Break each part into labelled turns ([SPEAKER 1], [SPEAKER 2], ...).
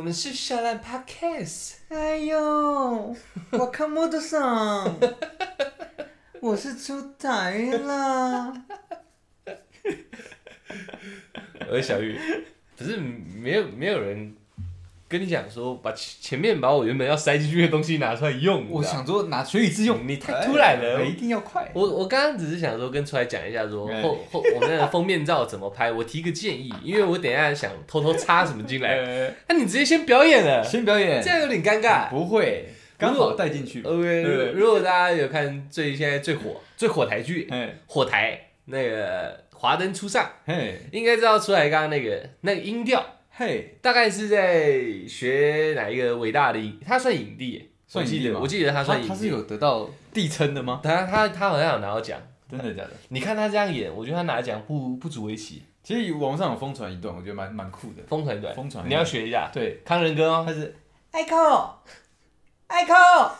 [SPEAKER 1] 们是沙烂 Podcast，
[SPEAKER 2] 哎呦，我看莫德 上，我是出台啦。
[SPEAKER 1] 而小玉，可是没有没有人跟你讲说把前前面把我原本要塞进去的东西拿出来用，
[SPEAKER 3] 我
[SPEAKER 1] 你知道
[SPEAKER 3] 想说拿学以致用，
[SPEAKER 1] 你太突然了
[SPEAKER 3] 哎一定要快。
[SPEAKER 1] 我我刚刚只是想说跟出来讲一下说
[SPEAKER 3] 哎
[SPEAKER 1] 后后我们的封面照怎么拍，我提个建议，因为我等一下想偷偷插什么进 来，
[SPEAKER 3] 呃，
[SPEAKER 1] 那、你直接先表演了，
[SPEAKER 3] 先表演
[SPEAKER 1] 这，样有点尴尬。
[SPEAKER 3] 不会，刚好呃带进去。
[SPEAKER 1] OK，如果
[SPEAKER 3] 对
[SPEAKER 1] 如果大家有看最现在最火最火台剧《
[SPEAKER 3] 哎
[SPEAKER 1] 火台》那个《华灯初上》，
[SPEAKER 3] 嘿
[SPEAKER 1] 应该知道出来刚刚那个那个音调，
[SPEAKER 3] 嘿，
[SPEAKER 1] 大概是在学哪一个伟大的影，他算影帝耶，
[SPEAKER 3] 算影
[SPEAKER 1] 我记
[SPEAKER 3] 帝
[SPEAKER 1] 得
[SPEAKER 3] 吗
[SPEAKER 1] 我记得他
[SPEAKER 3] 他
[SPEAKER 1] 算影
[SPEAKER 3] 他是
[SPEAKER 1] 帝，
[SPEAKER 3] 有得到地称的吗？
[SPEAKER 1] 他他他好像有拿到奖。
[SPEAKER 3] 真的假的？
[SPEAKER 1] 你看他这样演，我觉得他拿奖不不足为奇，
[SPEAKER 3] 其实网上有疯传一段，我觉得蛮蛮酷的。
[SPEAKER 1] 疯传短，
[SPEAKER 3] 疯传
[SPEAKER 1] 你要学一下。
[SPEAKER 3] 对，
[SPEAKER 1] 康仁哥哦，
[SPEAKER 3] 他 是
[SPEAKER 2] 艾克，艾克，
[SPEAKER 1] 哦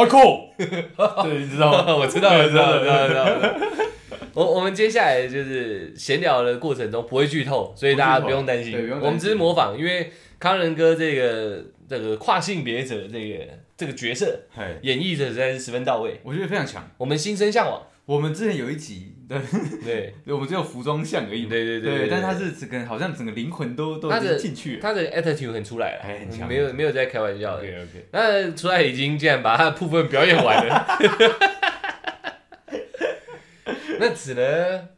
[SPEAKER 3] 阿扣， 对，你知道 吗？
[SPEAKER 1] 我知道，我知道，我知道，我知道。我知道我我们接下来就是闲聊的过程中不会剧透，所以大家不用担心
[SPEAKER 3] 不会剧透对不用担。心
[SPEAKER 1] 我们只是模仿，因为康仁哥这个这个跨性别者这个这个角色
[SPEAKER 3] 嘿，
[SPEAKER 1] 演绎的实在是十分到位，
[SPEAKER 3] 我觉得非常强。
[SPEAKER 1] 我们心生向往。
[SPEAKER 3] 我们之前有一集的，
[SPEAKER 1] 对，
[SPEAKER 3] 我们只有服装像而已嘛。
[SPEAKER 1] 对对对对对
[SPEAKER 3] 但是他是整个好像整个灵魂都都
[SPEAKER 1] 他
[SPEAKER 3] 已
[SPEAKER 1] 的
[SPEAKER 3] 经进去了。
[SPEAKER 1] 他的 attitude 很出来
[SPEAKER 3] 哎很
[SPEAKER 1] 了，
[SPEAKER 3] 强
[SPEAKER 1] 没有没有在开玩笑的。
[SPEAKER 3] OK，
[SPEAKER 1] 那出来已经竟然把他的部分表演完了， 那只能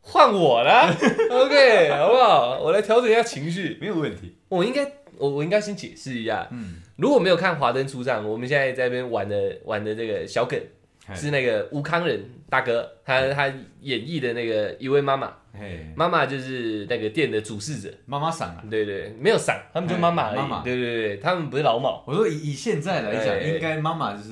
[SPEAKER 1] 换我了。OK，好不好？我来调整一下情绪。
[SPEAKER 3] 没有问题。
[SPEAKER 1] 我应该，我我应该先解释一下。
[SPEAKER 3] 嗯，
[SPEAKER 1] 如果没有看《华灯初上》，我们现在在那边玩的玩的这个小梗
[SPEAKER 3] 嗨
[SPEAKER 1] 是那个吴康仁大哥，他他演绎的那个一位妈妈，
[SPEAKER 3] 嘿，
[SPEAKER 1] 妈妈就是那个店的主事者，
[SPEAKER 3] 妈妈嗓啊。
[SPEAKER 1] 对对，没有赏，他们就妈妈而
[SPEAKER 3] 哎妈妈
[SPEAKER 1] 已，对对对，他们不是老鸨。
[SPEAKER 3] 我说以以现在来
[SPEAKER 1] 哎
[SPEAKER 3] 讲，应该妈妈就是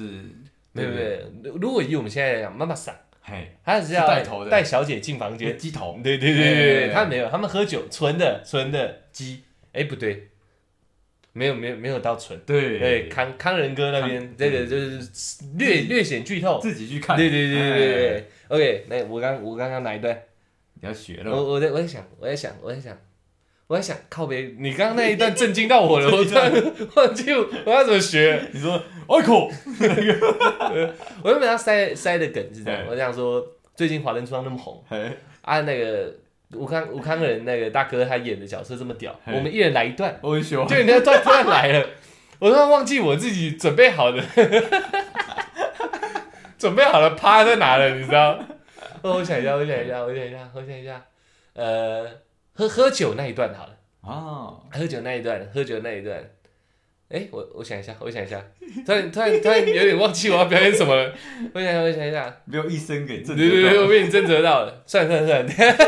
[SPEAKER 1] 没有没有，如果以我们现在来讲，妈妈桑，
[SPEAKER 3] 嘿，
[SPEAKER 1] 她只是要
[SPEAKER 3] 是带头的
[SPEAKER 1] 带小姐进房间。
[SPEAKER 3] 鸡头
[SPEAKER 1] 对对对对对，
[SPEAKER 3] 哎
[SPEAKER 1] 她没有，他们喝酒，纯的纯的。
[SPEAKER 3] 鸡，
[SPEAKER 1] 哎，不对，没有没有没有到纯。
[SPEAKER 3] 对
[SPEAKER 1] 对，康康仁哥那边
[SPEAKER 3] 康
[SPEAKER 1] 这个就是略略显剧透。
[SPEAKER 3] 自己去看。
[SPEAKER 1] 对对对对对
[SPEAKER 3] 哎，
[SPEAKER 1] 对，OK，那我刚我刚刚哪一段？
[SPEAKER 3] 你要学
[SPEAKER 1] 我
[SPEAKER 3] 了。
[SPEAKER 1] 我在我在想我在想我在想我在想靠边，你刚刚那一段震惊到我 了，我突然忘记我要怎么学。
[SPEAKER 3] 你说 o c
[SPEAKER 1] 我原本要塞塞的梗是这样，
[SPEAKER 3] 哎
[SPEAKER 1] 我想说最近华灯初上那么红
[SPEAKER 3] 嘿，
[SPEAKER 1] 啊，那个武康武康人那个大哥他演的角色这么屌，
[SPEAKER 3] 哎
[SPEAKER 1] 我们一人来一段，
[SPEAKER 3] 我学
[SPEAKER 1] 就人家突然突然来了，我突然忘记我自己准备好的， 准备好了趴在哪了，你知道？ 哦，我想一下，我想一下，我想一下，我想一下，呃，喝喝酒那一段好了，
[SPEAKER 3] 啊，
[SPEAKER 1] 喝酒那一段，喝酒那一段。哎，我我想一下，我想一下，突然突然突然有点忘记我要表演什么了。我想一下，我想一下，
[SPEAKER 3] 没有一声给震
[SPEAKER 1] 对对对，
[SPEAKER 3] 慑
[SPEAKER 1] 我
[SPEAKER 3] 到。
[SPEAKER 1] 被你震慑到了。算了算了 算了，
[SPEAKER 3] 等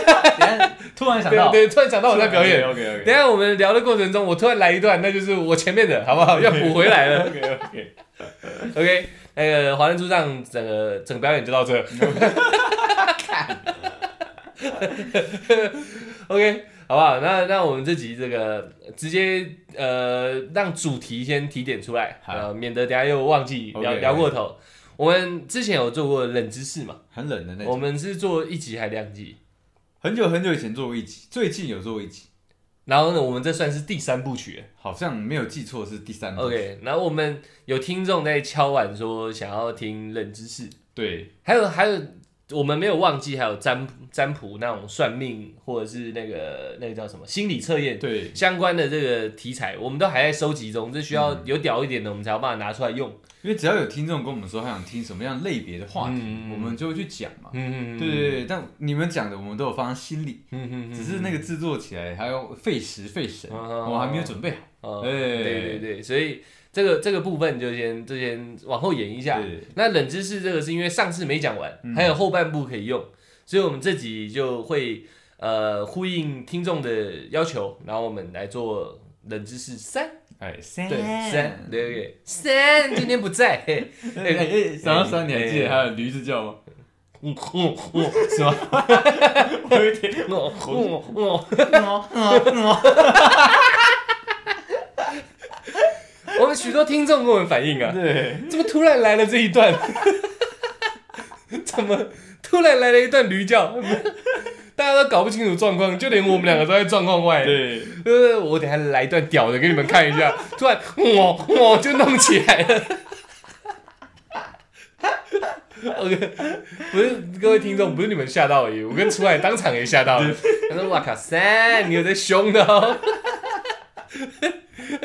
[SPEAKER 3] 一下突然想
[SPEAKER 1] 对
[SPEAKER 3] 到，
[SPEAKER 1] 对，突然想到我在表演。
[SPEAKER 3] OK
[SPEAKER 1] 等一
[SPEAKER 3] OK。
[SPEAKER 1] 下我们聊的过程中，我突然来一段，那就是我前面的好不 好？要补回来了。
[SPEAKER 3] OK OK。
[SPEAKER 1] OK，那个《华灯初上》整个整个表演就到 这。OK，好 不好？那那我们这集这个直接呃让主题先提点出来，
[SPEAKER 3] 好
[SPEAKER 1] 呃，免得等一下又忘记聊
[SPEAKER 3] OK，
[SPEAKER 1] 聊过头。我们之前有做过冷知识嘛？
[SPEAKER 3] 很冷的那
[SPEAKER 1] 我
[SPEAKER 3] 种。
[SPEAKER 1] 们是做一集还两集？
[SPEAKER 3] 很久很久以前做过一集，最近有做过一集，
[SPEAKER 1] 然后呢，我们这算是第三部曲了。
[SPEAKER 3] 好像没有记错是第三部。
[SPEAKER 1] OK，然后我们有听众在敲碗说想要听冷知识，
[SPEAKER 3] 对，
[SPEAKER 1] 还有还有，我们没有忘记还有占卜占卜那种算命或者是那个那个叫什么心理测验
[SPEAKER 3] 对，
[SPEAKER 1] 相关的这个题材，我们都还在收集中，这需
[SPEAKER 3] 嗯
[SPEAKER 1] 要有屌一点的，我们才有办法拿出来用。
[SPEAKER 3] 因为只要有听众跟我们说他想听什么样类别的话题，
[SPEAKER 1] 嗯嗯嗯
[SPEAKER 3] 我们就会去讲嘛。
[SPEAKER 1] 嗯
[SPEAKER 3] 对对，对，但你们讲的我们都有放在心里，
[SPEAKER 1] 嗯嗯
[SPEAKER 3] 只是那个制作起来还要费时费神，
[SPEAKER 1] 哦
[SPEAKER 3] 我还没有准备好。
[SPEAKER 1] 哦，
[SPEAKER 3] 哎
[SPEAKER 1] 对对对，所以这个这个部分就先就先往后延一下
[SPEAKER 3] 对。嗯
[SPEAKER 1] 那冷知识这个是因为上次没讲完，还有后半部可以用，所以我们这集就会呃呼应听众的要求，然后我们来做冷知识三，
[SPEAKER 3] 哎，三
[SPEAKER 1] 对三，对对三，今天不在，嘿
[SPEAKER 3] 哎哎，讲到三，你还记得
[SPEAKER 1] 哎
[SPEAKER 3] 还有驴子叫吗？
[SPEAKER 1] 嗯嗯嗯，是吗？
[SPEAKER 3] 我有点，
[SPEAKER 1] 嗯嗯嗯，
[SPEAKER 3] 哦哦哦
[SPEAKER 1] 我们许多听众跟我们反映啊，
[SPEAKER 3] 对，
[SPEAKER 1] 怎么突然来了这一段？怎么突然来了一段驴叫？大大家都搞不清楚状况，就连我们两个都在状况外。
[SPEAKER 3] 对，
[SPEAKER 1] 呃，我等一下来一段屌的给你们看一下，突然我我就弄起来了。OK，不是各位听众，不是你们吓到而已，我跟楚海当场也吓到了。他说：“哇靠塞，你有在凶的哦。”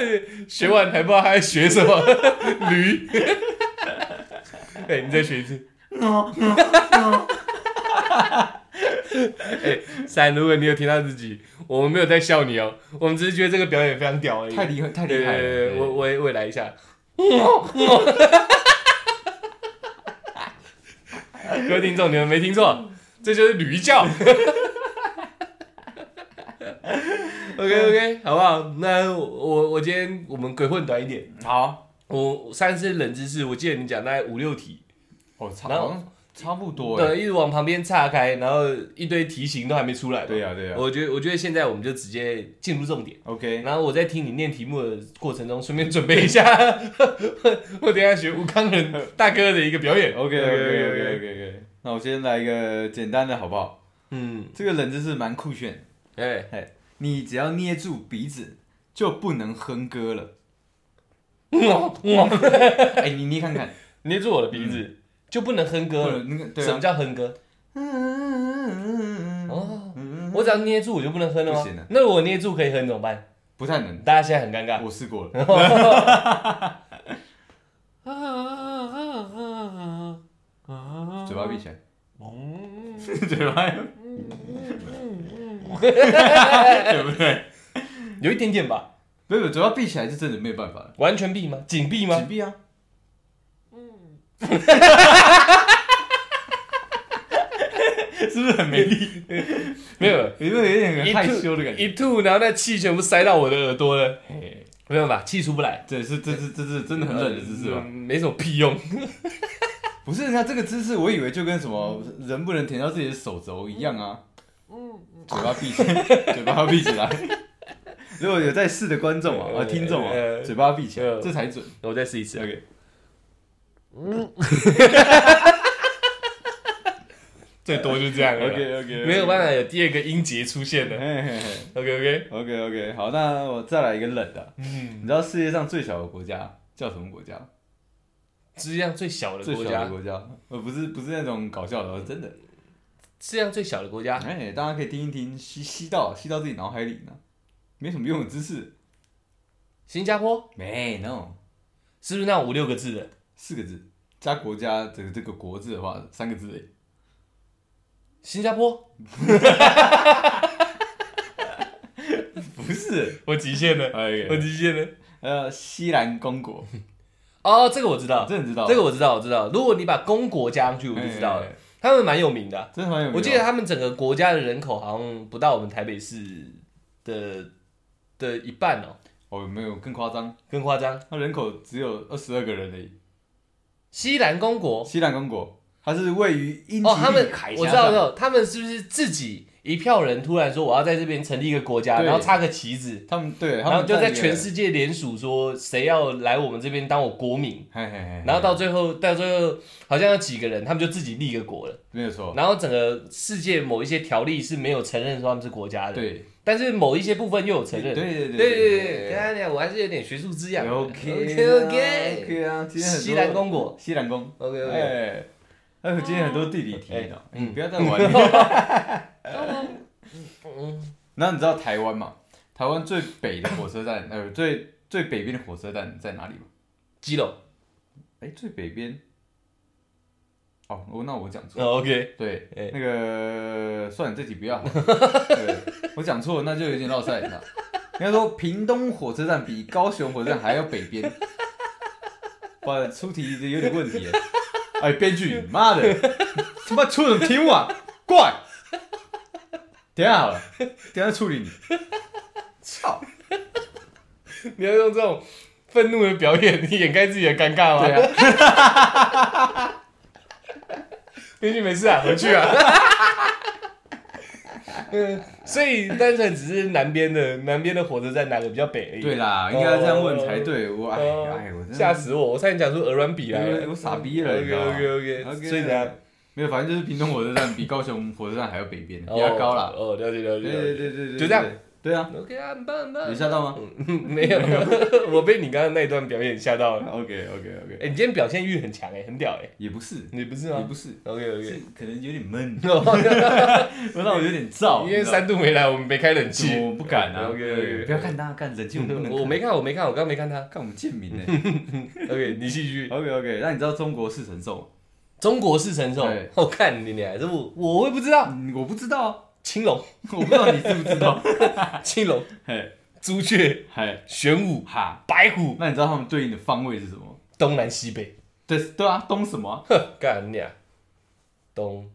[SPEAKER 1] 学完还不知道他在学什么， 驴。 哎、你再学一次。
[SPEAKER 2] 喏喏喏
[SPEAKER 1] 三，如果你有听到自己，我们没有在笑你哦，我们只是觉得这个表演非常屌而已。
[SPEAKER 3] 太厉害，太
[SPEAKER 1] 对
[SPEAKER 3] 厉
[SPEAKER 1] 对
[SPEAKER 3] 害了。
[SPEAKER 1] 对对，
[SPEAKER 3] 对
[SPEAKER 1] 我我也我也来一 下。各位听众，你们没听
[SPEAKER 3] 嗯
[SPEAKER 1] 错，这就是驴 叫。OK
[SPEAKER 3] 嗯
[SPEAKER 1] OK，好不好？那我我今天我们鬼混短一点。
[SPEAKER 3] 好，
[SPEAKER 1] 我上次冷知识，我记得你讲大概五六题，
[SPEAKER 3] 哦，差
[SPEAKER 1] 然后
[SPEAKER 3] 好像差不多哎。
[SPEAKER 1] 对，一直往旁边岔开，然后一堆题型都还没出来嘛。
[SPEAKER 3] 对啊呀，对呀。
[SPEAKER 1] 我觉得我觉得现在我们就直接进入重点。
[SPEAKER 3] OK，
[SPEAKER 1] 然后我在听你念题目的过程中，顺便准备一下， 我等一下学武康人大哥的一个表演。
[SPEAKER 3] OK OK OK OK OK，那我先来一个简单的好不好？
[SPEAKER 1] 嗯，
[SPEAKER 3] 这个冷知识蛮酷炫，
[SPEAKER 1] 哎，
[SPEAKER 3] 你只要捏住鼻子就不能哼歌了。
[SPEAKER 1] 哇哇，
[SPEAKER 3] 哎，你捏看 看，
[SPEAKER 1] 捏住我的鼻子就不能哼
[SPEAKER 3] 嗯不
[SPEAKER 1] 歌了。
[SPEAKER 3] 能那个对
[SPEAKER 1] 什么
[SPEAKER 3] 啊，
[SPEAKER 1] 叫哼歌？
[SPEAKER 3] 嗯
[SPEAKER 2] 嗯，
[SPEAKER 1] 哦，我只要捏住我就不能哼了
[SPEAKER 3] 不行
[SPEAKER 1] 吗
[SPEAKER 3] 啊？
[SPEAKER 1] 那我捏住可以哼怎么办？
[SPEAKER 3] 不太能。
[SPEAKER 1] 大家现在很尴尬。
[SPEAKER 3] 我试过了，嘴巴闭起来， 嘴巴 对不对？
[SPEAKER 1] 有一点点吧，
[SPEAKER 3] 没有，嘴巴闭起来是真的没有办法了。
[SPEAKER 1] 完全闭吗？紧闭
[SPEAKER 3] 紧
[SPEAKER 1] 吗？
[SPEAKER 3] 闭啊！ 是不是很没力？
[SPEAKER 1] 没有，
[SPEAKER 3] 有没有有
[SPEAKER 1] 一
[SPEAKER 3] 点害羞的感觉？
[SPEAKER 1] 一吐，然后那气全部塞到我的耳朵了，
[SPEAKER 3] 嘿
[SPEAKER 1] 没有吧？气出不来，
[SPEAKER 3] 这是这是这是真的很冷的姿势
[SPEAKER 1] 嗯
[SPEAKER 3] 吧？
[SPEAKER 1] 没什么屁用。
[SPEAKER 3] 不是，那这个姿势我以为就跟什么人不能舔到自己的手肘一样啊。嘴巴闭起来，嘴巴闭起来。如果有在试的观众啊，啊听众啊
[SPEAKER 1] 呃，
[SPEAKER 3] 嘴巴闭起来，
[SPEAKER 1] 呃
[SPEAKER 3] 这才准。
[SPEAKER 1] 我再试一次。啊
[SPEAKER 3] OK，
[SPEAKER 1] 最多就这样 了。
[SPEAKER 3] OK OK，
[SPEAKER 1] 没有办法有第二个音节出现的。
[SPEAKER 3] 法。
[SPEAKER 1] OK OK，
[SPEAKER 3] OK OK，好，那我再来一个冷的。
[SPEAKER 1] 嗯，
[SPEAKER 3] 你知道世界上最小的国家叫什么国家？
[SPEAKER 1] 世界上最小的
[SPEAKER 3] 最
[SPEAKER 1] 国
[SPEAKER 3] 小的
[SPEAKER 1] 家，
[SPEAKER 3] 国家，呃，不是不是那种搞笑的，是真的。
[SPEAKER 1] 世界上最小的国家，
[SPEAKER 3] 哎，大家可以听一听，吸吸到吸到自己脑海里呢，没什么用的知识。
[SPEAKER 1] 新加坡
[SPEAKER 3] 没，no，
[SPEAKER 1] 是不是那五六个字的？
[SPEAKER 3] 四个字加国家这个这个国字的话，三个字哎。
[SPEAKER 1] 新加坡，
[SPEAKER 3] 不是，
[SPEAKER 1] 我极限了，我
[SPEAKER 3] 哎，
[SPEAKER 1] 极限了。
[SPEAKER 3] 呃，西兰公国，
[SPEAKER 1] 哦，这个我知道，
[SPEAKER 3] 真的知道
[SPEAKER 1] 这个我知道，我知道。如果你把公国加上去，我就知道
[SPEAKER 3] 哎
[SPEAKER 1] 了。他们蛮有名的啊，
[SPEAKER 3] 真的蛮有名的。
[SPEAKER 1] 我记得他们整个国家的人口好像不到我们台北市的的一半哦，
[SPEAKER 3] 哦，没有更夸张，
[SPEAKER 1] 更夸张。
[SPEAKER 3] 它人口只有二十二个人而已。
[SPEAKER 1] 西兰公国
[SPEAKER 3] 西兰公国，它是位于英吉
[SPEAKER 1] 哦，他们
[SPEAKER 3] 利海峡
[SPEAKER 1] 我知道，我知
[SPEAKER 3] 上
[SPEAKER 1] 道，他们是不是自己一票人突然说我要在这边成立一个国家，
[SPEAKER 3] 对
[SPEAKER 1] 然后插个旗子，
[SPEAKER 3] 他们对，他
[SPEAKER 1] 然
[SPEAKER 3] 们
[SPEAKER 1] 后就在
[SPEAKER 3] 那个
[SPEAKER 1] 全，世界联署说谁要来我们这边当我国民，
[SPEAKER 3] 嘿嘿嘿，
[SPEAKER 1] 然后到最后到最后好像有几个人，他们就自己立一个国了，
[SPEAKER 3] 没有错，
[SPEAKER 1] 然后整个世界某一些条例是没有承认说他们是国家的，
[SPEAKER 3] 对，
[SPEAKER 1] 但是某一些部分又有承
[SPEAKER 3] 对
[SPEAKER 1] 认，
[SPEAKER 3] 对对
[SPEAKER 1] 对对，跟他讲我还是有点学术滋养的
[SPEAKER 3] OK
[SPEAKER 1] OK OK，
[SPEAKER 3] OK 啊，今天很多
[SPEAKER 1] 西兰公国
[SPEAKER 3] 西兰公
[SPEAKER 1] OK OK，
[SPEAKER 3] 哎，还有今天很多地理题呢，
[SPEAKER 1] 嗯
[SPEAKER 3] 你哎不要再玩了。然后你知道台湾嘛？台湾最北的火车站，呃，最最北边的火车站在哪里吗？
[SPEAKER 1] 基隆
[SPEAKER 3] 哎，最北边。哦，我那我讲错。
[SPEAKER 1] 哦 OK，
[SPEAKER 3] 对
[SPEAKER 1] 哎，
[SPEAKER 3] 那个算了，这题不要好了。 对，我讲错了，那就有点绕赛了。应该说，屏东火车站比高雄火车站还要北边。哇，出题有点问题耶。哎，编剧，妈的，他妈出什么题目啊？怪。等一下好了，等一下处理 你。操！
[SPEAKER 1] 你要用这种愤怒的表演，你掩盖自己的尴尬吗？
[SPEAKER 3] 对啊，
[SPEAKER 1] 编剧没事啊，回去啊。嗯，所以单纯只是南边的南边的火车站哪个比较北而已。
[SPEAKER 3] 对啦，应该这样问才对。我哎
[SPEAKER 1] 哦，
[SPEAKER 3] 哎，我真的
[SPEAKER 1] 吓死我！我差点讲出鹅卵比来
[SPEAKER 3] 我傻逼了你知道吗
[SPEAKER 1] OK OK OK，
[SPEAKER 3] OK
[SPEAKER 1] 所以怎样？
[SPEAKER 3] 没对，反正就是屏东火车站比高雄火车站还要北边，比
[SPEAKER 1] 哦
[SPEAKER 3] 较高啦。
[SPEAKER 1] 哦，了解了
[SPEAKER 3] 对
[SPEAKER 1] 解了
[SPEAKER 3] 对
[SPEAKER 1] 解。
[SPEAKER 3] 对对对，
[SPEAKER 1] 就这样
[SPEAKER 3] 对。对啊，
[SPEAKER 1] OK 啊，很棒很棒。
[SPEAKER 3] 有吓到吗
[SPEAKER 1] 嗯？没有，我被你刚刚那一段表演吓 到了。
[SPEAKER 3] ？OK OK OK，
[SPEAKER 1] 哎，你今天表现欲很强哎，很屌哎，
[SPEAKER 3] 也不是，
[SPEAKER 1] 你不是
[SPEAKER 3] 也
[SPEAKER 1] 吗
[SPEAKER 3] 不是，
[SPEAKER 1] ？OK
[SPEAKER 3] 是
[SPEAKER 1] OK。
[SPEAKER 3] 可能有点闷， 我让我有 点燥，
[SPEAKER 1] 因为三度没来，我们没开冷
[SPEAKER 3] 你知道
[SPEAKER 1] 气
[SPEAKER 3] 吗。 我不敢啊，
[SPEAKER 1] OK，OK，OK
[SPEAKER 3] 对不要看大家看冷 静，我们不能看
[SPEAKER 1] 我没看，我没看，我刚没看他。
[SPEAKER 3] 看我们贱 民呢。
[SPEAKER 1] OK，你继续。
[SPEAKER 3] OK OK，那你知道中国是神兽？
[SPEAKER 1] 中国式神兽
[SPEAKER 3] 对，
[SPEAKER 1] 我看你俩，这我我会不知道。
[SPEAKER 3] 嗯，我不知道啊，
[SPEAKER 1] 青 龙，
[SPEAKER 3] 我不知道你知不知 道。
[SPEAKER 1] 青龙，
[SPEAKER 3] 嘿，
[SPEAKER 1] 朱雀，
[SPEAKER 3] 嘿，
[SPEAKER 1] 玄武，
[SPEAKER 3] 哈，
[SPEAKER 1] 白虎，
[SPEAKER 3] 那你知道他们对应的方位是什么？
[SPEAKER 1] 东南西北。
[SPEAKER 3] 对对啊，东什么啊？
[SPEAKER 1] 哼，干你俩，东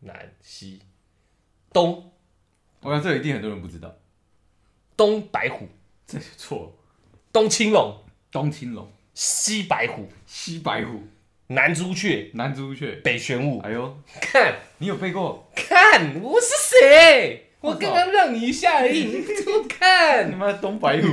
[SPEAKER 1] 南西，东
[SPEAKER 3] 我想这个一定很多人不知道，
[SPEAKER 1] 东白虎，
[SPEAKER 3] 这是错。
[SPEAKER 1] 东青龙，
[SPEAKER 3] 东青龙，
[SPEAKER 1] 西白虎，
[SPEAKER 3] 西白虎，
[SPEAKER 1] 南朱雀，
[SPEAKER 3] 南朱雀。
[SPEAKER 1] 北玄武。
[SPEAKER 3] 哎呦，
[SPEAKER 1] 看，
[SPEAKER 3] 你有背过？
[SPEAKER 1] 看，我是谁？我
[SPEAKER 3] 我操
[SPEAKER 1] 刚刚让你一下而已，你给我
[SPEAKER 3] 哎你
[SPEAKER 1] 看，
[SPEAKER 3] 妈东白虎，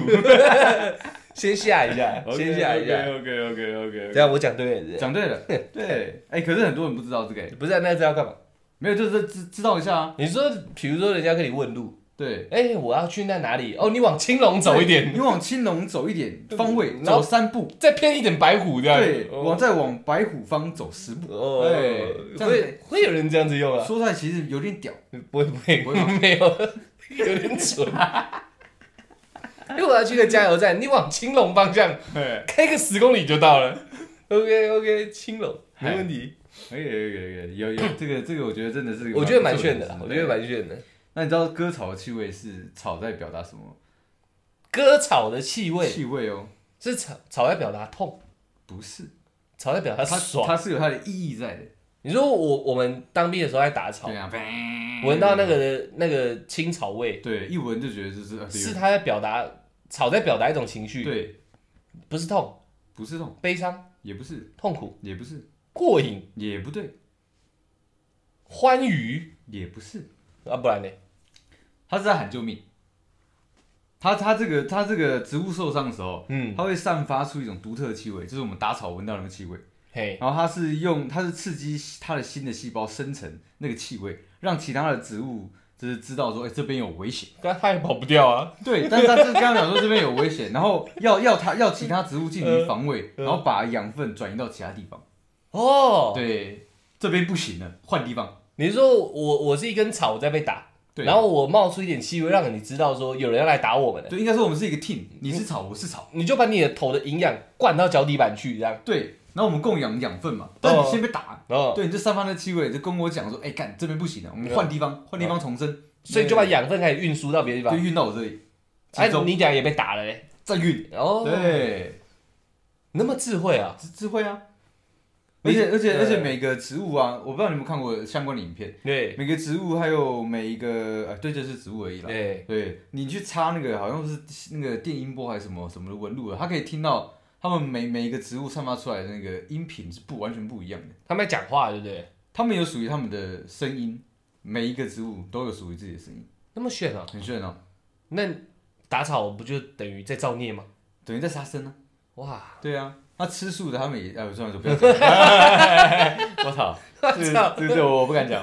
[SPEAKER 1] 先下一 下，先下一下。
[SPEAKER 3] OK OK OK
[SPEAKER 1] 这样我讲 对了，
[SPEAKER 3] 讲对了，对，哎，可是很多人不知道这个，哎
[SPEAKER 1] 不是啊那这要干嘛？
[SPEAKER 3] 没有，就是知知道一下啊。
[SPEAKER 1] 你说，比如说人家跟你问路，
[SPEAKER 3] 对，
[SPEAKER 1] 哎、我要去那哪里？哦，你往青龙走一点，
[SPEAKER 3] 你往青龙走一点，方位
[SPEAKER 1] 然后
[SPEAKER 3] 走三步，
[SPEAKER 1] 再偏一点白虎这样。
[SPEAKER 3] 对，
[SPEAKER 1] 哦，
[SPEAKER 3] 往再往白虎方走十步。
[SPEAKER 1] 哦
[SPEAKER 3] 对这样
[SPEAKER 1] 会会有人这样子用啊？
[SPEAKER 3] 说出来其实有点屌，
[SPEAKER 1] 不会不会，
[SPEAKER 3] 不会吗
[SPEAKER 1] 没有，有点蠢。因为我要去个加油站，你往青龙方向
[SPEAKER 3] 哎，
[SPEAKER 1] 开个十公里就到了。OK OK，青龙没问题，
[SPEAKER 3] 可以可以可哎以，有有这个这个，我觉得真的是，
[SPEAKER 1] 我觉得蛮炫的啦，
[SPEAKER 3] 不
[SPEAKER 1] 我
[SPEAKER 3] 错
[SPEAKER 1] 觉得。蛮炫的。
[SPEAKER 3] 那你知道割草的气味是草在表达什么
[SPEAKER 1] 割草的气味
[SPEAKER 3] 气味哦？
[SPEAKER 1] 是草草在表达痛，
[SPEAKER 3] 不是，
[SPEAKER 1] 草在表达
[SPEAKER 3] 它
[SPEAKER 1] 啊爽。
[SPEAKER 3] 它是有它的意义在的。
[SPEAKER 1] 你说我我们当兵的时候在打草
[SPEAKER 3] 对，啊，
[SPEAKER 1] 闻到那个那个青草味，
[SPEAKER 3] 对，一闻就觉得就是呃
[SPEAKER 1] 是他在表达草在表达一种情绪，
[SPEAKER 3] 对，
[SPEAKER 1] 不是痛、
[SPEAKER 3] 不是痛，
[SPEAKER 1] 悲伤、
[SPEAKER 3] 也不是，
[SPEAKER 1] 痛苦、
[SPEAKER 3] 也不是，
[SPEAKER 1] 过瘾、
[SPEAKER 3] 也不对，
[SPEAKER 1] 欢愉
[SPEAKER 3] 也不是，
[SPEAKER 1] 啊，不然呢？
[SPEAKER 3] 它是在喊救命。它它这个它这个植物受伤的时候，
[SPEAKER 1] 嗯，
[SPEAKER 3] 它会散发出一种独特的气味，就是我们打草闻到的那个气味。
[SPEAKER 1] 嘿，
[SPEAKER 3] 然后它是用它是刺激它的新的细胞生成那个气味，让其他的植物就是知道说，哎、这边有危险。
[SPEAKER 1] 但他也跑不掉啊。
[SPEAKER 3] 对，但是它就是刚刚讲说这边有 危险，然后要要它要其他植物进
[SPEAKER 1] 嗯
[SPEAKER 3] 行防卫，然后把养分转移到其他地方。
[SPEAKER 1] 哦，
[SPEAKER 3] 对，这边不行了，换地方。
[SPEAKER 1] 你是说我我是一根草在被打，
[SPEAKER 3] 对，
[SPEAKER 1] 然后我冒出一点气味，让你知道说有人要来打我们了，
[SPEAKER 3] 对，应该说我们是一个 team，你是草，我是草。
[SPEAKER 1] 你就把你的头的营养灌到脚底板去，这样。
[SPEAKER 3] 对，然后我们共养养分嘛，但你先被打，
[SPEAKER 1] 哦，
[SPEAKER 3] 对，你就散发那气味，就跟我讲说，哎、干这边不行了，我们换地方，换地方重生，
[SPEAKER 1] 所以就把养分开始运输到别的地
[SPEAKER 3] 就
[SPEAKER 1] 方。
[SPEAKER 3] 运到我这里，
[SPEAKER 1] 哎
[SPEAKER 3] 集，中
[SPEAKER 1] 你俩也被打了嘞。
[SPEAKER 3] 再运。
[SPEAKER 1] 哦，，
[SPEAKER 3] 对，
[SPEAKER 1] 那么智慧啊。
[SPEAKER 3] 智智慧啊。而且而且
[SPEAKER 1] 对
[SPEAKER 3] 而且每个植物啊，我不知道你们有没有看过相关的影片，
[SPEAKER 1] 对
[SPEAKER 3] 每个植物还有每一个呃，对，就是植物而已啦。
[SPEAKER 1] 对，
[SPEAKER 3] 对你去插那个好像是那个电音波还是什么什么的纹路啊，它可以听到它们每每一个植物散发出来的那个音频是不完全不一样的。
[SPEAKER 1] 他们在讲话，对不对？
[SPEAKER 3] 他们有属于他们的声音，每一个植物都有属于自己的声音，
[SPEAKER 1] 那么炫啊！
[SPEAKER 3] 很炫哦，
[SPEAKER 1] 那打草不就等于在造孽吗？
[SPEAKER 3] 等于在杀生呢、
[SPEAKER 1] 哇，
[SPEAKER 3] 对啊，那吃素的他 们也，哎，我算了，不要讲。我操， 这个这个这个我不敢讲。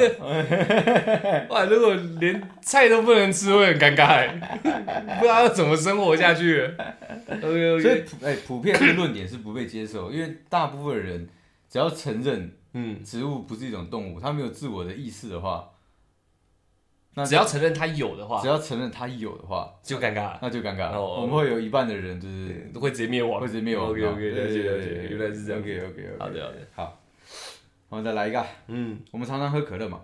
[SPEAKER 1] 哇！如果连菜都不能吃，会很尴尬欸， 不知道要怎么生活下去。OK
[SPEAKER 3] 所
[SPEAKER 1] OK，
[SPEAKER 3] 以普哎、普遍这个论点是不被接受，因为大部分人只要承认
[SPEAKER 1] 嗯，
[SPEAKER 3] 植物不是一种动物，它没有自我的意识的话，那
[SPEAKER 1] 只要承认他有的话
[SPEAKER 3] 只，要承认它有的话，
[SPEAKER 1] 就尴尬了，
[SPEAKER 3] 那就尴尬了。
[SPEAKER 1] 哦
[SPEAKER 3] 我们会有一半的人就是
[SPEAKER 1] 会直接灭亡，
[SPEAKER 3] 会直接灭亡。
[SPEAKER 1] 哦
[SPEAKER 3] 哦
[SPEAKER 1] OK OK，了解了解，
[SPEAKER 3] 对
[SPEAKER 1] 原来是这样。
[SPEAKER 3] OK OK OK，
[SPEAKER 1] 好的好的，
[SPEAKER 3] 好，我们再来一个。啊
[SPEAKER 1] 嗯，
[SPEAKER 3] 我们常常喝可乐嘛，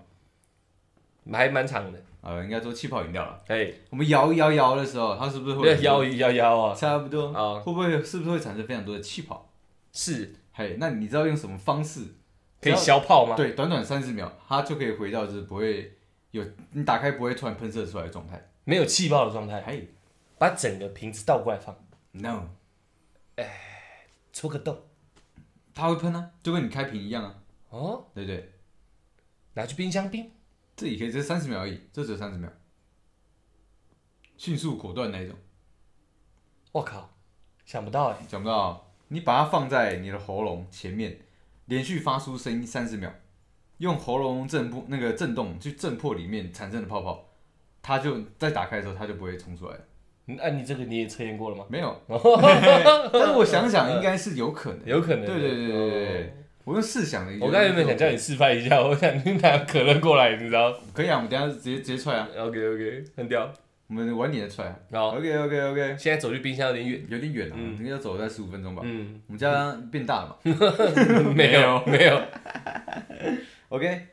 [SPEAKER 1] 还蛮长的。
[SPEAKER 3] 呃，应该说气泡饮料了。
[SPEAKER 1] 哎，
[SPEAKER 3] 我们摇一摇摇的时候，它是不是会
[SPEAKER 1] 要腰一腰腰啊，
[SPEAKER 3] 差不多
[SPEAKER 1] 啊
[SPEAKER 3] 会不会是不是会产生非常多的气泡？
[SPEAKER 1] 是
[SPEAKER 3] 嘿，那你知道用什么方式？
[SPEAKER 1] 可以消泡吗？
[SPEAKER 3] 对，短短三十秒，它就可以回到就是不会有你打开不会突然喷射出来的状态。
[SPEAKER 1] 没有气泡的状态，
[SPEAKER 3] 嘿
[SPEAKER 1] 把整个瓶子倒过来放，
[SPEAKER 3] ，no，
[SPEAKER 1] 戳个洞，
[SPEAKER 3] 它会喷啊，就跟你开瓶一样啊，
[SPEAKER 1] 哦，
[SPEAKER 3] 对不对？
[SPEAKER 1] 拿去冰箱冰。
[SPEAKER 3] 这也可以，这三十秒而已，这只有三十秒，迅速果断那一种，
[SPEAKER 1] 我靠，想不到哎。
[SPEAKER 3] 想不到啊、你把它放在你的喉咙前面，连续发出声音三十秒，用喉咙震破那个震动去震破里面产生的泡泡，它就在打开的时候它就不会冲出来了。
[SPEAKER 1] 嗯啊，你这个你也测验过了 吗？
[SPEAKER 3] 没有，但是我想想应该是有可能。
[SPEAKER 1] 有可能。
[SPEAKER 3] 对对对对对
[SPEAKER 1] 哦
[SPEAKER 3] 对，我用试想的。
[SPEAKER 1] 我刚才原本想叫你示范一下，我想你拿可乐过来，你知道
[SPEAKER 3] 可以啊，我们等一下直接直接踹啊，
[SPEAKER 1] ？OK OK，很屌。
[SPEAKER 3] 我们晚点再踹啊。
[SPEAKER 1] 然后
[SPEAKER 3] OK OK OK，
[SPEAKER 1] 现在走去冰箱有 点远。
[SPEAKER 3] 有点远啊，
[SPEAKER 1] 嗯
[SPEAKER 3] 应该要走在十五分钟吧。
[SPEAKER 1] 嗯，
[SPEAKER 3] 我们家变大了嘛。
[SPEAKER 1] 没有没有。
[SPEAKER 3] OK，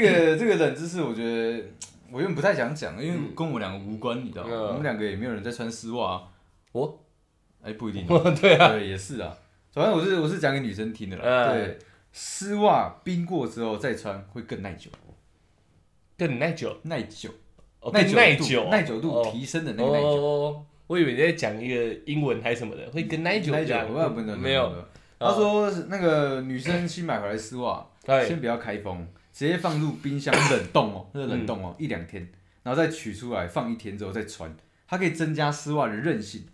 [SPEAKER 3] 个这个冷知识，我觉得我有点不太想讲，因为跟我们两个无关，你知道吗？
[SPEAKER 1] 嗯
[SPEAKER 3] 我们两个也没有人在穿丝袜啊。
[SPEAKER 1] 我？
[SPEAKER 3] 哎、不一定、 啊。对啊，对，也是啊。反正我是我是讲给女生听的啦。
[SPEAKER 1] 嗯
[SPEAKER 3] 对，丝袜冰过之后再穿会更耐久，
[SPEAKER 1] 更耐久，
[SPEAKER 3] 耐久，
[SPEAKER 1] 哦
[SPEAKER 3] 耐
[SPEAKER 1] 更耐
[SPEAKER 3] 度
[SPEAKER 1] 久，
[SPEAKER 3] 耐久
[SPEAKER 1] 哦
[SPEAKER 3] 度提升的那个耐久。
[SPEAKER 1] 哦，我以为你在讲一个英文还是什么的，会跟耐久
[SPEAKER 3] 耐
[SPEAKER 1] 这
[SPEAKER 3] 久，
[SPEAKER 1] 样嗯
[SPEAKER 3] 不不不，不
[SPEAKER 1] 没有，。
[SPEAKER 3] 他说那个女生新买回来丝袜，
[SPEAKER 1] 哎
[SPEAKER 3] 先不要开封，直接放入冰箱冷 冻哦，那个冷冻哦，
[SPEAKER 1] 嗯
[SPEAKER 3] 一两天，然后再取出来放一天之后再穿，它可以增加丝袜的韧性，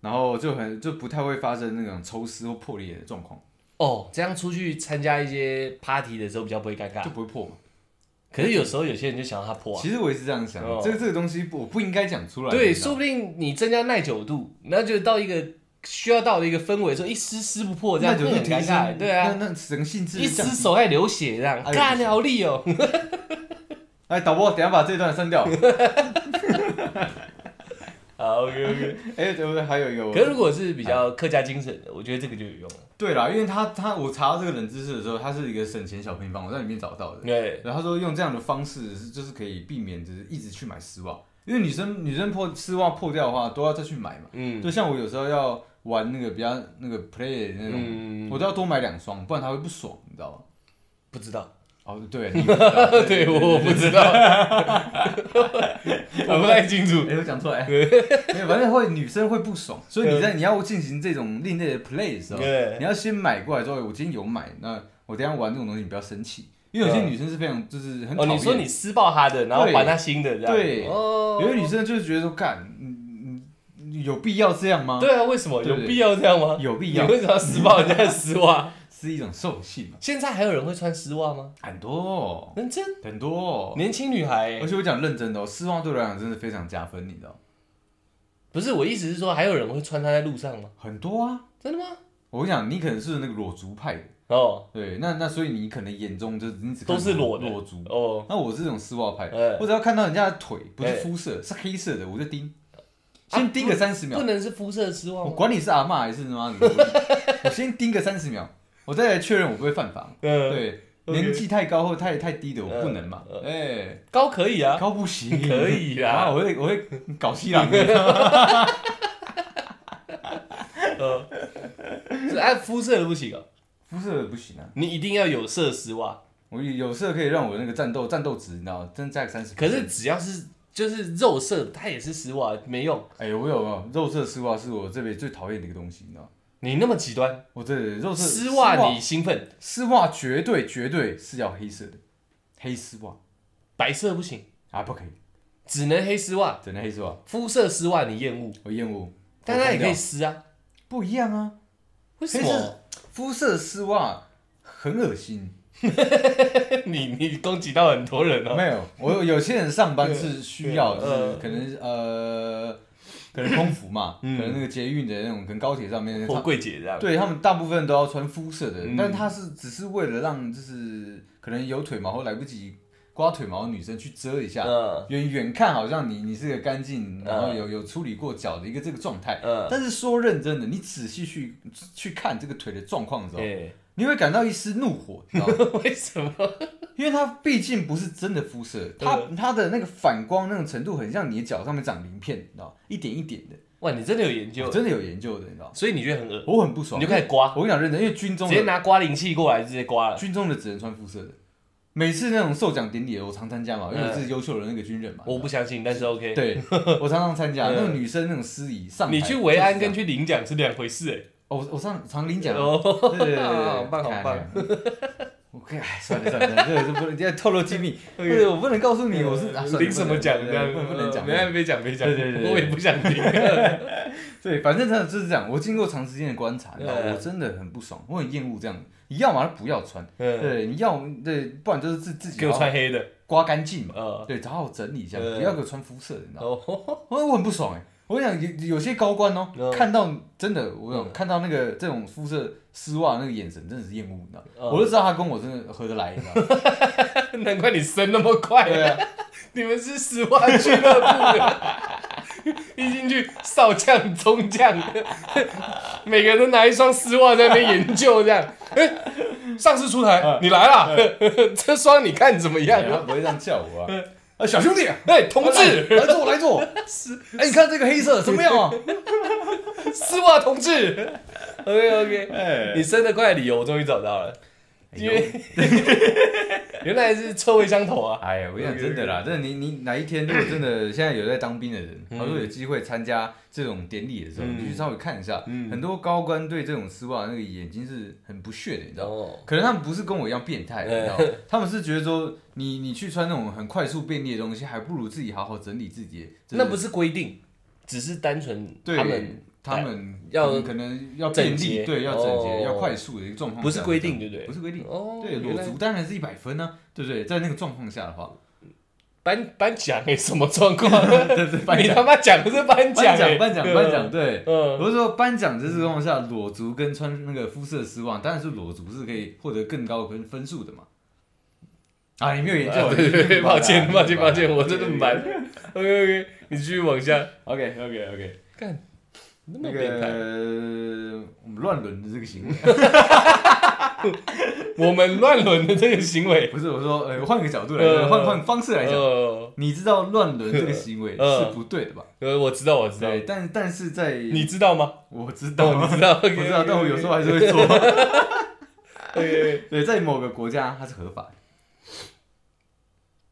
[SPEAKER 3] 然后就很就不太会发生那种抽丝或破裂的状况，
[SPEAKER 1] 哦，这样出去参加一些 party 的时候比较不会尴尬
[SPEAKER 3] 就。不会破嘛。
[SPEAKER 1] 可是有时候有些人就想要它破啊。
[SPEAKER 3] 其实我也是这样想
[SPEAKER 1] 哦，
[SPEAKER 3] 这个这个东西不我不应该讲出来。
[SPEAKER 1] 对，
[SPEAKER 3] 你知道
[SPEAKER 1] 说
[SPEAKER 3] 吗
[SPEAKER 1] 不定你增加耐久度，然后就到一个需要到的一个氛围，说一撕撕不破，这
[SPEAKER 3] 耐
[SPEAKER 1] 样
[SPEAKER 3] 久
[SPEAKER 1] 会
[SPEAKER 3] 度
[SPEAKER 1] 很
[SPEAKER 3] 提
[SPEAKER 1] 尴尬。
[SPEAKER 3] 升，
[SPEAKER 1] 对啊，
[SPEAKER 3] 那那整个性质
[SPEAKER 1] 一
[SPEAKER 3] 就降
[SPEAKER 1] 撕
[SPEAKER 3] 低。
[SPEAKER 1] 手还流血这样，
[SPEAKER 3] 哎呦
[SPEAKER 1] 干好力 哦。
[SPEAKER 3] 哎，导播，等一下把这段删掉。
[SPEAKER 1] 好，OK OK。
[SPEAKER 3] 哎，对不对？还有一个 我，
[SPEAKER 1] 可是如果是比较客家精神的，我觉得这个就有用了。
[SPEAKER 3] 对啦，因为他他我查到这个冷知识的时候，它是一个省钱小偏方，我在里面找到的。
[SPEAKER 1] 对，
[SPEAKER 3] 然后他说用这样的方式是就是可以避免就是一直去买丝袜，因为女生女生破丝袜破掉的话都要再去买嘛。
[SPEAKER 1] 嗯
[SPEAKER 3] 就像我有时候要玩那个比较那个 play 的那种，
[SPEAKER 1] 嗯，
[SPEAKER 3] 我都要多买两双，不然她会不爽，你知道吗？
[SPEAKER 1] 不知道，
[SPEAKER 3] 哦， 对， 你也不知道
[SPEAKER 1] 对我不 知道，我不太清楚。
[SPEAKER 3] 哎，我讲错哎，没有，反正会女生会不爽，所以你在你要进行这种另类的 play 的时
[SPEAKER 1] 嗯
[SPEAKER 3] 候，
[SPEAKER 1] 对
[SPEAKER 3] 你要先买过来之后，我今天有买，那我等一下玩这种东西，你不要生气，因为有些
[SPEAKER 1] 嗯
[SPEAKER 3] 女生是非常就是很讨
[SPEAKER 1] 哦，
[SPEAKER 3] 厌。
[SPEAKER 1] 你说你撕爆他的，然后
[SPEAKER 3] 对
[SPEAKER 1] 还他新的，这样
[SPEAKER 3] 对
[SPEAKER 1] 哦，
[SPEAKER 3] 有些女生就是觉得说，干，嗯嗯，有必要这样吗？
[SPEAKER 1] 对啊，为什么
[SPEAKER 3] 对
[SPEAKER 1] 有
[SPEAKER 3] 不对
[SPEAKER 1] 必要这样吗？
[SPEAKER 3] 有必
[SPEAKER 1] 你
[SPEAKER 3] 要
[SPEAKER 1] 为什么要撕爆人家 的丝袜？
[SPEAKER 3] 是一种兽性嘛，
[SPEAKER 1] 现在还有人会穿丝袜吗？
[SPEAKER 3] 很多哦
[SPEAKER 1] 认真，
[SPEAKER 3] 很多哦。
[SPEAKER 1] 年轻女孩欸、
[SPEAKER 3] 而且我讲认真的哦，失望对我来讲真的非常加分，你知道？
[SPEAKER 1] 不是我意思是说，还有人会穿它在路上吗？
[SPEAKER 3] 很多啊，
[SPEAKER 1] 真的吗？
[SPEAKER 3] 我跟你讲，你可能是那个裸足派的，
[SPEAKER 1] 哦
[SPEAKER 3] 对，那那所以你可能眼中就是你只看
[SPEAKER 1] 都是裸的
[SPEAKER 3] 裸足。
[SPEAKER 1] 哦，
[SPEAKER 3] 那我是这种丝袜派
[SPEAKER 1] 哎，
[SPEAKER 3] 我只要看到人家的腿不
[SPEAKER 1] 哎
[SPEAKER 3] 是肤色是黑色的，我就盯，
[SPEAKER 1] 啊
[SPEAKER 3] 先盯个
[SPEAKER 1] 不
[SPEAKER 3] 三十秒
[SPEAKER 1] 不，能是肤色丝袜
[SPEAKER 3] 我
[SPEAKER 1] 吗？
[SPEAKER 3] 管你是阿嬷还是妈的，我先盯个三十秒，我再来确认我不会犯法。
[SPEAKER 1] 嗯，
[SPEAKER 3] 对，
[SPEAKER 1] OK
[SPEAKER 3] 年纪太高或太太低的我不能嘛
[SPEAKER 1] 嗯，
[SPEAKER 3] 哎，
[SPEAKER 1] 高可以啊，
[SPEAKER 3] 高不行，
[SPEAKER 1] 可以啦
[SPEAKER 3] 啊，我会我会搞西 郎的，
[SPEAKER 1] 呃，是按肤色的不行哦，
[SPEAKER 3] 肤色不行啊，
[SPEAKER 1] 你一定要有色丝袜。
[SPEAKER 3] 我有色可以让我那个战斗战斗值，你知道，增加三十。
[SPEAKER 1] 可是，只要是就是肉色，它也是丝袜，没用。
[SPEAKER 3] 哎，我有啊，肉色丝袜是我这边最讨厌的一个东西，你知道吗，
[SPEAKER 1] 你那么极端，
[SPEAKER 3] 我这肉色
[SPEAKER 1] 丝袜你兴奋，
[SPEAKER 3] 丝袜绝对绝对是要黑色的，黑丝袜
[SPEAKER 1] 白色不行，
[SPEAKER 3] 啊不可以，
[SPEAKER 1] 只能黑丝袜，
[SPEAKER 3] 只能黑丝袜，
[SPEAKER 1] 肤色丝袜你厌恶，
[SPEAKER 3] 我厌恶。
[SPEAKER 1] 但它也可以
[SPEAKER 3] 我疯掉
[SPEAKER 1] 撕啊。
[SPEAKER 3] 不一样啊，
[SPEAKER 1] 为什
[SPEAKER 3] 黑
[SPEAKER 1] 么
[SPEAKER 3] 色？肤色丝袜很恶心。
[SPEAKER 1] 你你攻击到很多人哦。
[SPEAKER 3] 没有，我有有些人上班是需要，
[SPEAKER 1] 对
[SPEAKER 3] 就是可能呃，可能空服嘛，可
[SPEAKER 1] 嗯
[SPEAKER 3] 能那个捷运的那种，跟高铁上面的，
[SPEAKER 1] 或
[SPEAKER 3] 他
[SPEAKER 1] 柜姐这样，
[SPEAKER 3] 对他们大部分都要穿肤色的
[SPEAKER 1] 嗯，
[SPEAKER 3] 但他是只是为了让就是可能有腿毛或来不及刮腿毛的女生去遮一下，
[SPEAKER 1] 嗯
[SPEAKER 3] 远远看好像你你是个干净，然后
[SPEAKER 1] 嗯
[SPEAKER 3] 有有处理过脚的一个这个状态。
[SPEAKER 1] 嗯，
[SPEAKER 3] 但是说认真的，你仔细去去看这个腿的状况的时候，
[SPEAKER 1] 哎，
[SPEAKER 3] 你会感到一丝怒火，你知道吗？
[SPEAKER 1] 为什么？
[SPEAKER 3] 因为它毕竟不是真的肤色，它它的那个反光那种程度很像你的脚上面长鳞片，你知道吗，一点一点的，
[SPEAKER 1] 哇，你真的有研究
[SPEAKER 3] 我，真的有研究的，你知道吗。
[SPEAKER 1] 所以你觉得很恶，
[SPEAKER 3] 我很不爽，
[SPEAKER 1] 你就开始刮，
[SPEAKER 3] 我跟你讲认真，因为军
[SPEAKER 1] 直
[SPEAKER 3] 中
[SPEAKER 1] 接
[SPEAKER 3] 的
[SPEAKER 1] 拿刮灵器过来直接刮了。
[SPEAKER 3] 军中的只能穿肤色的，每次那种授奖典礼我常参加嘛，因为我
[SPEAKER 1] 嗯
[SPEAKER 3] 是优秀的那个军人嘛。
[SPEAKER 1] 我不相信，但是 OK。
[SPEAKER 3] 啊对，我常常参加
[SPEAKER 1] 嗯
[SPEAKER 3] 那种女生那种司仪上台
[SPEAKER 1] 你去维安跟
[SPEAKER 3] 就是这样
[SPEAKER 1] 去领奖是两回事
[SPEAKER 3] 哦我我上常领
[SPEAKER 1] 哎。
[SPEAKER 3] 奖，
[SPEAKER 1] 哦，
[SPEAKER 3] 对对对对对，
[SPEAKER 1] 好棒好棒
[SPEAKER 3] 看。看我可以，哎，算了算了，这个是不能，这透露机密，或
[SPEAKER 1] OK
[SPEAKER 3] 者我不能告诉你我是 啊算了
[SPEAKER 1] 领什么奖
[SPEAKER 3] 不
[SPEAKER 1] 这
[SPEAKER 3] 能
[SPEAKER 1] 样，
[SPEAKER 3] 不能不能 讲，
[SPEAKER 1] 没没讲没讲，
[SPEAKER 3] 对对对对
[SPEAKER 1] 我也不想听。
[SPEAKER 3] 对，反正真的就是这样。我经过长时间的观察，你知道
[SPEAKER 1] 嗯
[SPEAKER 3] 我真的很不爽，我很厌恶这样。你要么不要穿，
[SPEAKER 1] 嗯，
[SPEAKER 3] 对，你要对，不然就是自自己
[SPEAKER 1] 给我穿黑的，
[SPEAKER 3] 刮干净嘛，
[SPEAKER 1] 呃，
[SPEAKER 3] 对，然后整理一下，
[SPEAKER 1] 嗯
[SPEAKER 3] 不要给我穿肤色的，你知道吗？
[SPEAKER 1] 哦，
[SPEAKER 3] 我我很不爽哎、我想有有些高官哦、
[SPEAKER 1] 嗯
[SPEAKER 3] 看到真的，我有
[SPEAKER 1] 嗯
[SPEAKER 3] 看到那个这种肤色丝袜那个眼神，真的是厌恶，你知道吗？
[SPEAKER 1] 嗯
[SPEAKER 3] 我就知道他跟我真的合得来，你知道吗？
[SPEAKER 1] 难怪你升那么快。
[SPEAKER 3] 对 啊，
[SPEAKER 1] 你们是丝袜俱乐部的，一进去少将、中将，每个人都拿一双丝袜在那边研究这样。哎、上次出台，你来啦， 这双你看怎么样？
[SPEAKER 3] 对他 不会这样叫我啊。啊，小兄弟，
[SPEAKER 1] 哎、同志，
[SPEAKER 3] 来坐来 坐。哎、你看这个黑色怎么样啊？
[SPEAKER 1] 丝袜同志，OK OK，
[SPEAKER 3] 哎
[SPEAKER 1] 你升得快的理由我终于找到了，因为哎 原来是臭味相投啊。
[SPEAKER 3] 哎 呀，我跟你讲真的啦，真的你你哪一天如果真的现在有在当兵的人，他说有机会参加这种典礼的时候，
[SPEAKER 1] 嗯
[SPEAKER 3] 你去稍微看一下，
[SPEAKER 1] 嗯
[SPEAKER 3] 很多高官对这种丝袜那个眼睛是很不屑的，你知道吗？
[SPEAKER 1] 后，
[SPEAKER 3] 可能他们不是跟我一样变态，你知道吗？ 他们是觉得说你你去穿那种很快速便利的东西，还不如自己好好整理自己的。
[SPEAKER 1] 那不
[SPEAKER 3] 是
[SPEAKER 1] 是规定，只是单纯
[SPEAKER 3] 对
[SPEAKER 1] 他们哎
[SPEAKER 3] 他们
[SPEAKER 1] 要
[SPEAKER 3] 可能要
[SPEAKER 1] 整
[SPEAKER 3] 便利，
[SPEAKER 1] 洁
[SPEAKER 3] 对，要整
[SPEAKER 1] 哦
[SPEAKER 3] 洁，要快速的一个状况下，
[SPEAKER 1] 不是规定，对不对？
[SPEAKER 3] 不是规定。
[SPEAKER 1] 哦，
[SPEAKER 3] 对，
[SPEAKER 1] 原
[SPEAKER 3] 裸
[SPEAKER 1] 来
[SPEAKER 3] 足当然是一百分呢，对不对？在那个状况下的 话，
[SPEAKER 1] 颁颁奖哎，什么状况？
[SPEAKER 3] 对对，颁
[SPEAKER 1] 你
[SPEAKER 3] 奖
[SPEAKER 1] 他妈讲的是颁奖哎，
[SPEAKER 3] 颁奖颁奖
[SPEAKER 1] 对
[SPEAKER 3] 颁奖，，对，
[SPEAKER 1] 嗯，
[SPEAKER 3] 我是说颁奖这种状况下，裸足跟穿那个肤色丝袜，当然是裸足是可以获得更高的分分数的嘛。啊，你没有研究，
[SPEAKER 1] 啊对对对，抱 歉抱歉抱歉，我真的
[SPEAKER 3] 白。
[SPEAKER 1] 蛮 OK OK，你继 续往下，
[SPEAKER 3] OK OK OK，
[SPEAKER 1] 干，那么
[SPEAKER 3] 那
[SPEAKER 1] 变态，
[SPEAKER 3] 个我们乱伦的这个 行为，
[SPEAKER 1] 我们乱伦的这个行 为，
[SPEAKER 3] 不是我说，呃，换个角度来
[SPEAKER 1] 呃
[SPEAKER 3] 讲，换换方式来讲，
[SPEAKER 1] 呃
[SPEAKER 3] 你知道乱伦这个行为
[SPEAKER 1] 呃
[SPEAKER 3] 是不对的吧？
[SPEAKER 1] 呃，我知道我知道，
[SPEAKER 3] 对，但但是在
[SPEAKER 1] 你知道 吗？
[SPEAKER 3] 我知
[SPEAKER 1] 哦，
[SPEAKER 3] 道
[SPEAKER 1] 你，知道，
[SPEAKER 3] 我知道，但 我有时候还是会做。
[SPEAKER 1] 候，
[SPEAKER 3] 对，在某个国家它是合法的，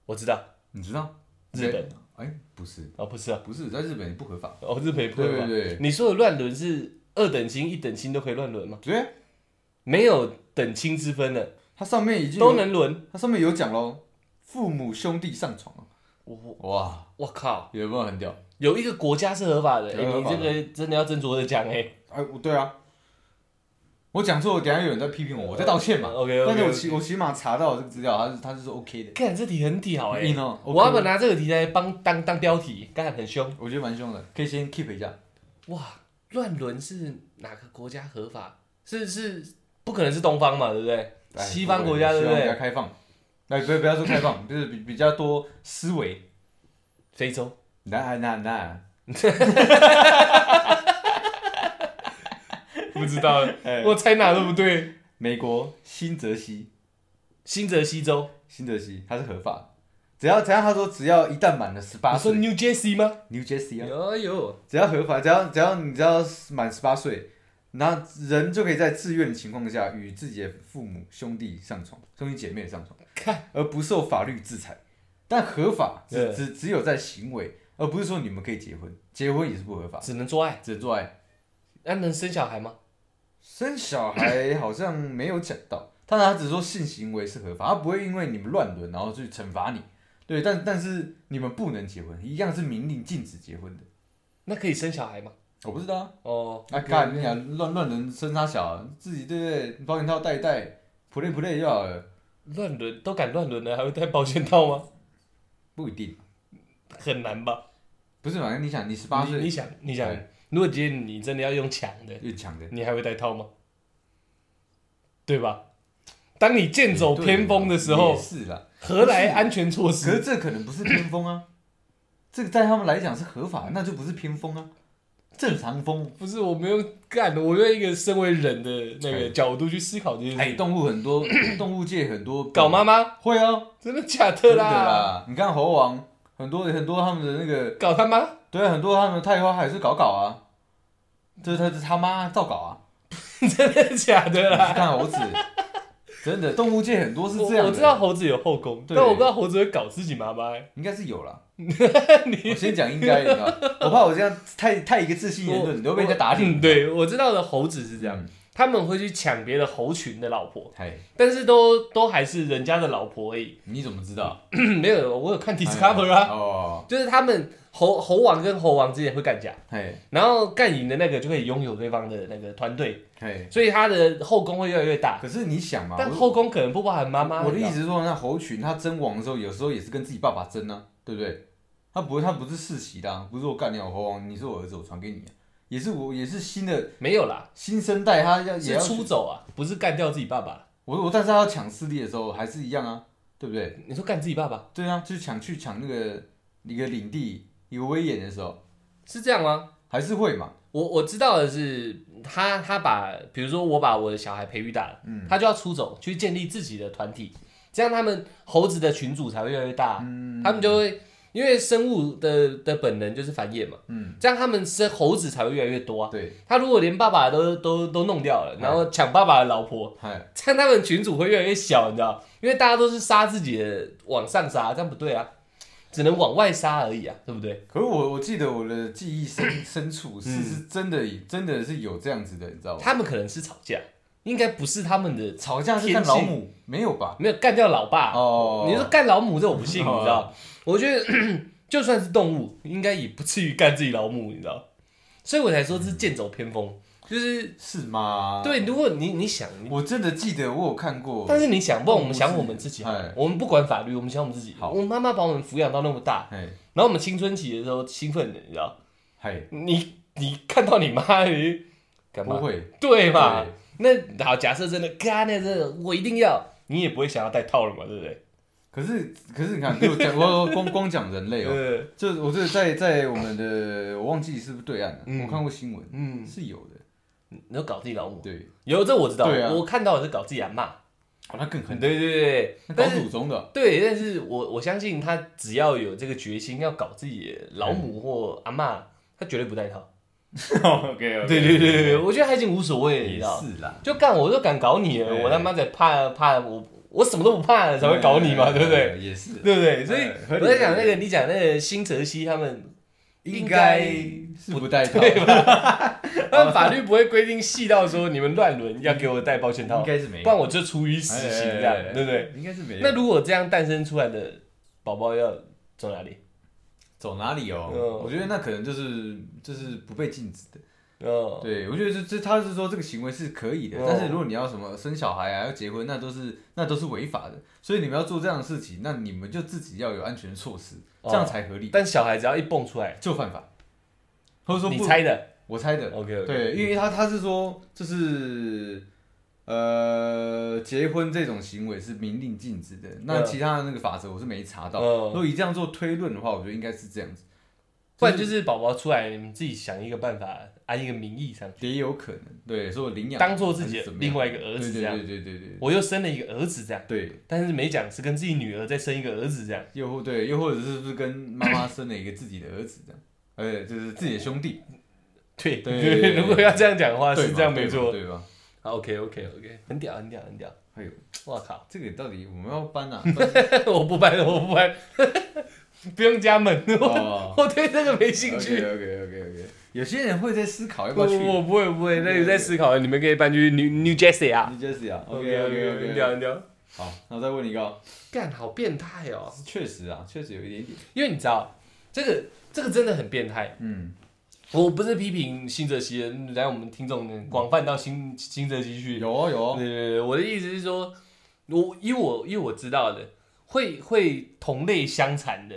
[SPEAKER 1] 我知道
[SPEAKER 3] 你知道？
[SPEAKER 1] 日本啊
[SPEAKER 3] 哎，不是，
[SPEAKER 1] 哦，不是啊，
[SPEAKER 3] 不是，在日本也不合法。
[SPEAKER 1] 哦，日本也不
[SPEAKER 3] 对
[SPEAKER 1] 会吧
[SPEAKER 3] 对？对，
[SPEAKER 1] 你说的乱伦是二等亲、一等亲都可以乱伦吗？
[SPEAKER 3] 对，
[SPEAKER 1] 没有等亲之分的，
[SPEAKER 3] 它上面已经有
[SPEAKER 1] 都，能伦。
[SPEAKER 3] 它上面有讲喽，父母兄弟上床哦
[SPEAKER 1] 我我
[SPEAKER 3] 哇，
[SPEAKER 1] 我靠，
[SPEAKER 3] 有没有很屌？
[SPEAKER 1] 有一个国家是合法的，哎、
[SPEAKER 3] 对合
[SPEAKER 1] 你
[SPEAKER 3] 法
[SPEAKER 1] 这
[SPEAKER 3] 的
[SPEAKER 1] 个真的要斟酌的讲哎、
[SPEAKER 3] 哎，我对啊，我讲错，等一下有人在批评我，我
[SPEAKER 1] 呃
[SPEAKER 3] 在道歉嘛。
[SPEAKER 1] OK，OK，OK
[SPEAKER 3] 但是我起我起码查到这个资料，他是他是说 OK 的，
[SPEAKER 1] 看这题很屌哎、
[SPEAKER 3] 硬哦
[SPEAKER 1] 我要不要
[SPEAKER 3] OK
[SPEAKER 1] 拿这个题来帮当当标题？干很凶
[SPEAKER 3] 我觉得蛮凶的，可以先 keep 一下。
[SPEAKER 1] 哇！乱伦是哪个国家合法？是是不可能是东方嘛，对不对？
[SPEAKER 3] 哎
[SPEAKER 1] 西方国家对
[SPEAKER 3] 西
[SPEAKER 1] 不
[SPEAKER 3] 方国家
[SPEAKER 1] 对？
[SPEAKER 3] 开放，哎，不要不要说开放， 就是比比较多思维。
[SPEAKER 1] 非洲
[SPEAKER 3] 那那那，
[SPEAKER 1] 不知 道，
[SPEAKER 3] 哎
[SPEAKER 1] 我猜哪都不对。
[SPEAKER 3] 美国新泽西，
[SPEAKER 1] 新泽西州，
[SPEAKER 3] 新泽西它是合法的，只要只要他说只要一旦满了十八
[SPEAKER 1] 你说
[SPEAKER 3] 岁
[SPEAKER 1] New Jersey 吗？
[SPEAKER 3] ，New Jersey 啊，
[SPEAKER 1] 哎呦，
[SPEAKER 3] 只要合法，只要只要你只要满十八岁，然后人就可以在自愿的情况下与自己的父母、兄弟上床，兄弟姐妹上床，
[SPEAKER 1] 看
[SPEAKER 3] 而不受法律制裁。但合法只
[SPEAKER 1] 对
[SPEAKER 3] 只只有在行为，而不是说你们可以结婚，结婚也是不合法，
[SPEAKER 1] 只能做爱，
[SPEAKER 3] 只能做爱。
[SPEAKER 1] 那、能生小孩吗？
[SPEAKER 3] 生小孩好像没有讲到，但他只说性行为是合法，他不会因为你们乱伦然后去惩罚你。对，但但是你们不能结婚，一样是明令禁止结婚的。
[SPEAKER 1] 那可以生小孩吗？
[SPEAKER 3] 我不知道啊。
[SPEAKER 1] 哦，
[SPEAKER 3] 啊，干你讲乱乱人生他小，自己对不对？保险套戴一戴，play play 就好了，
[SPEAKER 1] 乱伦都敢乱伦了，还会戴保险套吗？
[SPEAKER 3] 不一定。
[SPEAKER 1] 很难吧？
[SPEAKER 3] 不是，反正你想，你十八
[SPEAKER 1] 你你
[SPEAKER 3] 岁
[SPEAKER 1] 想，你想
[SPEAKER 3] 对，
[SPEAKER 1] 如果今天你真的要用抢的，
[SPEAKER 3] 越强的，
[SPEAKER 1] 你还会戴套吗？对吧？当你剑走偏锋的时候
[SPEAKER 3] 也，是啦。
[SPEAKER 1] 何来安全措
[SPEAKER 3] 可
[SPEAKER 1] 施？
[SPEAKER 3] 是这可能不是偏锋啊，这个在他们来讲是合法，那就不是偏锋啊，正常风。
[SPEAKER 1] 不是，我没有干，我用一个身为人的那个角度去思考这件
[SPEAKER 3] 哎，
[SPEAKER 1] 事。
[SPEAKER 3] 动物 很多，动物界很多
[SPEAKER 1] 搞妈妈，
[SPEAKER 3] 会啊，
[SPEAKER 1] 真的假的
[SPEAKER 3] 真的
[SPEAKER 1] 啦？
[SPEAKER 3] 啦。你看猴王，很多很多他们的那个，
[SPEAKER 1] 搞他妈！
[SPEAKER 3] 对啊，很多他们的太花还是搞搞啊，这他他妈造搞啊。
[SPEAKER 1] 真的假的
[SPEAKER 3] 你去
[SPEAKER 1] 啦？
[SPEAKER 3] 看 猴子，真的，动物界很多是
[SPEAKER 1] 我
[SPEAKER 3] 这样的。
[SPEAKER 1] 我知道，猴子有后宫，
[SPEAKER 3] 对
[SPEAKER 1] 但我不知道猴子会搞自己妈妈、欸。
[SPEAKER 3] 应该是有 啦。我先讲应该，你知
[SPEAKER 1] 嗯
[SPEAKER 3] 道，我怕我这样太太一个自信言论，你都被人家打脸。
[SPEAKER 1] 嗯对，我知道的猴子是这样，
[SPEAKER 3] 嗯
[SPEAKER 1] 他们会去抢别的猴群的老婆，
[SPEAKER 3] 嗨，
[SPEAKER 1] 但是都都还是人家的老婆而已。
[SPEAKER 3] 你怎么知道
[SPEAKER 1] 没有，我有看 Discover 啊，
[SPEAKER 3] 哦，
[SPEAKER 1] 就是他们猴猴王跟猴王之间会干架，
[SPEAKER 3] 嘿，
[SPEAKER 1] 然后干赢的那个就可以拥有对方的那个团队，
[SPEAKER 3] 嘿。
[SPEAKER 1] 所以他的后宫会越来越大。
[SPEAKER 3] 可是你想嘛，
[SPEAKER 1] 但
[SPEAKER 3] 我
[SPEAKER 1] 后宫可能不包含妈妈。
[SPEAKER 3] 我的
[SPEAKER 1] 你知
[SPEAKER 3] 意
[SPEAKER 1] 道
[SPEAKER 3] 思是说，那猴群他争王的时候，有时候也是跟自己爸爸争啊，对不对？他不，他不是世袭的、啊，不是我干掉猴王，你是我儿子，我传给你、啊，也是我，也是新的
[SPEAKER 1] 没有啦，
[SPEAKER 3] 新生代，他要也
[SPEAKER 1] 是
[SPEAKER 3] 要
[SPEAKER 1] 出走啊，不是干掉自己爸爸。
[SPEAKER 3] 我我，但是他要抢势力的时候还是一样啊，对不对？
[SPEAKER 1] 你说干自己爸爸
[SPEAKER 3] 对啊，就是抢去抢那个一个领地，一个威严的时候，
[SPEAKER 1] 是这样吗？
[SPEAKER 3] 还是会嘛，
[SPEAKER 1] 我我知道的是，他他把，比如说我把我的小孩培育大了，他就要出走去建立自己的团体，这样他们猴子的群组才会越来越大，他们就会因为生物的的本能就是繁衍嘛，
[SPEAKER 3] 嗯
[SPEAKER 1] 这样他们生猴子才会越来越多啊。
[SPEAKER 3] 对，
[SPEAKER 1] 他如果连爸爸都都都弄掉了，然后抢爸爸的老婆，
[SPEAKER 3] 嗨，
[SPEAKER 1] 这样他们群组会越来越小，你知道？因为大家都是杀自己的，往上杀，这样不对啊，只能往外杀而已啊，对不对？
[SPEAKER 3] 可是我我记得我的记忆深深处
[SPEAKER 1] 嗯
[SPEAKER 3] 是是真的真的是有这样子的，你知道吗？
[SPEAKER 1] 他们可能是吵架，应该不是他们的
[SPEAKER 3] 哦吵架是看
[SPEAKER 1] 天性
[SPEAKER 3] 老母没有吧？
[SPEAKER 1] 没有干掉老爸。
[SPEAKER 3] 哦
[SPEAKER 1] 你说干老母这我不信，你
[SPEAKER 3] 哦
[SPEAKER 1] 知道？我觉得 就算是动物，应该也不至于干自己老母，你知道？所以我才说这是剑走偏锋，就是
[SPEAKER 3] 是吗？，
[SPEAKER 1] 对。如果你你想，你
[SPEAKER 3] 我真的记得我有看过，
[SPEAKER 1] 但是你想，不然我们想
[SPEAKER 3] 动物
[SPEAKER 1] 我
[SPEAKER 3] 是
[SPEAKER 1] 们自己好了
[SPEAKER 3] 哎，
[SPEAKER 1] 我们不管法律，我们想我们自己。
[SPEAKER 3] 好
[SPEAKER 1] 我妈妈把我们抚养到那么大，
[SPEAKER 3] 嘿，
[SPEAKER 1] 然后我们青春期的时候兴奋的，你知道？
[SPEAKER 3] 嘿，
[SPEAKER 1] 你你看到你妈，你干嘛
[SPEAKER 3] 不？会，
[SPEAKER 1] 对嘛
[SPEAKER 3] 对？
[SPEAKER 1] 那好，假设真的，干那真的，我一定要，你也不会想要戴套了嘛，对不对？
[SPEAKER 3] 可是可是你看，给我讲，我我光光讲人类哦，
[SPEAKER 1] 呃，
[SPEAKER 3] 这我这在在我们的，我忘记是不是对岸了，
[SPEAKER 1] 嗯
[SPEAKER 3] 我看过新闻，
[SPEAKER 1] 嗯，
[SPEAKER 3] 是有的，
[SPEAKER 1] 你要搞自己老母，
[SPEAKER 3] 对，
[SPEAKER 1] 有这我知道，
[SPEAKER 3] 对啊
[SPEAKER 1] 我看到的是搞自己阿妈，
[SPEAKER 3] 哦，那更
[SPEAKER 1] 对
[SPEAKER 3] 狠，
[SPEAKER 1] 对对对，
[SPEAKER 3] 那搞
[SPEAKER 1] 但是
[SPEAKER 3] 祖宗 的，哦
[SPEAKER 1] 对，但是我我相信他只要有这个决心要搞自己的老母或阿妈，他绝对不戴套。
[SPEAKER 3] OK，
[SPEAKER 1] 对对对对对，，我觉得他已经无所谓了，你
[SPEAKER 3] 也
[SPEAKER 1] 知道，
[SPEAKER 3] 是啦，
[SPEAKER 1] 就干我就敢搞你了，
[SPEAKER 3] 对
[SPEAKER 1] 我他妈的怕怕我我什么都不怕了才会搞你嘛，对不对？？
[SPEAKER 3] 也是，
[SPEAKER 1] 对不对？所以
[SPEAKER 3] 哎合理
[SPEAKER 1] 我在讲
[SPEAKER 3] 合
[SPEAKER 1] 那
[SPEAKER 3] 理
[SPEAKER 1] 个，你讲那个新泽西他们
[SPEAKER 3] 应该是不带套，应
[SPEAKER 1] 但法律不会规定细到说你们乱伦要给我戴保险套，
[SPEAKER 3] 该是哎没
[SPEAKER 1] 不然我就处以死刑这样，对不对？？
[SPEAKER 3] 应该是没有。
[SPEAKER 1] 那如果这样诞生出来的宝宝要走哪里？
[SPEAKER 3] 走哪里哦？
[SPEAKER 1] 嗯
[SPEAKER 3] 我觉得那可能就是就是不被禁止的。
[SPEAKER 1] 嗯，
[SPEAKER 3] 对，我觉得这这他是说这个行为是可以的，
[SPEAKER 1] 嗯
[SPEAKER 3] 但是如果你要什么生小孩啊，要结婚，那都是那都是违法的。所以你们要做这样的事情，那你们就自己要有安全措施，
[SPEAKER 1] 哦
[SPEAKER 3] 这样才合理，
[SPEAKER 1] 但小孩只要一蹦出来，
[SPEAKER 3] 就犯法。或者说
[SPEAKER 1] 你
[SPEAKER 3] 不，
[SPEAKER 1] 猜的
[SPEAKER 3] 我猜的，
[SPEAKER 1] ？OK，
[SPEAKER 3] 对，因为他他是说就是呃结婚这种行为是明令禁止的，那
[SPEAKER 1] 嗯
[SPEAKER 3] 其他的那个法则我是没查到。
[SPEAKER 1] 嗯
[SPEAKER 3] 如果以这样做推论的话，我觉得应该是这样子，
[SPEAKER 1] 不然就是宝宝出来，你们自己想一个办法，按一个名义上去，
[SPEAKER 3] 也有可能对，说领养
[SPEAKER 1] 当做自己的
[SPEAKER 3] 还是怎么样
[SPEAKER 1] 另外一个儿子这样。
[SPEAKER 3] 对对对对对
[SPEAKER 1] 我又生了一个儿子这样，
[SPEAKER 3] 对对，
[SPEAKER 1] 但是没讲是跟自己女儿再生一个儿子这样。
[SPEAKER 3] 又或对，又或者是不是跟妈妈生了一个自己的儿子这样，呃，就是自己的兄弟，
[SPEAKER 1] 对
[SPEAKER 3] 对对对
[SPEAKER 1] 如果要这样讲的话
[SPEAKER 3] 对
[SPEAKER 1] 啊是
[SPEAKER 3] 嘛
[SPEAKER 1] 这样没错。
[SPEAKER 3] 对吧对吧？
[SPEAKER 1] OK OK OK，很屌很屌很屌。
[SPEAKER 3] 哎呦，
[SPEAKER 1] 我靠！
[SPEAKER 3] 这个到底我们要 搬啊？
[SPEAKER 1] 我不搬了，我不搬， 不用加盟，
[SPEAKER 3] 哦
[SPEAKER 1] 我对这个没兴趣。
[SPEAKER 3] OK OK OK，有些人会在思考要不
[SPEAKER 1] 我
[SPEAKER 3] 要去。
[SPEAKER 1] 我不会不会，那你在思考，你们可以搬去 New New Jersey 啊。
[SPEAKER 3] 你 Jesse 啊
[SPEAKER 1] OK，很屌很屌。
[SPEAKER 3] 好，那我再问你一个哦，
[SPEAKER 1] 干，好变态哦！
[SPEAKER 3] 确实啊，确实有一点点，
[SPEAKER 1] 因为你知道，这个这个真的很变态。
[SPEAKER 3] 嗯，
[SPEAKER 1] 我不是批评新泽西人，来我们听众广泛到新新泽西去。
[SPEAKER 3] 有哦有
[SPEAKER 1] 对
[SPEAKER 3] 哦，
[SPEAKER 1] 对对，我的意思是说，我以我以我知道的，会会同类相残的，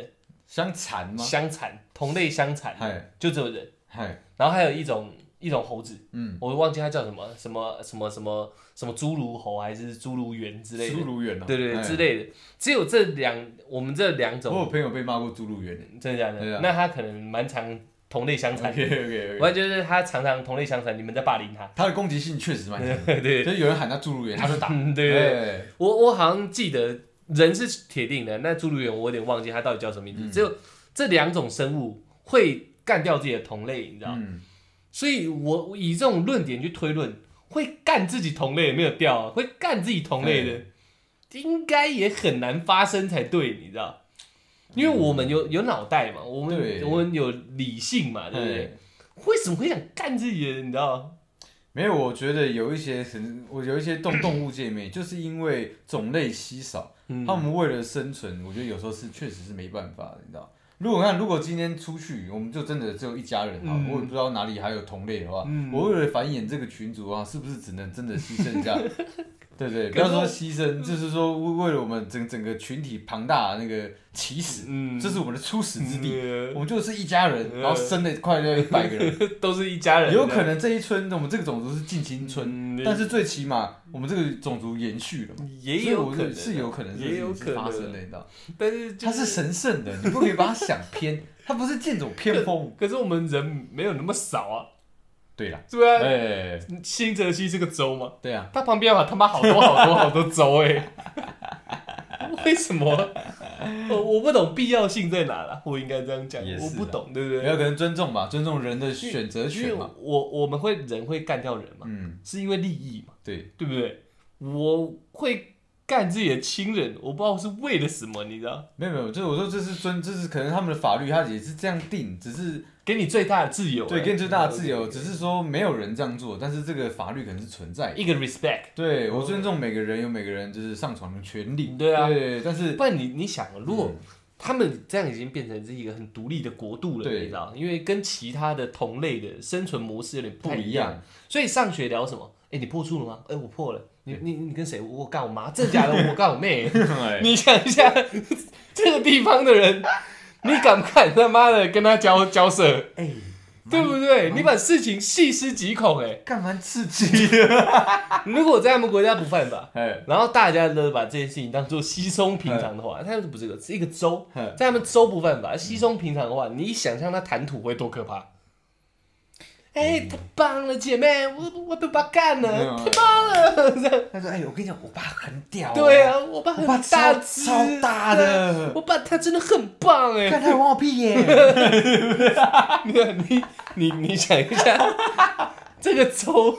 [SPEAKER 3] 相残吗？
[SPEAKER 1] 相残同类相残，
[SPEAKER 3] 嗨
[SPEAKER 1] 就只有人。
[SPEAKER 3] 嗨，
[SPEAKER 1] 然后还有一种一种猴子，
[SPEAKER 3] 嗯，
[SPEAKER 1] 我忘记它叫什么什么什么什么什么侏儒猴还是侏儒猿之类的
[SPEAKER 3] 侏，儒猿啊，
[SPEAKER 1] 对对对
[SPEAKER 3] 哎
[SPEAKER 1] 之。类的，只有这两我们这两
[SPEAKER 3] 我有
[SPEAKER 1] 种，
[SPEAKER 3] 朋友被骂过侏儒猿的
[SPEAKER 1] 真的假
[SPEAKER 3] 对
[SPEAKER 1] 的？
[SPEAKER 3] 啊
[SPEAKER 1] 那它可能蛮常同类相残，
[SPEAKER 3] ，OK OK
[SPEAKER 1] 完
[SPEAKER 3] OK，
[SPEAKER 1] 全就是它常常同类相残，你们在霸凌它，
[SPEAKER 3] 他的攻击性确实蛮强，
[SPEAKER 1] 对 对
[SPEAKER 3] 就是有人喊他侏儒猿，他就打，
[SPEAKER 1] 嗯对对，对
[SPEAKER 3] 对，
[SPEAKER 1] 我我好像记得人是铁定的，那侏儒猿我有点忘记它到底叫什么名
[SPEAKER 3] 嗯
[SPEAKER 1] 字，只有这两种生物会干掉自己的同类，你知道吗？
[SPEAKER 3] 嗯，
[SPEAKER 1] 所以我我以这种论点去推论，会干自己同类也没有掉、啊，会干自己同类
[SPEAKER 3] 哎
[SPEAKER 1] 的，应该也很难发生才对，你知道？因为我们有有脑袋嘛，我们
[SPEAKER 3] 嗯对
[SPEAKER 1] 我们有理性嘛，对不对？
[SPEAKER 3] 哎，
[SPEAKER 1] 为什么会想干自己的？你知道？
[SPEAKER 3] 没有，我觉得有一些神，我有一些动动物界面，就是因为种类稀少，
[SPEAKER 1] 嗯
[SPEAKER 3] 他们为了生存，我觉得有时候是确实是没办法的，你知道。如果看，如果今天出去，我们就真的只有一家人啊，
[SPEAKER 1] 嗯
[SPEAKER 3] 我也不知道哪里还有同类的话，
[SPEAKER 1] 嗯
[SPEAKER 3] 我为了繁衍这个群族啊，是不是只能真的牺牲 一下？对不对？不
[SPEAKER 1] 可是嗯
[SPEAKER 3] 要说牺牲，就是说为为了我们整整个群体庞大的那个起始，
[SPEAKER 1] 嗯
[SPEAKER 3] 这是我们的初始之地，我
[SPEAKER 1] 地，
[SPEAKER 3] 们就是一家人，
[SPEAKER 1] 嗯
[SPEAKER 3] 然后生了快要一百个人，
[SPEAKER 1] 都是一家人，
[SPEAKER 3] 有可能这一村我们这个种族是近亲村，
[SPEAKER 1] 嗯
[SPEAKER 3] 但是最起码我们这个种族延续了嘛。
[SPEAKER 1] 也有
[SPEAKER 3] 所以我
[SPEAKER 1] 可
[SPEAKER 3] 是
[SPEAKER 1] 能啊
[SPEAKER 3] 是有可能，
[SPEAKER 1] 也有可
[SPEAKER 3] 发生的，
[SPEAKER 1] 能，
[SPEAKER 3] 你知道？
[SPEAKER 1] 但是就
[SPEAKER 3] 它是神圣的，你不可以把它想偏，它不是剑走 偏锋。
[SPEAKER 1] 可是我们人没有那么少啊，
[SPEAKER 3] 对啦，
[SPEAKER 1] 对啊，
[SPEAKER 3] 哎，
[SPEAKER 1] 新泽西这个州嘛，
[SPEAKER 3] 对啊，
[SPEAKER 1] 它旁边有他妈好多好多好多州哎、
[SPEAKER 3] 欸
[SPEAKER 1] 为什么？ 我我不懂必要性在哪啦，我应该这样讲
[SPEAKER 3] 也，是
[SPEAKER 1] 我
[SPEAKER 3] 啊
[SPEAKER 1] 不懂，对不
[SPEAKER 3] 也有
[SPEAKER 1] 对？
[SPEAKER 3] 可能尊重吧，尊重人的选择
[SPEAKER 1] 因为
[SPEAKER 3] 权嘛。
[SPEAKER 1] 我我们会人会干掉人嘛，
[SPEAKER 3] 嗯，
[SPEAKER 1] 是因为利益嘛，
[SPEAKER 3] 对，
[SPEAKER 1] 对不对？我会干自己的亲人，我不知道是为了什么，你知道？
[SPEAKER 3] 没有没有，就是我说这是尊，这是可能他们的法律，它也是这样定，只是
[SPEAKER 1] 给你最大的自由、
[SPEAKER 3] 对
[SPEAKER 1] 哎
[SPEAKER 3] 给你最大的自由，
[SPEAKER 1] 对
[SPEAKER 3] 只是说没有人这样做，但是这个法律可能是存在的。
[SPEAKER 1] 一个 respect。
[SPEAKER 3] 对我尊重每个人有每个人就是上床的权利，
[SPEAKER 1] 对啊
[SPEAKER 3] 对，但是
[SPEAKER 1] 不然你你想，如果
[SPEAKER 3] 嗯
[SPEAKER 1] 他们这样已经变成是一个很独立的国度了，
[SPEAKER 3] 对
[SPEAKER 1] 你知道？因为跟其他的同类的生存模式有点不
[SPEAKER 3] 不
[SPEAKER 1] 太
[SPEAKER 3] 一
[SPEAKER 1] 样
[SPEAKER 3] 样，。
[SPEAKER 1] 所以上学聊什么？哎、你破处了吗？哎、我破了。你你你跟谁？我干我妈，真的假的？ 我干我妹。你想一下， 这个地方的人，你敢不敢他妈的跟他交交涉？
[SPEAKER 3] 哎，
[SPEAKER 1] 对不对？你把事情细思极恐、欸，
[SPEAKER 3] 干蛮刺激 的。
[SPEAKER 1] 如果在他们国家不犯法，
[SPEAKER 3] 哎，
[SPEAKER 1] 然后大家都把这件事情当做稀松平常的话，他们不是个是一个州，
[SPEAKER 3] 嗯
[SPEAKER 1] 在他们州不犯法，稀松平常的话，你想象他谈吐会多可怕？
[SPEAKER 3] 嗯
[SPEAKER 1] 哎、太棒了，姐妹，我我被爸干了，
[SPEAKER 3] 嗯
[SPEAKER 1] 太棒了！这样
[SPEAKER 3] 他说：“哎，我跟你讲，我爸很屌哦。
[SPEAKER 1] 对啊，我爸
[SPEAKER 3] 我
[SPEAKER 1] 很
[SPEAKER 3] 爸
[SPEAKER 1] 大
[SPEAKER 3] 超
[SPEAKER 1] 只，
[SPEAKER 3] 超大的
[SPEAKER 1] 我爸他真的很棒哎、
[SPEAKER 3] 看他玩我屁耶！
[SPEAKER 1] 没有你你你想一下，这个州，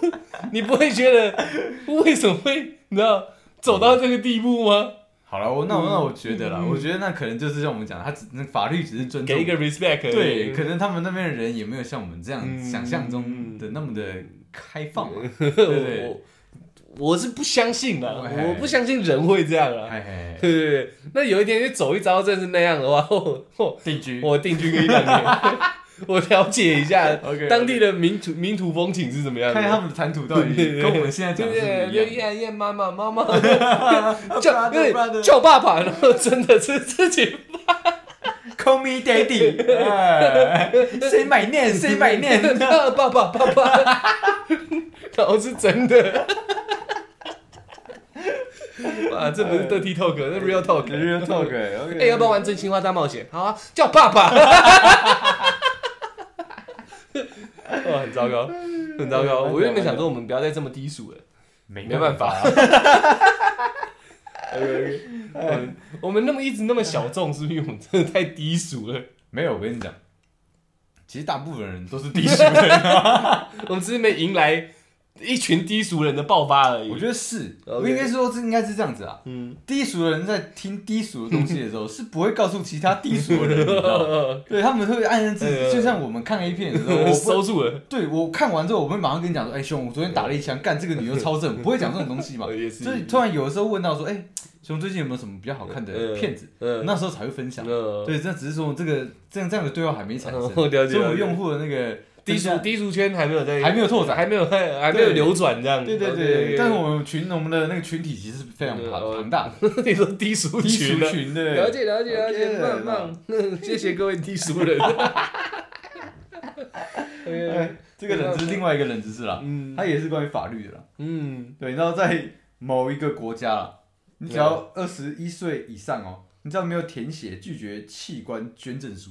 [SPEAKER 1] 你不会觉得为什么会你知道走到这个地步吗？
[SPEAKER 3] 好了，我那我那我觉得啦，
[SPEAKER 1] 嗯
[SPEAKER 3] 我觉得那可能就是像我们讲的，他只那法律只是尊重
[SPEAKER 1] 给一个 respect，而已
[SPEAKER 3] 对，可能他们那边的人也没有像我们这样
[SPEAKER 1] 嗯
[SPEAKER 3] 想象中的那么的开放嘛。
[SPEAKER 1] 我
[SPEAKER 3] 对对
[SPEAKER 1] 我是不相信的，
[SPEAKER 3] 哎
[SPEAKER 1] 我不相信人会这样啊。
[SPEAKER 3] 哎哎，
[SPEAKER 1] 对对对，那有一天就走一遭，真是那样的话，我我
[SPEAKER 3] 定居
[SPEAKER 1] 我 定居个一两年，我了解一下
[SPEAKER 3] OK，OK
[SPEAKER 1] 当地的民土民土风情是怎么样的。
[SPEAKER 3] 看他们的谈吐到 底
[SPEAKER 1] 对对对
[SPEAKER 3] 跟我们现在
[SPEAKER 1] 对
[SPEAKER 3] 讲
[SPEAKER 1] 对
[SPEAKER 3] 的是
[SPEAKER 1] 对，
[SPEAKER 3] 不
[SPEAKER 1] 就
[SPEAKER 3] 是一样
[SPEAKER 1] 燕燕妈妈妈妈
[SPEAKER 3] 的。
[SPEAKER 1] 叫
[SPEAKER 3] Brother,
[SPEAKER 1] 对
[SPEAKER 3] brother
[SPEAKER 1] 叫爸爸，然后真的是自己
[SPEAKER 3] Call me daddy，哎 say my name，say my name，
[SPEAKER 1] 啊爸爸爸 爸，然后是真的。 哇，这不是 dirty talk，这 real talk。
[SPEAKER 3] real talk，OK，
[SPEAKER 1] 哎、要不要玩真心话大冒险？好啊，叫爸 爸。哇，很糟糕，很糟糕。我原本想说我们不要再这么低俗了，
[SPEAKER 3] 没
[SPEAKER 1] 没办法。 嗯我们那么一直那么小众，是因为我们真的太低俗了。
[SPEAKER 3] 没有，我跟你讲，其实大部分人都是低 俗人，
[SPEAKER 1] 我们只是没迎来一群低俗人的爆发而已。
[SPEAKER 3] 我觉得是，
[SPEAKER 1] OK
[SPEAKER 3] 我应该说这应该是这样子啊。
[SPEAKER 1] 嗯，
[SPEAKER 3] 低俗的人在听低俗的东西的时 候，是不会告诉其他低俗的嗯人，你知道吗对他们会暗暗自
[SPEAKER 1] 嗯
[SPEAKER 3] 己，就像我们看 A 片的时 候，我不
[SPEAKER 1] 收住了，
[SPEAKER 3] 对我看完之后，我会马上跟你讲说，哎、兄，我昨天打了一枪，干这个女优超正，不会讲这种东西嘛。
[SPEAKER 1] 呃 也是
[SPEAKER 3] 所以突然有的时候问到说，哎、兄最近有没有什么比较好看的
[SPEAKER 1] 嗯
[SPEAKER 3] 片子？
[SPEAKER 1] 嗯
[SPEAKER 3] 那时候才会分享。
[SPEAKER 1] 嗯
[SPEAKER 3] 对，这只是说这个这样这样的对话还 没产生，
[SPEAKER 1] 哦了解
[SPEAKER 3] 所以我
[SPEAKER 1] 了解
[SPEAKER 3] 用户的那个
[SPEAKER 1] 低俗低俗圈还没有在，
[SPEAKER 3] 还没有拓展，
[SPEAKER 1] 还没有还还没有
[SPEAKER 3] 对
[SPEAKER 1] 流转这样。
[SPEAKER 3] 哦对对
[SPEAKER 1] OK，OK
[SPEAKER 3] 对，但是我们群我们的那个群体其实是非常庞庞大，
[SPEAKER 1] 你说低 俗
[SPEAKER 3] 低
[SPEAKER 1] 群啊
[SPEAKER 3] 俗
[SPEAKER 1] 呢？
[SPEAKER 3] 哦群
[SPEAKER 1] 了
[SPEAKER 3] 的。
[SPEAKER 1] 解了解了解，
[SPEAKER 3] OK
[SPEAKER 1] 棒棒， 谢谢各位低俗人。
[SPEAKER 3] 哎这个冷知识另外一个冷知识啦，
[SPEAKER 1] 嗯
[SPEAKER 3] 它也是关于法律的啦。
[SPEAKER 1] 嗯，
[SPEAKER 3] 对，你知道在某一个国家啦，你只要二十一岁以上哦，你只要没有填写拒绝器官捐赠书，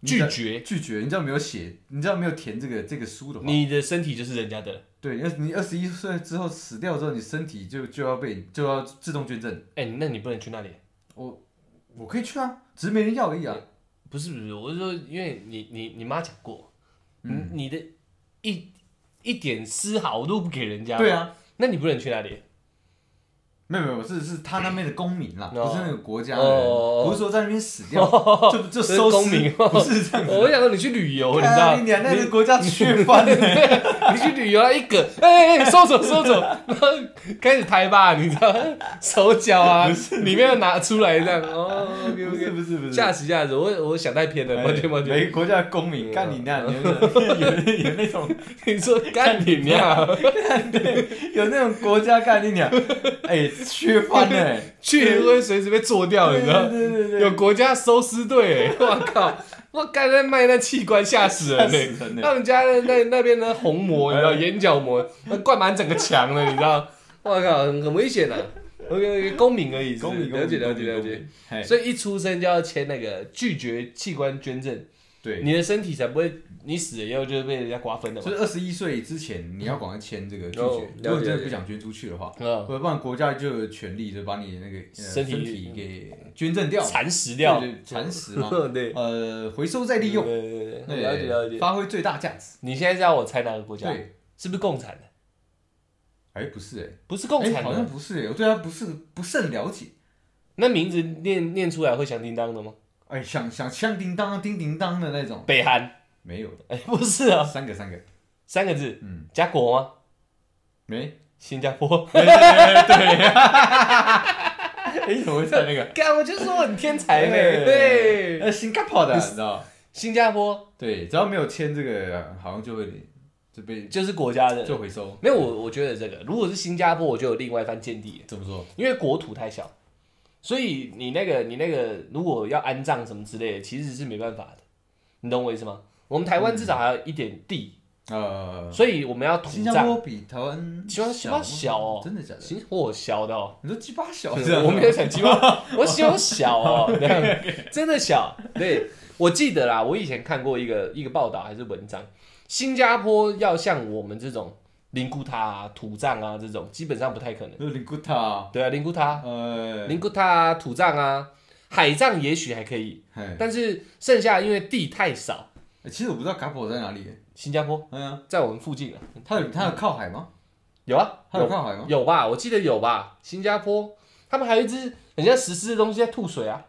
[SPEAKER 3] 你只
[SPEAKER 1] 拒
[SPEAKER 3] 要
[SPEAKER 1] 绝
[SPEAKER 3] 拒绝，你只要没有写，你只要没有填这个这个书的话，
[SPEAKER 1] 你的身体就是人家的。
[SPEAKER 3] 对，要你二十一岁之后死掉之后，你身体就就要被就要自动捐赠。
[SPEAKER 1] 哎，那你不能去那里。
[SPEAKER 3] 我我可以去啊，只是没人要而已啊。
[SPEAKER 1] 不是不是，我是说，因为你你你妈讲过，你、
[SPEAKER 3] 嗯
[SPEAKER 1] 你的一一点丝毫都不给人家，
[SPEAKER 3] 对，啊，
[SPEAKER 1] 那你不能去那里，
[SPEAKER 3] 没有没有，是是他那边的公民啦，
[SPEAKER 1] 哦
[SPEAKER 3] 不是那个国家的
[SPEAKER 1] 哦
[SPEAKER 3] 人，不是说在那边死 掉，就就
[SPEAKER 1] 这是
[SPEAKER 3] 收
[SPEAKER 1] 公
[SPEAKER 3] 尸
[SPEAKER 1] 民吗
[SPEAKER 3] 不是这样子。
[SPEAKER 1] 我想说你去旅游，你知
[SPEAKER 3] 哎
[SPEAKER 1] 道
[SPEAKER 3] 呀，你俩那个国家缺饭呢，
[SPEAKER 1] 你去旅游啊，一个，哎、哎哎，收走收走，然后开始拍吧，你知道，手脚啊，里面要拿出来这样，哦，OK
[SPEAKER 3] 不是
[SPEAKER 1] OK，
[SPEAKER 3] 不是不是，
[SPEAKER 1] 吓死吓死，我我想太偏了，
[SPEAKER 3] 哎
[SPEAKER 1] 抱歉抱歉，
[SPEAKER 3] 每个国家的公民，
[SPEAKER 1] 嗯
[SPEAKER 3] 干你娘，有 有有那种
[SPEAKER 1] 你说干你娘，
[SPEAKER 3] 有那种国家干你 娘，哎，缺饭呢，
[SPEAKER 1] 去会随时被做掉，你知道，
[SPEAKER 3] 对对对，
[SPEAKER 1] 有国家收尸队，欸 我靠，我刚才卖那器官吓死
[SPEAKER 3] 吓
[SPEAKER 1] 人
[SPEAKER 3] 死
[SPEAKER 1] 嘞。
[SPEAKER 3] 人呢
[SPEAKER 1] 他，们家的那那边的虹膜，你知道，
[SPEAKER 3] 哎
[SPEAKER 1] 眼角膜那灌满整个墙了，你知道？我靠，很很危险的、啊。OK，公民而已是不
[SPEAKER 3] 公
[SPEAKER 1] 是，
[SPEAKER 3] 民
[SPEAKER 1] 了解了解了解。，
[SPEAKER 3] 哎，
[SPEAKER 1] 所以一出生就要签那个拒绝器官捐赠，
[SPEAKER 3] 对，
[SPEAKER 1] 你的身体才不会，你死了以后就被人家瓜分了嘛
[SPEAKER 3] 所以。二十一岁之前你要赶快签这个拒
[SPEAKER 1] 哦
[SPEAKER 3] 绝，如果
[SPEAKER 1] 了解
[SPEAKER 3] 你真
[SPEAKER 1] 了
[SPEAKER 3] 的
[SPEAKER 1] 解
[SPEAKER 3] 不想捐出去的话，
[SPEAKER 1] 嗯，
[SPEAKER 3] 不然国家就有权利就把你那个呃
[SPEAKER 1] 身体
[SPEAKER 3] 身体嗯给捐赠掉嘛，
[SPEAKER 1] 蚕食掉，
[SPEAKER 3] 对对蚕食嘛，
[SPEAKER 1] 对，
[SPEAKER 3] 呃，回收再利用，
[SPEAKER 1] 对对对，
[SPEAKER 3] 对
[SPEAKER 1] 了解了解。
[SPEAKER 3] 发挥最大价值。
[SPEAKER 1] 你现在是要我猜哪个国家？
[SPEAKER 3] 对，
[SPEAKER 1] 是不是共产的？
[SPEAKER 3] 哎，不是哎，
[SPEAKER 1] 不是共
[SPEAKER 3] 哎，
[SPEAKER 1] 产
[SPEAKER 3] 好像
[SPEAKER 1] 的，
[SPEAKER 3] 不是哎，我对他不是不甚了解。
[SPEAKER 1] 那名字念念出来会响叮当的吗？
[SPEAKER 3] 哎，想想像叮当、叮叮当的那种，
[SPEAKER 1] 北韩？
[SPEAKER 3] 没有，
[SPEAKER 1] 哎，不是啊，
[SPEAKER 3] 三个三个，
[SPEAKER 1] 三个字，
[SPEAKER 3] 嗯，
[SPEAKER 1] 加国吗？
[SPEAKER 3] 没。
[SPEAKER 1] 新加坡。
[SPEAKER 3] 哎，怎么会猜那 个？
[SPEAKER 1] 干，我就说我很天才呗。
[SPEAKER 3] 哎
[SPEAKER 1] 对，
[SPEAKER 3] 呃，新加坡的，你知道？
[SPEAKER 1] 新加坡
[SPEAKER 3] 对，只要没有签这个，好像就会就被
[SPEAKER 1] 就是国家的。
[SPEAKER 3] 就回收。
[SPEAKER 1] 没有我，我觉得这个，如果是新加坡，我就有另外一番见地了，
[SPEAKER 3] 怎么说？
[SPEAKER 1] 因为国土太小，所以你那个你那个如果要安葬什么之类的，其实是没办法的，你懂我意思吗？我们台湾至少还有一点地，
[SPEAKER 3] 呃，
[SPEAKER 1] 所以我们要土
[SPEAKER 3] 新加
[SPEAKER 1] 葬。
[SPEAKER 3] 坡比台湾
[SPEAKER 1] 喜欢喜欢小哦
[SPEAKER 3] 真的假的？
[SPEAKER 1] 新我小的哦，
[SPEAKER 3] 你说鸡巴 小，
[SPEAKER 1] 我没有想鸡 巴，我喜欢小哦，这样真的小。对，我记得啦，我以前看过一个一个报道还是文章，新加坡要像我们这种灵骨塔、啊、土葬啊这种，基本上不太可能。
[SPEAKER 3] 就是灵骨塔，
[SPEAKER 1] 对啊，灵骨塔、
[SPEAKER 3] 呃，
[SPEAKER 1] 灵骨塔啊、土葬啊、海葬也许还可以，
[SPEAKER 3] 嘿
[SPEAKER 1] 但是剩下因为地太少，
[SPEAKER 3] 欸其实我不知道嘎坡在哪里。欸
[SPEAKER 1] 新加坡
[SPEAKER 3] 嗯啊，
[SPEAKER 1] 在我们附近啊，
[SPEAKER 3] 它有它有靠海吗？
[SPEAKER 1] 有啊，
[SPEAKER 3] 它有
[SPEAKER 1] 有
[SPEAKER 3] 靠海吗？
[SPEAKER 1] 有吧？我记得有吧？新加坡他们还有一只人家实施的东西在吐水啊，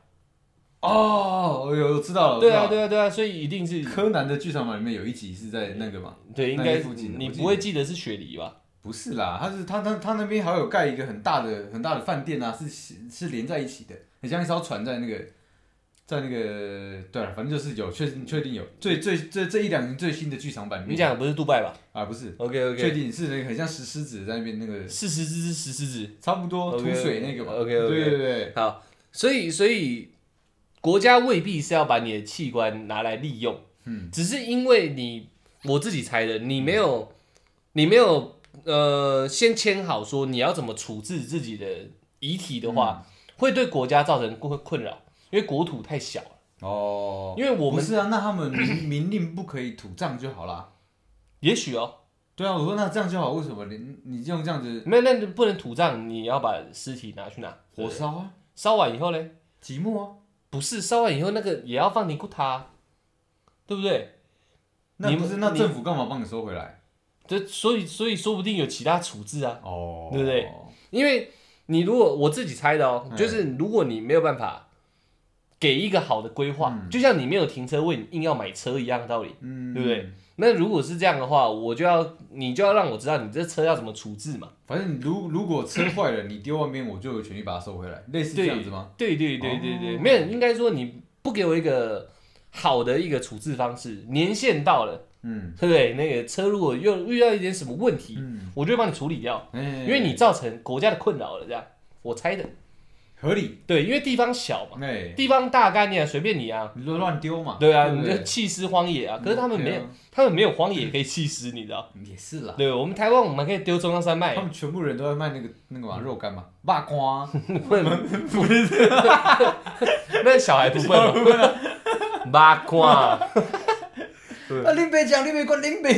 [SPEAKER 3] 哦，我有我知道了。
[SPEAKER 1] 对啊，
[SPEAKER 3] 我知
[SPEAKER 1] 对
[SPEAKER 3] 道了。
[SPEAKER 1] 啊，对啊，所以一定是
[SPEAKER 3] 柯南的剧场版里面有一集是在那个嘛？
[SPEAKER 1] 对，应
[SPEAKER 3] 那
[SPEAKER 1] 该
[SPEAKER 3] 附近的
[SPEAKER 1] 你
[SPEAKER 3] 我记
[SPEAKER 1] 不
[SPEAKER 3] 得
[SPEAKER 1] 会记得是雪梨吧？
[SPEAKER 3] 不是啦，它是它它它那边还有盖一个很大的很大的饭店啊，是是连在一起的，很像一艘船在那个在那个对啊了，反正就是有确确定有最最最这一两年最新的剧场版里面
[SPEAKER 1] 你讲的不是杜拜吧
[SPEAKER 3] 啊不是
[SPEAKER 1] ？OK
[SPEAKER 3] 确
[SPEAKER 1] OK，
[SPEAKER 3] 定是那个很像石狮子在那边那个
[SPEAKER 1] 四十只是石狮子。
[SPEAKER 3] 差不多
[SPEAKER 1] OK，
[SPEAKER 3] 吐水那个嘛。
[SPEAKER 1] OK，OK
[SPEAKER 3] 对对对，
[SPEAKER 1] 好，所以所以国家未必是要把你的器官拿来利用，
[SPEAKER 3] 嗯，
[SPEAKER 1] 只是因为你我自己猜的，你没有你没有呃先签好说你要怎么处置自己的遗体的话，会对国家造成困困扰，因为国土太小了，
[SPEAKER 3] 哦，
[SPEAKER 1] 因为我
[SPEAKER 3] 不
[SPEAKER 1] 们
[SPEAKER 3] 是啊，那他们 明明令不可以土葬就好啦。
[SPEAKER 1] 也许哦、
[SPEAKER 3] 对啊，我说那这样就好，为什么你你用这样子
[SPEAKER 1] 没有那不能土葬，你要把尸体拿去哪？
[SPEAKER 3] 火烧啊、
[SPEAKER 1] 烧完以后嘞？
[SPEAKER 3] 寂寞啊？
[SPEAKER 1] 不是烧完以后那个也要放尼古塔，啊对不对？
[SPEAKER 3] 那
[SPEAKER 1] 你
[SPEAKER 3] 不是
[SPEAKER 1] 你
[SPEAKER 3] 那政府干嘛帮你收回来？
[SPEAKER 1] 这所以所以说不定有其他处置啊，
[SPEAKER 3] 哦，
[SPEAKER 1] 对不对？因为你如果我自己猜的哦，
[SPEAKER 3] 嗯
[SPEAKER 1] 就是如果你没有办法给一个好的规划，
[SPEAKER 3] 嗯
[SPEAKER 1] 就像你没有停车位，你硬要买车一样的道理。
[SPEAKER 3] 嗯，
[SPEAKER 1] 对不对？那如果是这样的话，我就要你就要让我知道你这车要怎么处置嘛。
[SPEAKER 3] 反正你如如果车坏了，你丢外面，我就有权利把它收回来，类似这
[SPEAKER 1] 对
[SPEAKER 3] 样子吗？
[SPEAKER 1] 对对对对对，
[SPEAKER 3] 哦
[SPEAKER 1] 没有，应该说你不给我一个好的一个处置方式，年限到了，
[SPEAKER 3] 嗯
[SPEAKER 1] 对不对？那个车如果又遇到一点什么问题，
[SPEAKER 3] 嗯，
[SPEAKER 1] 我就会帮你处理掉，
[SPEAKER 3] 哎、
[SPEAKER 1] 因为你造成国家的困扰了。这样，我猜的。
[SPEAKER 3] 合理，
[SPEAKER 1] 对，因为地方小嘛，
[SPEAKER 3] 哎、
[SPEAKER 1] 地方大，概念随便你啊。
[SPEAKER 3] 你乱乱丢嘛，
[SPEAKER 1] 对啊，
[SPEAKER 3] 不
[SPEAKER 1] 你就
[SPEAKER 3] 对
[SPEAKER 1] 弃尸荒野啊。可是他们没有
[SPEAKER 3] 对，
[SPEAKER 1] 他们没有荒野可以弃尸，你知道？
[SPEAKER 3] 也是啦。
[SPEAKER 1] 对，我们台湾我们还可以丢中央山脉啊
[SPEAKER 3] 他，们全部人都在卖那个那个嘛肉干嘛，霸瓜、啊，
[SPEAKER 1] 不是？ 那小孩不笨吗？ 八卦，
[SPEAKER 2] 啊，林北讲，林北管林北。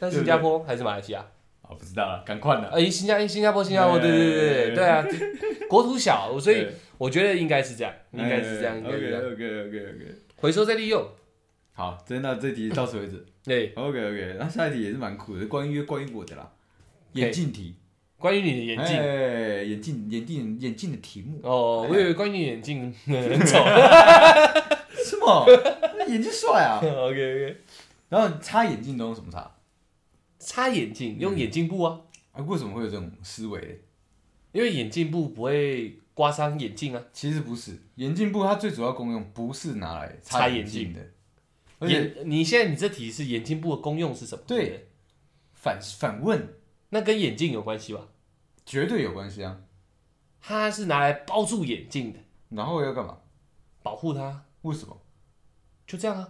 [SPEAKER 1] 那新加坡还是马来西亚？
[SPEAKER 3] 啊不知道了，赶快了。
[SPEAKER 1] 哎，新加哎新加坡，新加坡，对对对对对啊，这国土小，所以我觉得应该是这样，应该是这
[SPEAKER 3] 哎
[SPEAKER 1] 样，应该是这样，
[SPEAKER 3] OK OK OK OK。
[SPEAKER 1] 回收再利用。
[SPEAKER 3] 好，真的这题到此为止。
[SPEAKER 1] 对，
[SPEAKER 3] OK OK，那下一题也是蛮酷的，关于关于我的啦，眼镜题。
[SPEAKER 1] 关于你的眼镜
[SPEAKER 3] 哎，眼镜，眼镜，眼镜的题 目
[SPEAKER 1] 哦，我以为关于你眼镜啊很丑。
[SPEAKER 3] 什么？眼镜帅啊！
[SPEAKER 1] OK OK，
[SPEAKER 3] 然后擦眼镜都用什么擦？
[SPEAKER 1] 擦眼镜用眼镜布啊，
[SPEAKER 3] 啊，为什么会有这种思维？
[SPEAKER 1] 因为眼镜布不会刮伤眼镜啊。
[SPEAKER 3] 其实不是，眼镜布它最主要功用不是拿来
[SPEAKER 1] 擦眼
[SPEAKER 3] 眼
[SPEAKER 1] 镜
[SPEAKER 3] 镜的，而且
[SPEAKER 1] 眼，你现在你这题是眼镜布的功用是什么？
[SPEAKER 3] 对
[SPEAKER 1] 不，
[SPEAKER 3] 反反问
[SPEAKER 1] 那跟眼镜有关系吧？
[SPEAKER 3] 绝对有关系啊。
[SPEAKER 1] 它是拿来包住眼镜的，
[SPEAKER 3] 然后要干嘛？
[SPEAKER 1] 保护它，
[SPEAKER 3] 为什么？
[SPEAKER 1] 就这样啊。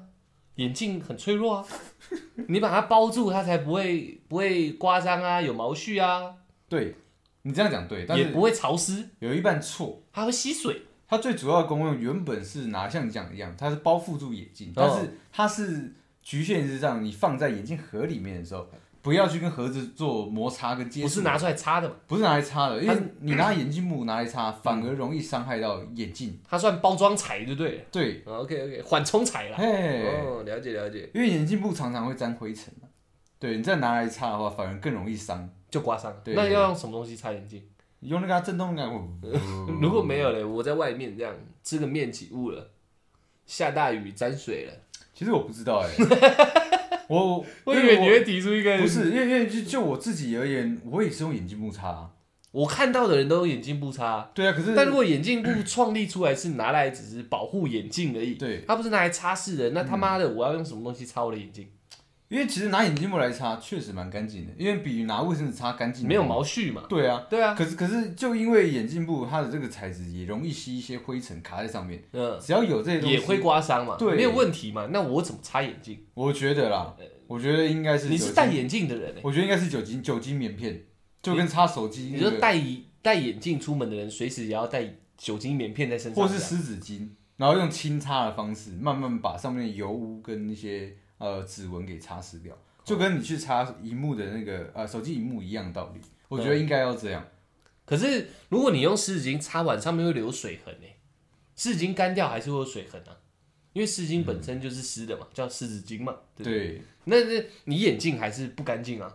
[SPEAKER 1] 眼镜很脆 弱啊，你把它包住，它才不会不会刮伤啊，有毛絮啊，
[SPEAKER 3] 对你这样讲对，但
[SPEAKER 1] 也
[SPEAKER 3] 是
[SPEAKER 1] 不会潮湿，
[SPEAKER 3] 有一半错。
[SPEAKER 1] 它会吸水。
[SPEAKER 3] 它最主要的功用原本是拿像你讲的一样，它是包覆住眼镜
[SPEAKER 1] 哦，
[SPEAKER 3] 但是它是局限是让你放在眼镜盒里面的时候，不要去跟盒子做摩擦跟接触，
[SPEAKER 1] 不是拿出来擦的嘛，
[SPEAKER 3] 不是拿来擦的，因
[SPEAKER 1] 它
[SPEAKER 3] 为你拿眼镜布拿来擦，反而容易伤害到眼镜。
[SPEAKER 1] 它算包装材就对了。
[SPEAKER 3] 对，
[SPEAKER 1] OK OK，缓冲材啦。
[SPEAKER 3] 嘿，
[SPEAKER 1] 哦，了解了解，
[SPEAKER 3] 因为眼镜布常常会沾灰尘啊对你再拿来擦的话，反而更容易伤。
[SPEAKER 1] 就刮伤了。
[SPEAKER 3] 对
[SPEAKER 1] 那要用什么东西擦眼镜？
[SPEAKER 3] 用那个啊震动 感，我
[SPEAKER 1] 如果没有嘞，我在外面这样吃个面起雾了，下大雨沾水了，
[SPEAKER 3] 其实我不 知道哎、我
[SPEAKER 1] 我以为你
[SPEAKER 3] 因
[SPEAKER 1] 会提出一个
[SPEAKER 3] 我不是，因为因为就就我自己而言，我也是用眼镜布擦啊、
[SPEAKER 1] 我看到的人都用眼镜布擦，
[SPEAKER 3] 对啊，可是
[SPEAKER 1] 但如果眼镜布创立出来是拿来只是保护眼镜而已，
[SPEAKER 3] 对，
[SPEAKER 1] 它不是拿来擦拭的，那他妈的我要用什么东西擦我的眼镜？
[SPEAKER 3] 因为其实拿眼镜布来擦确实蛮干净的，因为比拿卫生纸擦干净，
[SPEAKER 1] 没有。毛絮嘛？
[SPEAKER 3] 对啊，
[SPEAKER 1] 对啊，
[SPEAKER 3] 可是可是就因为眼镜布它的这个材质也容易吸一些灰尘卡在上面，
[SPEAKER 1] 嗯，
[SPEAKER 3] 只要有这些东西，
[SPEAKER 1] 也会刮伤嘛，
[SPEAKER 3] 对
[SPEAKER 1] 没有问题嘛？那我怎么擦眼镜？
[SPEAKER 3] 我觉得啦，我觉得应该是
[SPEAKER 1] 你是
[SPEAKER 3] 酒精
[SPEAKER 1] 戴，眼镜的人欸
[SPEAKER 3] 我觉得应该是酒精酒精棉片，就跟擦手
[SPEAKER 1] 你
[SPEAKER 3] 机那
[SPEAKER 1] 说
[SPEAKER 3] 个，
[SPEAKER 1] 戴戴眼镜出门的人，随时也要带酒精棉片在身上啊
[SPEAKER 3] 或
[SPEAKER 1] 这
[SPEAKER 3] 是
[SPEAKER 1] 样，
[SPEAKER 3] 湿纸巾，然后用轻擦的方式慢慢把上面的油污跟一些呃指纹给擦拭掉，就跟你去擦荧幕的那个呃手机荧幕一样的道理，我觉得应该要这
[SPEAKER 1] 哦
[SPEAKER 3] 样。
[SPEAKER 1] 可是如果你用湿纸巾擦完，上面会留水痕呢、欸湿纸巾干掉还是会有水痕啊，因为湿巾本身就是湿的嘛，叫湿纸巾嘛，对不对
[SPEAKER 3] 对。
[SPEAKER 1] 那那你眼镜还是不干净啊？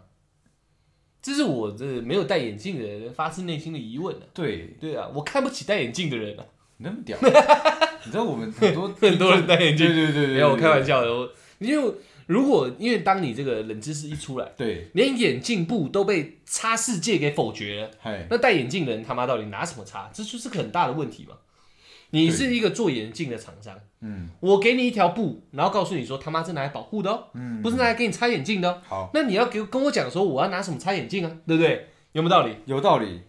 [SPEAKER 1] 这是我这没有戴眼镜的人发自内心的疑问啊。
[SPEAKER 3] 对，
[SPEAKER 1] 对啊，我看不起戴眼镜的人啊，
[SPEAKER 3] 你那么屌， 你知道我们很多
[SPEAKER 1] 很多人戴 眼
[SPEAKER 3] 对
[SPEAKER 1] 镜。
[SPEAKER 3] 对对对，
[SPEAKER 1] 没有，我开玩笑的。我因为如果因为当你这个冷知识一出来，
[SPEAKER 3] 对，
[SPEAKER 1] 连眼镜布都被擦世界给否决了，
[SPEAKER 3] 嗨，
[SPEAKER 1] 那戴眼镜的人他妈到底拿什么擦？这就是个很大的问题嘛。你是一个做眼镜的厂商，
[SPEAKER 3] 嗯
[SPEAKER 1] 我给你一条布，然后告诉你说他妈是拿来保护的哦，
[SPEAKER 3] 嗯，
[SPEAKER 1] 不是拿来给你擦眼镜的哦。
[SPEAKER 3] 好，
[SPEAKER 1] 那你要给我跟我讲说我要拿什么擦眼镜啊，对不对？有没有道理？
[SPEAKER 3] 有道理。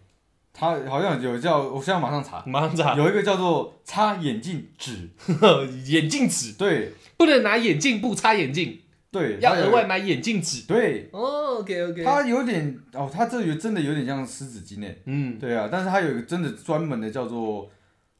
[SPEAKER 3] 他好像有叫，我现在马上查，
[SPEAKER 1] 马上擦
[SPEAKER 3] 有一个叫做擦眼镜纸，
[SPEAKER 1] 眼镜纸，
[SPEAKER 3] 对
[SPEAKER 1] 不能拿眼镜布擦眼镜，
[SPEAKER 3] 对，
[SPEAKER 1] 要
[SPEAKER 3] 它有
[SPEAKER 1] 额外买眼镜纸。
[SPEAKER 3] 对。
[SPEAKER 1] 哦，OK OK，
[SPEAKER 3] 它有点哦，它这有真的有点像湿纸巾诶，
[SPEAKER 1] 嗯
[SPEAKER 3] 对啊，但是它有一个真的专门的叫做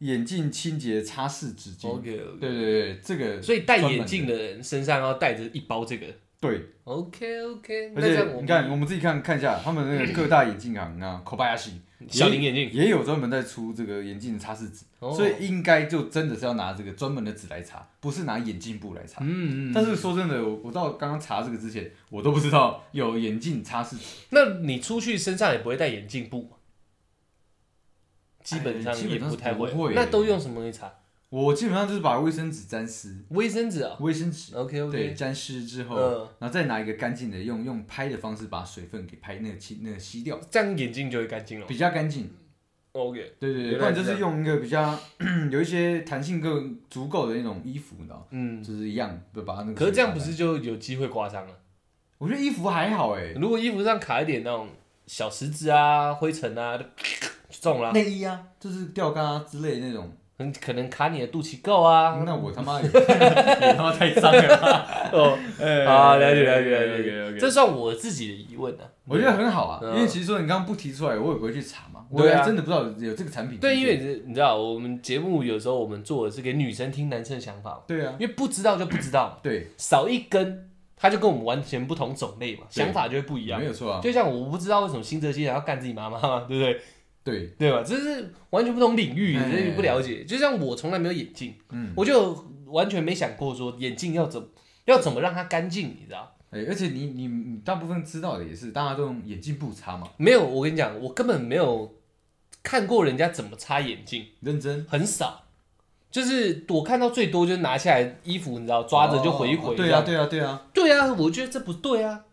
[SPEAKER 3] 眼镜清洁擦拭纸巾，
[SPEAKER 1] ，OK OK，
[SPEAKER 3] 对对对，这个
[SPEAKER 1] 所以戴
[SPEAKER 3] 专门
[SPEAKER 1] 眼镜的人身上要带着一包这个。
[SPEAKER 3] 对，
[SPEAKER 1] OK OK，
[SPEAKER 3] 而
[SPEAKER 1] 那这样
[SPEAKER 3] 且
[SPEAKER 1] 我嗯
[SPEAKER 3] 你看，我们自己看看一下，他们那个各大眼镜行啊，口巴亚西
[SPEAKER 1] 小林眼镜，
[SPEAKER 3] 也有专门在出这个眼镜的擦拭纸，
[SPEAKER 1] 哦
[SPEAKER 3] 所以应该就真的是要拿这个专门的纸来擦，不是拿眼镜布来擦。
[SPEAKER 1] 嗯嗯，
[SPEAKER 3] 但是说真的，我我到刚刚查这个之前，我都不知道有眼镜擦拭纸，
[SPEAKER 1] 那你出去身上也不会带眼镜布嘛，基本上
[SPEAKER 3] 哎基本
[SPEAKER 1] 也
[SPEAKER 3] 上
[SPEAKER 1] 不太
[SPEAKER 3] 不会
[SPEAKER 1] 那都用什么东西擦？
[SPEAKER 3] 我基本上就是把卫生纸沾湿，
[SPEAKER 1] 卫生纸啊。
[SPEAKER 3] 卫生纸
[SPEAKER 1] OK
[SPEAKER 3] 对
[SPEAKER 1] OK，
[SPEAKER 3] 沾湿之后，
[SPEAKER 1] 嗯
[SPEAKER 3] 然后再拿一个干净的，用用拍的方式把水分给拍那个清那个吸掉，
[SPEAKER 1] 这样眼镜就会干净了。
[SPEAKER 3] 比较干净。
[SPEAKER 1] OK，
[SPEAKER 3] 对对对，
[SPEAKER 1] 原
[SPEAKER 3] 不
[SPEAKER 1] 来
[SPEAKER 3] 然
[SPEAKER 1] 是
[SPEAKER 3] 就
[SPEAKER 1] 这
[SPEAKER 3] 是用一个比较 有一些弹性更足够的那种衣服，你知道吗，
[SPEAKER 1] 嗯，
[SPEAKER 3] 就是一样，就把它那个。
[SPEAKER 1] 可是这样不？是就有机会刮伤了？
[SPEAKER 3] 我觉得衣服还好哎、
[SPEAKER 1] 如果衣服上卡一点那种小石子啊、灰尘啊，就就中了啊、
[SPEAKER 3] 内衣啊，就是吊嘎啊之类的那种。
[SPEAKER 1] 很可能卡你的肚脐沟啊。
[SPEAKER 3] 那我他妈也 也他妈 太脏了。
[SPEAKER 1] 哦，
[SPEAKER 3] 哎
[SPEAKER 1] 啊，了解了解了解，
[SPEAKER 3] 这
[SPEAKER 1] 这算我自己的疑问啊。
[SPEAKER 3] 我觉得很好啊，
[SPEAKER 1] 嗯
[SPEAKER 3] 因为其实说你刚刚不提出来，我也不会去查嘛。我
[SPEAKER 1] 对啊
[SPEAKER 3] 也真的不知道有这个产品。
[SPEAKER 1] 对，因为你你知道，我们节目有时候我们做的是给女生听男生的想法嘛，
[SPEAKER 3] 对啊，
[SPEAKER 1] 因为不知道就不知道嘛，
[SPEAKER 3] 对，
[SPEAKER 1] 少一根，他就跟我们完全不同种类嘛，
[SPEAKER 3] 对
[SPEAKER 1] 想法就会不一样
[SPEAKER 3] 没。有错啊。
[SPEAKER 1] 就像我不知道为什么新泽西人要干自己妈妈 嘛，对不对？
[SPEAKER 3] 对，
[SPEAKER 1] 对吧？这是完全不同领域，
[SPEAKER 3] 哎
[SPEAKER 1] 这不了解。就像我从来没有眼镜，
[SPEAKER 3] 嗯，
[SPEAKER 1] 我就完全没想过说眼镜要怎要怎么让它干净，你知道？
[SPEAKER 3] 哎、哎，而且你你你大部分知道的也是，大家都用眼镜布擦嘛，
[SPEAKER 1] 没有，我跟你讲，我根本没有看过人家怎么擦眼镜，
[SPEAKER 3] 认真
[SPEAKER 1] 很少。就是我看到最多就是拿下来衣服，你知道，抓着就回一
[SPEAKER 3] 哦
[SPEAKER 1] 回。
[SPEAKER 3] 对啊，，对啊，对啊，
[SPEAKER 1] 对啊，我觉得这不对啊，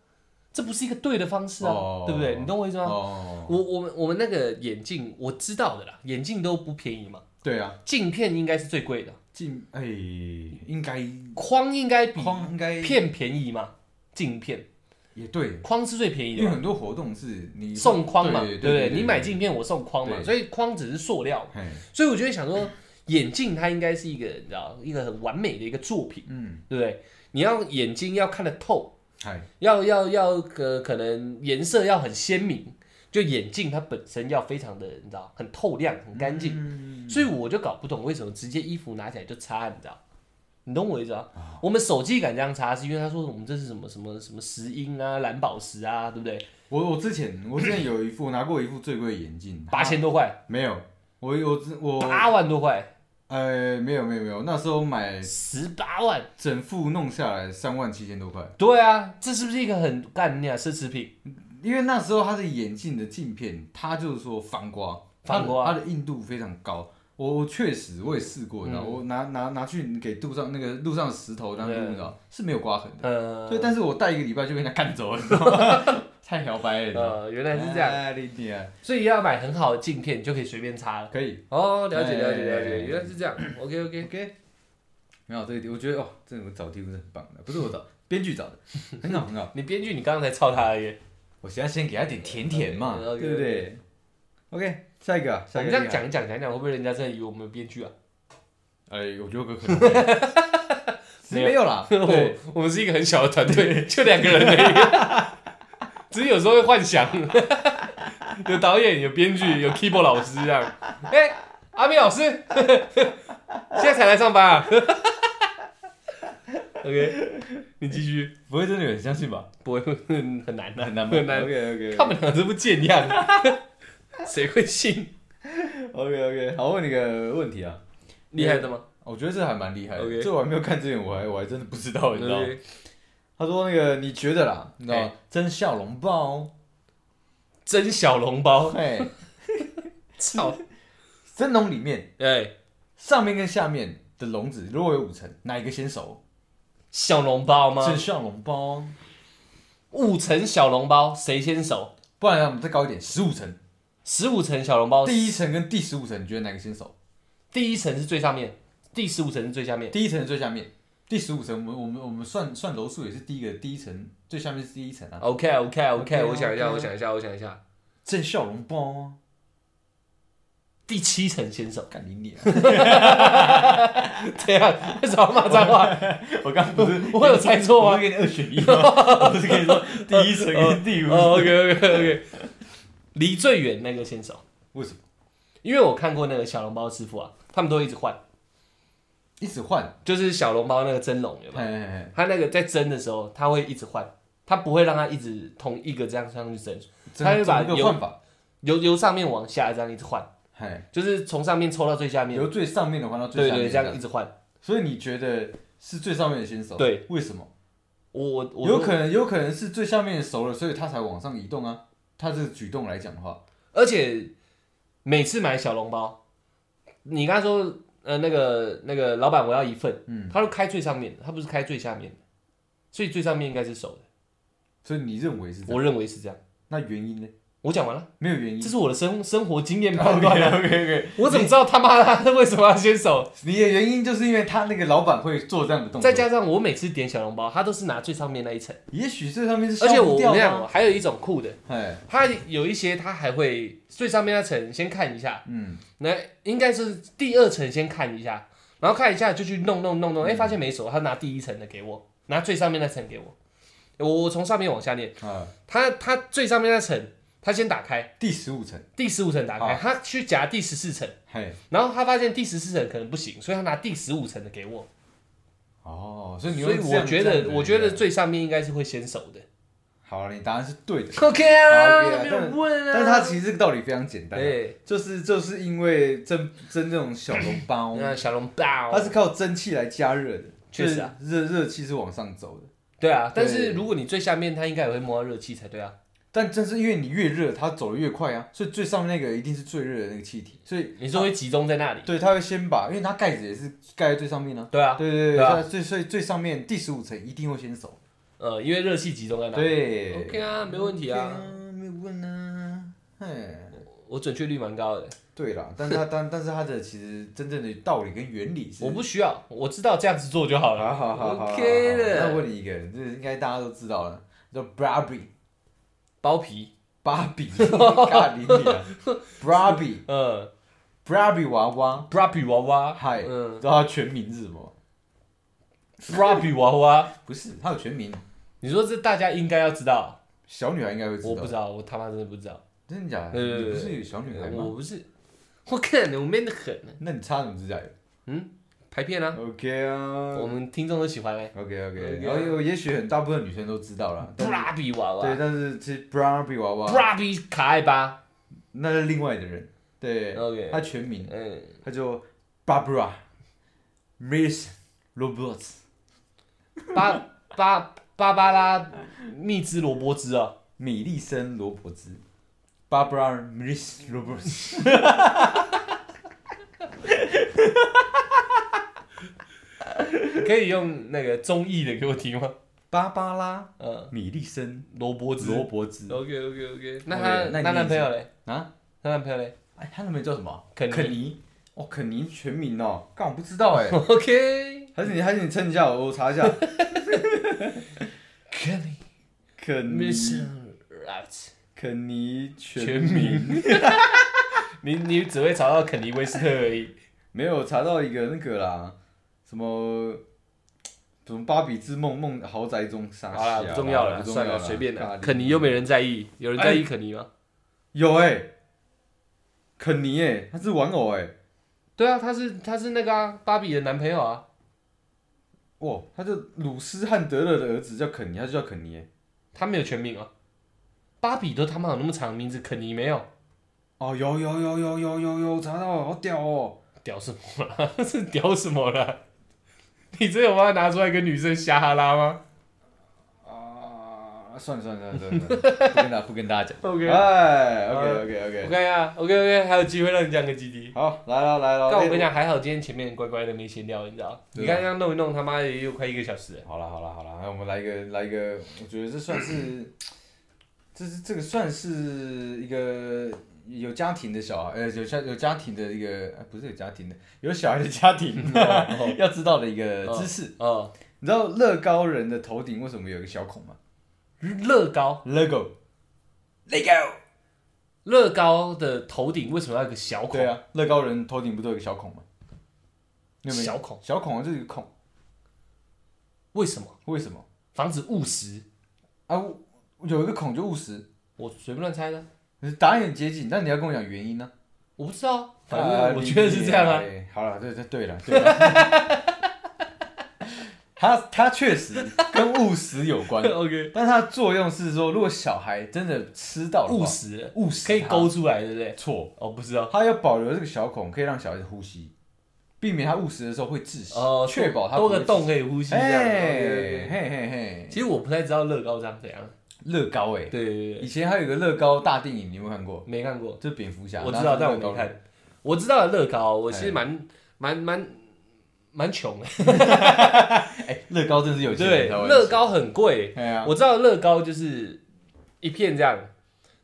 [SPEAKER 1] 这不是一个对的方式啊，
[SPEAKER 3] 哦
[SPEAKER 1] 对不对？你啊懂我意思吗？
[SPEAKER 3] 哦，
[SPEAKER 1] 我我们我们那个眼镜，我知道的啦，眼镜都不便宜嘛，
[SPEAKER 3] 对啊，
[SPEAKER 1] 镜片应该是最贵的，
[SPEAKER 3] 镜哎，应该
[SPEAKER 1] 框应该比
[SPEAKER 3] 框应该
[SPEAKER 1] 片便宜嘛，镜片
[SPEAKER 3] 也对，
[SPEAKER 1] 框是最便宜
[SPEAKER 3] 因
[SPEAKER 1] 的
[SPEAKER 3] 为
[SPEAKER 1] 嘛，
[SPEAKER 3] 很多活动是你
[SPEAKER 1] 送框嘛，
[SPEAKER 3] 对
[SPEAKER 1] 不对？你买，镜片我送框嘛，
[SPEAKER 3] 对
[SPEAKER 1] 所以框只是塑料，
[SPEAKER 3] 嘿
[SPEAKER 1] 所以我就会想说，眼镜它应该是一个你知道一个很完美的一个作品，
[SPEAKER 3] 嗯，
[SPEAKER 1] 对不对？你要眼睛要看得透，
[SPEAKER 3] 嗨，
[SPEAKER 1] 要要要呃，可能颜色要很鲜明，就眼镜它本身要非常的，你知道，很透亮、很干净。
[SPEAKER 3] 嗯
[SPEAKER 1] 所以我就搞不懂为什么直接衣服拿起来就擦，你知道？你懂我意思吗？
[SPEAKER 3] 哦
[SPEAKER 1] 我们手机敢这样擦，是因为他说我们这是什么什么什么石英啊、蓝宝石啊，对不对？
[SPEAKER 3] 我我之前我之前有一副拿过一副最贵的眼镜，啊
[SPEAKER 1] 八千多块，
[SPEAKER 3] 没有，我我之我
[SPEAKER 1] 八万多块，
[SPEAKER 3] 呃没有没有没有，那时候买
[SPEAKER 1] 十八万。
[SPEAKER 3] 整副弄下来三万七千多块，
[SPEAKER 1] 对啊，这是不是一个很干你啊奢侈品？
[SPEAKER 3] 因为那时候它的眼镜的镜片，它就是说防刮，
[SPEAKER 1] 防刮
[SPEAKER 3] 它的它的硬度非常高。我我确实我也试过，你知道，我拿拿拿去给路上那个路上的石头当
[SPEAKER 1] 嗯
[SPEAKER 3] 路，
[SPEAKER 1] 对
[SPEAKER 3] 你知道是没有刮痕的。
[SPEAKER 1] 呃，
[SPEAKER 3] 对，但是我戴一个礼拜就被人家干走了，你知道吗？ 太摇摆了你知道吗。
[SPEAKER 1] 呃，原来是这样，
[SPEAKER 3] 哎你娘
[SPEAKER 1] 所以要买很好的镜片就可以随便擦了。
[SPEAKER 3] 可以
[SPEAKER 1] 哦，了解
[SPEAKER 3] 哎
[SPEAKER 1] 了解了解，
[SPEAKER 3] 哎
[SPEAKER 1] 原来是这样。OK OK，
[SPEAKER 3] ，OK。没有这一题，我觉得哦，这我找题目是很棒的，不是我 找，编剧找的，很好很好。
[SPEAKER 1] 你编剧你刚刚才抄他而已。
[SPEAKER 3] 我现在先给他点甜甜嘛，
[SPEAKER 1] OK，OK，OK
[SPEAKER 3] 对不对？OK，下一个啊，
[SPEAKER 1] 我
[SPEAKER 3] 下一
[SPEAKER 1] 们
[SPEAKER 3] 个
[SPEAKER 1] 这样
[SPEAKER 3] 厉害
[SPEAKER 1] 讲一讲讲一讲，会不会人家真的以为我们编剧啊？
[SPEAKER 3] 哎、我觉得有可能会 是没有啦，对，
[SPEAKER 1] 我们是一个很小的团队，就两个人而已。 只是有时候会幻想，有导演、有编剧、有 keyboard 老师这样。哎、阿咪老师， 现在才来上班啊 ？OK，你继续，
[SPEAKER 3] 不会真的有人相信 吧？
[SPEAKER 1] 不会很难的、
[SPEAKER 3] 很难吧
[SPEAKER 1] 很难。
[SPEAKER 3] OK
[SPEAKER 1] 他
[SPEAKER 3] OK
[SPEAKER 1] 们俩这副贱样， 谁会信？
[SPEAKER 3] OK OK，好，我问你个问题啊，
[SPEAKER 1] 厉害的吗？
[SPEAKER 3] 我觉得这还蛮厉害的
[SPEAKER 1] OK
[SPEAKER 3] 这我还没有看之前，我还我还真的不知道，你知道吗
[SPEAKER 1] OK，
[SPEAKER 3] 他说那个你觉得啦，你知道吗
[SPEAKER 1] 哎
[SPEAKER 3] 真笑容爆，
[SPEAKER 1] 真小笼包，
[SPEAKER 3] 嘿，
[SPEAKER 1] 操！
[SPEAKER 3] 蒸笼里面
[SPEAKER 1] 哎、
[SPEAKER 3] 上面跟下面的笼子如果有五层，哪一个先熟？
[SPEAKER 1] 小笼包吗？
[SPEAKER 3] 真笑容爆，
[SPEAKER 1] 五层小笼包谁先熟？
[SPEAKER 3] 不然我们再高一点，十五层，
[SPEAKER 1] 十五层小笼包，
[SPEAKER 3] 第一层跟第十五层，你觉得哪个先熟？
[SPEAKER 1] 第一层是最上面，第十五层是最下面。
[SPEAKER 3] 第一层是最下面，第十五层我们我们我们算算楼数也是第一个，第一层最下面是第一层啊。
[SPEAKER 1] OK OK OK，
[SPEAKER 3] OK 啊
[SPEAKER 1] 我想一下，
[SPEAKER 3] OK 啊
[SPEAKER 1] 我想一下，我想一下，
[SPEAKER 3] 郑笑容包啊，
[SPEAKER 1] 第七层先熟。
[SPEAKER 3] 干你脸！
[SPEAKER 1] 对啊，为什么要骂脏 话？
[SPEAKER 3] 我刚 不是
[SPEAKER 1] 我我有猜错吗
[SPEAKER 3] 我不是给你二选一吗？我 不是跟你说第一层跟第五层
[SPEAKER 1] 哦 OK OK OK，离最远那个先熟，
[SPEAKER 3] 为什么
[SPEAKER 1] 因为我看过那个小笼包师傅啊，他们都一直换，
[SPEAKER 3] 一直换？
[SPEAKER 1] 就是小笼包那个蒸笼有没有？
[SPEAKER 3] 哎哎哎，
[SPEAKER 1] 他那个在蒸的时候，他会一直换，他不会让他一直同一个这样上去蒸，
[SPEAKER 3] 怎
[SPEAKER 1] 他
[SPEAKER 3] 么
[SPEAKER 1] 会把
[SPEAKER 3] 怎么
[SPEAKER 1] 油
[SPEAKER 3] 个换法？
[SPEAKER 1] 由由上面往下这样一直换，
[SPEAKER 3] 哎，
[SPEAKER 1] 就是从上面抽到最下面，
[SPEAKER 3] 由最上面的换到最
[SPEAKER 1] 对
[SPEAKER 3] 下面
[SPEAKER 1] 对，
[SPEAKER 3] 的，
[SPEAKER 1] 这样一直换。
[SPEAKER 3] 所以你觉得是最上面的先熟？
[SPEAKER 1] 对，
[SPEAKER 3] 为什么？
[SPEAKER 1] 我我我
[SPEAKER 3] 有可能有可能是最下面的熟了，所以他才往上移动啊。他这个举动来讲的话，
[SPEAKER 1] 而且每次买小笼包，你刚才说呃那个那个老板我要一份，
[SPEAKER 3] 嗯，
[SPEAKER 1] 他都开最上面的，他不是开最下面的，所以最上面应该是熟的，
[SPEAKER 3] 所以你认为是这样？
[SPEAKER 1] 我认为是这样。
[SPEAKER 3] 那原因呢？
[SPEAKER 1] 我讲完了，
[SPEAKER 3] 没有原因
[SPEAKER 1] 这。是我的生生活经验判 断啊，
[SPEAKER 3] OK OK，
[SPEAKER 1] 我怎么知道他妈他为什么要先熟？
[SPEAKER 3] 你的原因就是因为他那个老板会做这样的动作，
[SPEAKER 1] 再加上我每次点小笼包，他都是拿最上面那一层，
[SPEAKER 3] 也许这上面是
[SPEAKER 1] 而且
[SPEAKER 3] 消
[SPEAKER 1] 我
[SPEAKER 3] 不
[SPEAKER 1] 我
[SPEAKER 3] 掉
[SPEAKER 1] 跟你
[SPEAKER 3] 的
[SPEAKER 1] 讲，
[SPEAKER 3] 啊，
[SPEAKER 1] 还有一种酷的，
[SPEAKER 3] 哎，
[SPEAKER 1] 它有一些它还会最上面那层先看一下，
[SPEAKER 3] 嗯，
[SPEAKER 1] 那应该是第二层先看一下，然后看一下就去弄弄弄
[SPEAKER 3] 嗯
[SPEAKER 1] 弄，哎、发现没熟，他拿第一层的给我，拿最上面那层给我，我我从上面往下念，
[SPEAKER 3] 啊，
[SPEAKER 1] 他他最上面那层他先打开，
[SPEAKER 3] 第十五层，
[SPEAKER 1] 第十五层打
[SPEAKER 3] 啊
[SPEAKER 1] 开，他去夹第十四层，
[SPEAKER 3] 嘿，
[SPEAKER 1] 然后他发现第十四层可能不行，所以他拿第十五层的给我，
[SPEAKER 3] 哦，所以你
[SPEAKER 1] 所以
[SPEAKER 3] 用这
[SPEAKER 1] 我
[SPEAKER 3] 样
[SPEAKER 1] 觉
[SPEAKER 3] 这样
[SPEAKER 1] 得
[SPEAKER 3] 的
[SPEAKER 1] 我觉得最上面应该是会先熟的
[SPEAKER 3] 好了，你答案是对的，
[SPEAKER 1] ，OK
[SPEAKER 3] 好，OK
[SPEAKER 1] 啊，
[SPEAKER 3] 啊
[SPEAKER 1] 没有人问啊，哎
[SPEAKER 3] 但是它其实这个道理非常简单啊，
[SPEAKER 1] 对，
[SPEAKER 3] 就是就是因为蒸蒸这种小笼包，
[SPEAKER 1] 那小笼包
[SPEAKER 3] 它是靠蒸汽来加热的，
[SPEAKER 1] 确实啊
[SPEAKER 3] 就是热热气是往上走的，
[SPEAKER 1] 对啊，但是
[SPEAKER 3] 对
[SPEAKER 1] 如果你最下面，它应该也会摸到热气才对啊。
[SPEAKER 3] 但正是因为你越热，它走得越快啊，所以最上面那个一定是最热的那个气体，所以
[SPEAKER 1] 你说会集中在那里？
[SPEAKER 3] 对，它会先把，因为它盖子也是盖在最上面呢、
[SPEAKER 1] 对
[SPEAKER 3] 啊。
[SPEAKER 1] 啊，
[SPEAKER 3] 对对对，
[SPEAKER 1] 对啊
[SPEAKER 3] 所以所以最上面第十五层一定会先熟。
[SPEAKER 1] 呃，因为热气集中在那里。
[SPEAKER 3] 对
[SPEAKER 1] OK 啊，没问题啊，
[SPEAKER 3] OK 没有问啊。嗯，
[SPEAKER 1] 我准确率蛮高的。
[SPEAKER 3] 对啦，但 是它但但是它的其实真正的道理跟原理是，啊
[SPEAKER 1] 我不需要，我知道这样子做就好
[SPEAKER 3] 好
[SPEAKER 1] 了。
[SPEAKER 3] 好好好
[SPEAKER 1] OK 的
[SPEAKER 3] 那我问你一个，这应该大家都知道了，叫 Barbie
[SPEAKER 1] 包皮，
[SPEAKER 3] 芭 比，咖喱你啊 Barbie
[SPEAKER 1] 嗯
[SPEAKER 3] Barbie 娃娃，
[SPEAKER 1] b r a b i 娃娃，
[SPEAKER 3] 嗨，
[SPEAKER 1] 嗯
[SPEAKER 3] 知道它全名是什么？
[SPEAKER 1] b r a b i 娃娃，
[SPEAKER 3] 不是，它有全名，
[SPEAKER 1] 你说这大家应该要知道，
[SPEAKER 3] 小女孩应该会知道。
[SPEAKER 1] 我不知道，我他妈真的不知道。
[SPEAKER 3] 真的假的？
[SPEAKER 1] 对对对
[SPEAKER 3] 你不是有小女孩
[SPEAKER 1] 我
[SPEAKER 3] 吗？
[SPEAKER 1] 不是，我看我 man 的很，
[SPEAKER 3] 那你插什么指甲油
[SPEAKER 1] 嗯，拍片啊，
[SPEAKER 3] ？OK
[SPEAKER 1] 我
[SPEAKER 3] 啊
[SPEAKER 1] 们听众都喜欢哎、
[SPEAKER 3] ，OK OK，
[SPEAKER 1] OK
[SPEAKER 3] 然后有也许很大部分女生都知道了，
[SPEAKER 1] b
[SPEAKER 3] 但
[SPEAKER 1] r
[SPEAKER 3] 是
[SPEAKER 1] a b i 娃
[SPEAKER 3] 对，
[SPEAKER 1] 娃
[SPEAKER 3] 但是其实 b r a b i 娃
[SPEAKER 1] b r
[SPEAKER 3] 娃
[SPEAKER 1] a b i 卡爱吧，
[SPEAKER 3] 那是另外的人，对
[SPEAKER 1] OK
[SPEAKER 3] 她全名
[SPEAKER 1] 嗯，
[SPEAKER 3] 她叫 Barbara Miss Roberts，
[SPEAKER 1] 巴巴芭芭拉蜜汁萝卜汁啊，
[SPEAKER 3] 米利森罗伯兹，Barbara Miss Roberts，
[SPEAKER 1] 可以用那个中译的给我听吗？
[SPEAKER 3] 芭芭拉
[SPEAKER 1] 嗯，
[SPEAKER 3] 米利森
[SPEAKER 1] 萝卜汁。
[SPEAKER 3] 罗伯兹
[SPEAKER 1] OK OK OK，那
[SPEAKER 3] OK，那
[SPEAKER 1] 她
[SPEAKER 3] 你
[SPEAKER 1] 那男朋友嘞？
[SPEAKER 3] 啊，
[SPEAKER 1] 她男朋友嘞
[SPEAKER 3] 哎，她男朋友叫什么？
[SPEAKER 1] 肯尼
[SPEAKER 3] 肯尼，哦，肯尼全名哦，干我不知 道哎。
[SPEAKER 1] ？OK，
[SPEAKER 3] 还是你还是你称一下，我我 查一下。
[SPEAKER 1] 肯尼
[SPEAKER 3] 肯尼
[SPEAKER 1] Mission Right，
[SPEAKER 3] 肯尼
[SPEAKER 1] 全
[SPEAKER 3] 全
[SPEAKER 1] 名， 你你只会找到肯尼威斯特而已。
[SPEAKER 3] 没有查到一个那个啦，什么什么芭比之梦梦豪宅中杀
[SPEAKER 1] 啊好啦，
[SPEAKER 3] 小
[SPEAKER 1] 不重要了，
[SPEAKER 3] 不重
[SPEAKER 1] 算了，
[SPEAKER 3] 啦
[SPEAKER 1] 随便
[SPEAKER 3] 咖
[SPEAKER 1] 的。
[SPEAKER 3] 喱
[SPEAKER 1] 肯尼又没人在意，有人在意肯尼吗？
[SPEAKER 3] 有哎、肯尼哎、他是玩偶哎、
[SPEAKER 1] 对啊，他是他是那个啊，芭比的男朋友啊，
[SPEAKER 3] 哇，他就鲁斯汉德勒的儿子叫肯尼，他就叫肯尼、欸。
[SPEAKER 1] 他没有全名啊。芭比都他妈有那么长的名字，肯尼没有，
[SPEAKER 3] 哦，有有有有有有有查到了，好屌哦！
[SPEAKER 1] 屌什么啦？ 是屌什么啦？你真有把它拿出来跟女生瞎哈拉吗
[SPEAKER 3] 啊，算了算了 算了算了，不跟大不跟大家讲。
[SPEAKER 1] ？OK，
[SPEAKER 3] 哎，OK OK
[SPEAKER 1] 我
[SPEAKER 3] OK，
[SPEAKER 1] 看一下，OK OK，还有机会让你讲个基地。
[SPEAKER 3] 好，啊来了来哎了。
[SPEAKER 1] 但我跟你讲，还好今天前面乖乖的没闲聊，你知道？你刚刚弄一弄，他妈的也有快一个小时了。
[SPEAKER 3] 好了好了好了，那我们来一个来一个，我觉得这算是， 这是这个算是一个有家庭的小孩，呃，有家有家庭的一个，呃不是有家庭的，有小孩的家 庭 要知道的一个知识。
[SPEAKER 1] 哦，
[SPEAKER 3] 你知道乐高人的头顶为什么有一个小孔吗
[SPEAKER 1] 乐高，
[SPEAKER 3] ？LEGO。LEGO。
[SPEAKER 1] 乐高的头顶为什么要有个小
[SPEAKER 3] 对
[SPEAKER 1] 孔？
[SPEAKER 3] 啊，乐高人头顶不都有个小孔吗？你有没有
[SPEAKER 1] 小孔？
[SPEAKER 3] 小孔啊，就是一个孔，
[SPEAKER 1] 为什么？
[SPEAKER 3] 为什么？
[SPEAKER 1] 防止误食。
[SPEAKER 3] 啊，有一个孔就务实，
[SPEAKER 1] 我随便乱猜的。
[SPEAKER 3] 答案很接近，但你要跟我讲原因呢、
[SPEAKER 1] 我不知道啊，反
[SPEAKER 3] 啊
[SPEAKER 1] 正我觉得是这样啊。。
[SPEAKER 3] 理解好了，对对对了，对了。 它它确实跟务实有 关，
[SPEAKER 1] OK，
[SPEAKER 3] 但它的作用是说，如果小孩真的吃到
[SPEAKER 1] 务实
[SPEAKER 3] 务实
[SPEAKER 1] 可以
[SPEAKER 3] 它
[SPEAKER 1] 勾出来，对不对？
[SPEAKER 3] 错，
[SPEAKER 1] 哦，不知道。
[SPEAKER 3] 它要保留这个小孔，可以让小孩子呼吸，避免他误食的时候会窒息，
[SPEAKER 1] 哦，
[SPEAKER 3] 确保他
[SPEAKER 1] 多个洞。可以呼吸这样。
[SPEAKER 3] 哎，嘿
[SPEAKER 1] OK，OK，OK
[SPEAKER 3] 嘿嘿
[SPEAKER 1] 其，实我不太知道乐高长怎样。
[SPEAKER 3] 乐高哎
[SPEAKER 1] 对，对对
[SPEAKER 3] 以
[SPEAKER 1] 对，
[SPEAKER 3] 前还有一个乐高大电影，你有没有看过？
[SPEAKER 1] 没看过。
[SPEAKER 3] 就是蝙蝠侠，
[SPEAKER 1] 我知道，
[SPEAKER 3] 然
[SPEAKER 1] 但
[SPEAKER 3] 后
[SPEAKER 1] 我
[SPEAKER 3] 是乐
[SPEAKER 1] 没
[SPEAKER 3] 高人。
[SPEAKER 1] 看。我知道的乐高，我其
[SPEAKER 3] 哎
[SPEAKER 1] 实蛮蛮蛮蛮穷的。
[SPEAKER 3] 哎，乐高真是有 钱
[SPEAKER 1] 对，
[SPEAKER 3] 人才会
[SPEAKER 1] 乐高很贵
[SPEAKER 3] 吃。。哎呀，
[SPEAKER 1] 我知道乐高就是一片这样，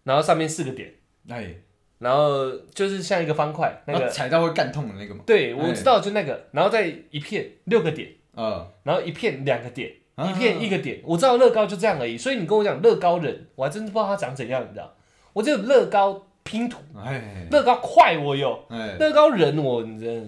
[SPEAKER 1] 然后上面四个点，
[SPEAKER 3] 哎，
[SPEAKER 1] 然后就是像一个方块那
[SPEAKER 3] 然后
[SPEAKER 1] 个。
[SPEAKER 3] 踩到会干痛的那个嘛。
[SPEAKER 1] 对，
[SPEAKER 3] 哎
[SPEAKER 1] 我知道，就那个，然后再一片六个点，
[SPEAKER 3] 嗯，
[SPEAKER 1] 然后一片两个点，
[SPEAKER 3] 啊
[SPEAKER 1] 一片一个点。我知道乐高就这样而已，所以你跟我讲乐高人，我还真不知道他长怎样，你知道？我只有乐高拼图，
[SPEAKER 3] 哎
[SPEAKER 1] 乐高块我有，
[SPEAKER 3] 哎，
[SPEAKER 1] 乐高人我真的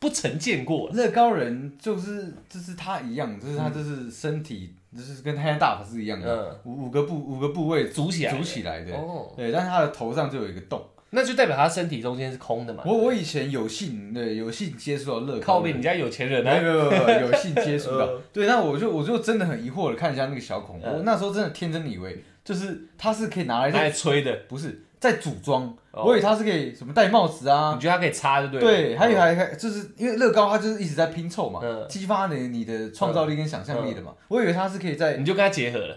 [SPEAKER 1] 不曾见过。
[SPEAKER 3] 乐高人就是就是他一样，就是他就是身体就是跟黑暗大法师一样的，五五个部五个部位
[SPEAKER 1] 组起来的
[SPEAKER 3] 嗯组起来的。
[SPEAKER 1] 哦，
[SPEAKER 3] 对，但是他的头上就有一个洞。
[SPEAKER 1] 那就代表他身体中间是空的嘛。
[SPEAKER 3] 我我以前有幸对有幸接触到乐
[SPEAKER 1] 靠
[SPEAKER 3] 高
[SPEAKER 1] 背，
[SPEAKER 3] 人，
[SPEAKER 1] 你家有钱人
[SPEAKER 3] 没有
[SPEAKER 1] 啊？
[SPEAKER 3] 没有没有没有有幸接触 到
[SPEAKER 1] 呃。
[SPEAKER 3] 对，那我就我就真的很疑惑的看一下那个小孔，
[SPEAKER 1] 嗯
[SPEAKER 3] 我那时候真的天真的以为就是它是可以拿来
[SPEAKER 1] 拿来吹的，
[SPEAKER 3] 不是，在组装，
[SPEAKER 1] 哦
[SPEAKER 3] 我以为它是可以什么戴帽子啊
[SPEAKER 1] 你，觉得它可以擦就对了。
[SPEAKER 3] 对，还有
[SPEAKER 1] 嗯
[SPEAKER 3] 还还就是因为乐高它就是一直在拼凑嘛
[SPEAKER 1] 嗯，
[SPEAKER 3] 激发你你的创造力跟想象力的嘛。我以为它是可以在
[SPEAKER 1] 你就跟它结合了。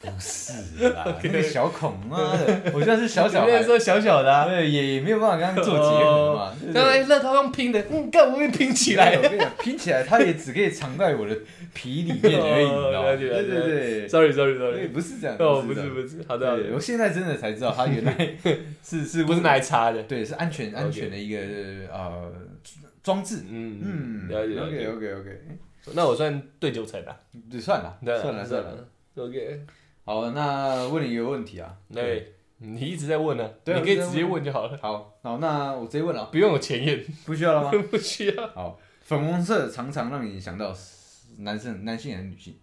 [SPEAKER 3] 不是啦，那个小孔妈的，我现在是小小
[SPEAKER 1] 我跟你
[SPEAKER 3] 孩，
[SPEAKER 1] 说小小的啊，
[SPEAKER 3] 对，也也没有办法跟他做结合嘛。对不对
[SPEAKER 1] 当然乐高用拼的，嗯，干我也拼起来
[SPEAKER 3] 对。我跟你讲，拼起来它也只可以藏在我的皮里面而已，你知道
[SPEAKER 1] 哦
[SPEAKER 3] 吗？
[SPEAKER 1] 了解
[SPEAKER 3] 对
[SPEAKER 1] 了解
[SPEAKER 3] 对 对，
[SPEAKER 1] Sorry，Sorry，Sorry
[SPEAKER 3] 对，不是这样，
[SPEAKER 1] 哦，不
[SPEAKER 3] 这
[SPEAKER 1] 是
[SPEAKER 3] 样
[SPEAKER 1] 不是，好的，好
[SPEAKER 3] 对，
[SPEAKER 1] 的
[SPEAKER 3] 我现在真的才知道它原来是是
[SPEAKER 1] 不是奶茶的。
[SPEAKER 3] 对，是安全
[SPEAKER 1] OK
[SPEAKER 3] 安全的一个呃装置。
[SPEAKER 1] 嗯
[SPEAKER 3] 嗯，
[SPEAKER 1] 了解了
[SPEAKER 3] ，OK
[SPEAKER 1] 解。
[SPEAKER 3] OK OK，
[SPEAKER 1] 那我算对九彩吧，
[SPEAKER 3] 对，算了，
[SPEAKER 1] 对啊
[SPEAKER 3] 算了算了。。
[SPEAKER 1] OK，
[SPEAKER 3] 好，那问你一个问题啊。
[SPEAKER 1] 那你一直在问呢，你
[SPEAKER 3] 对啊
[SPEAKER 1] 可以
[SPEAKER 3] 我一直
[SPEAKER 1] 直
[SPEAKER 3] 在问
[SPEAKER 1] 接问就好了，
[SPEAKER 3] 好，好，那我直接问了，啊
[SPEAKER 1] 不用有前言，
[SPEAKER 3] 不需要了吗？
[SPEAKER 1] 不需要。
[SPEAKER 3] 好，粉红色常常让你想到男生、男性还是女性？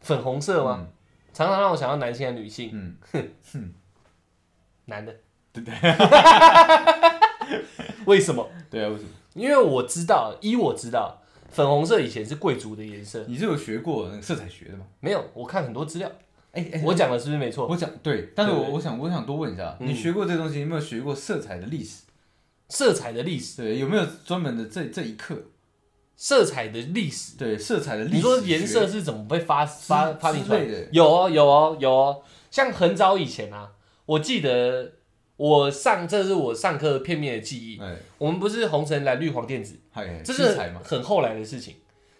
[SPEAKER 1] 粉红色吗？常常让我想到男性和女性，
[SPEAKER 3] 嗯，
[SPEAKER 1] 男的，对不对？ 为什么？
[SPEAKER 3] 对啊，为什么？
[SPEAKER 1] 因为我知道，依我知道，粉红色以前是贵族的颜色。
[SPEAKER 3] 你是有学过那个色彩学的吗？
[SPEAKER 1] 没有，我看很多资料，
[SPEAKER 3] 哎哎，
[SPEAKER 1] 我讲的是不是没错？
[SPEAKER 3] 我想对，但是
[SPEAKER 1] 哦对
[SPEAKER 3] 我我想我想多问一下，
[SPEAKER 1] 嗯
[SPEAKER 3] 你学过这东西，有没有学过色彩的历史？
[SPEAKER 1] 色彩的历史，
[SPEAKER 3] 对，有没有专门的这这一课？
[SPEAKER 1] 色彩的历史，
[SPEAKER 3] 对，色彩的历史学。
[SPEAKER 1] 你说颜色是怎么被发发发明出来
[SPEAKER 3] 之类的
[SPEAKER 1] 有哦，有哦，有哦。像很早以前啊，我记得我上这是我上课片面的记忆。
[SPEAKER 3] 哎，
[SPEAKER 1] 我们不是红橙蓝绿黄靛紫，
[SPEAKER 3] 嗨，
[SPEAKER 1] 这
[SPEAKER 3] 七
[SPEAKER 1] 是
[SPEAKER 3] 彩嘛？
[SPEAKER 1] 很后来的事情。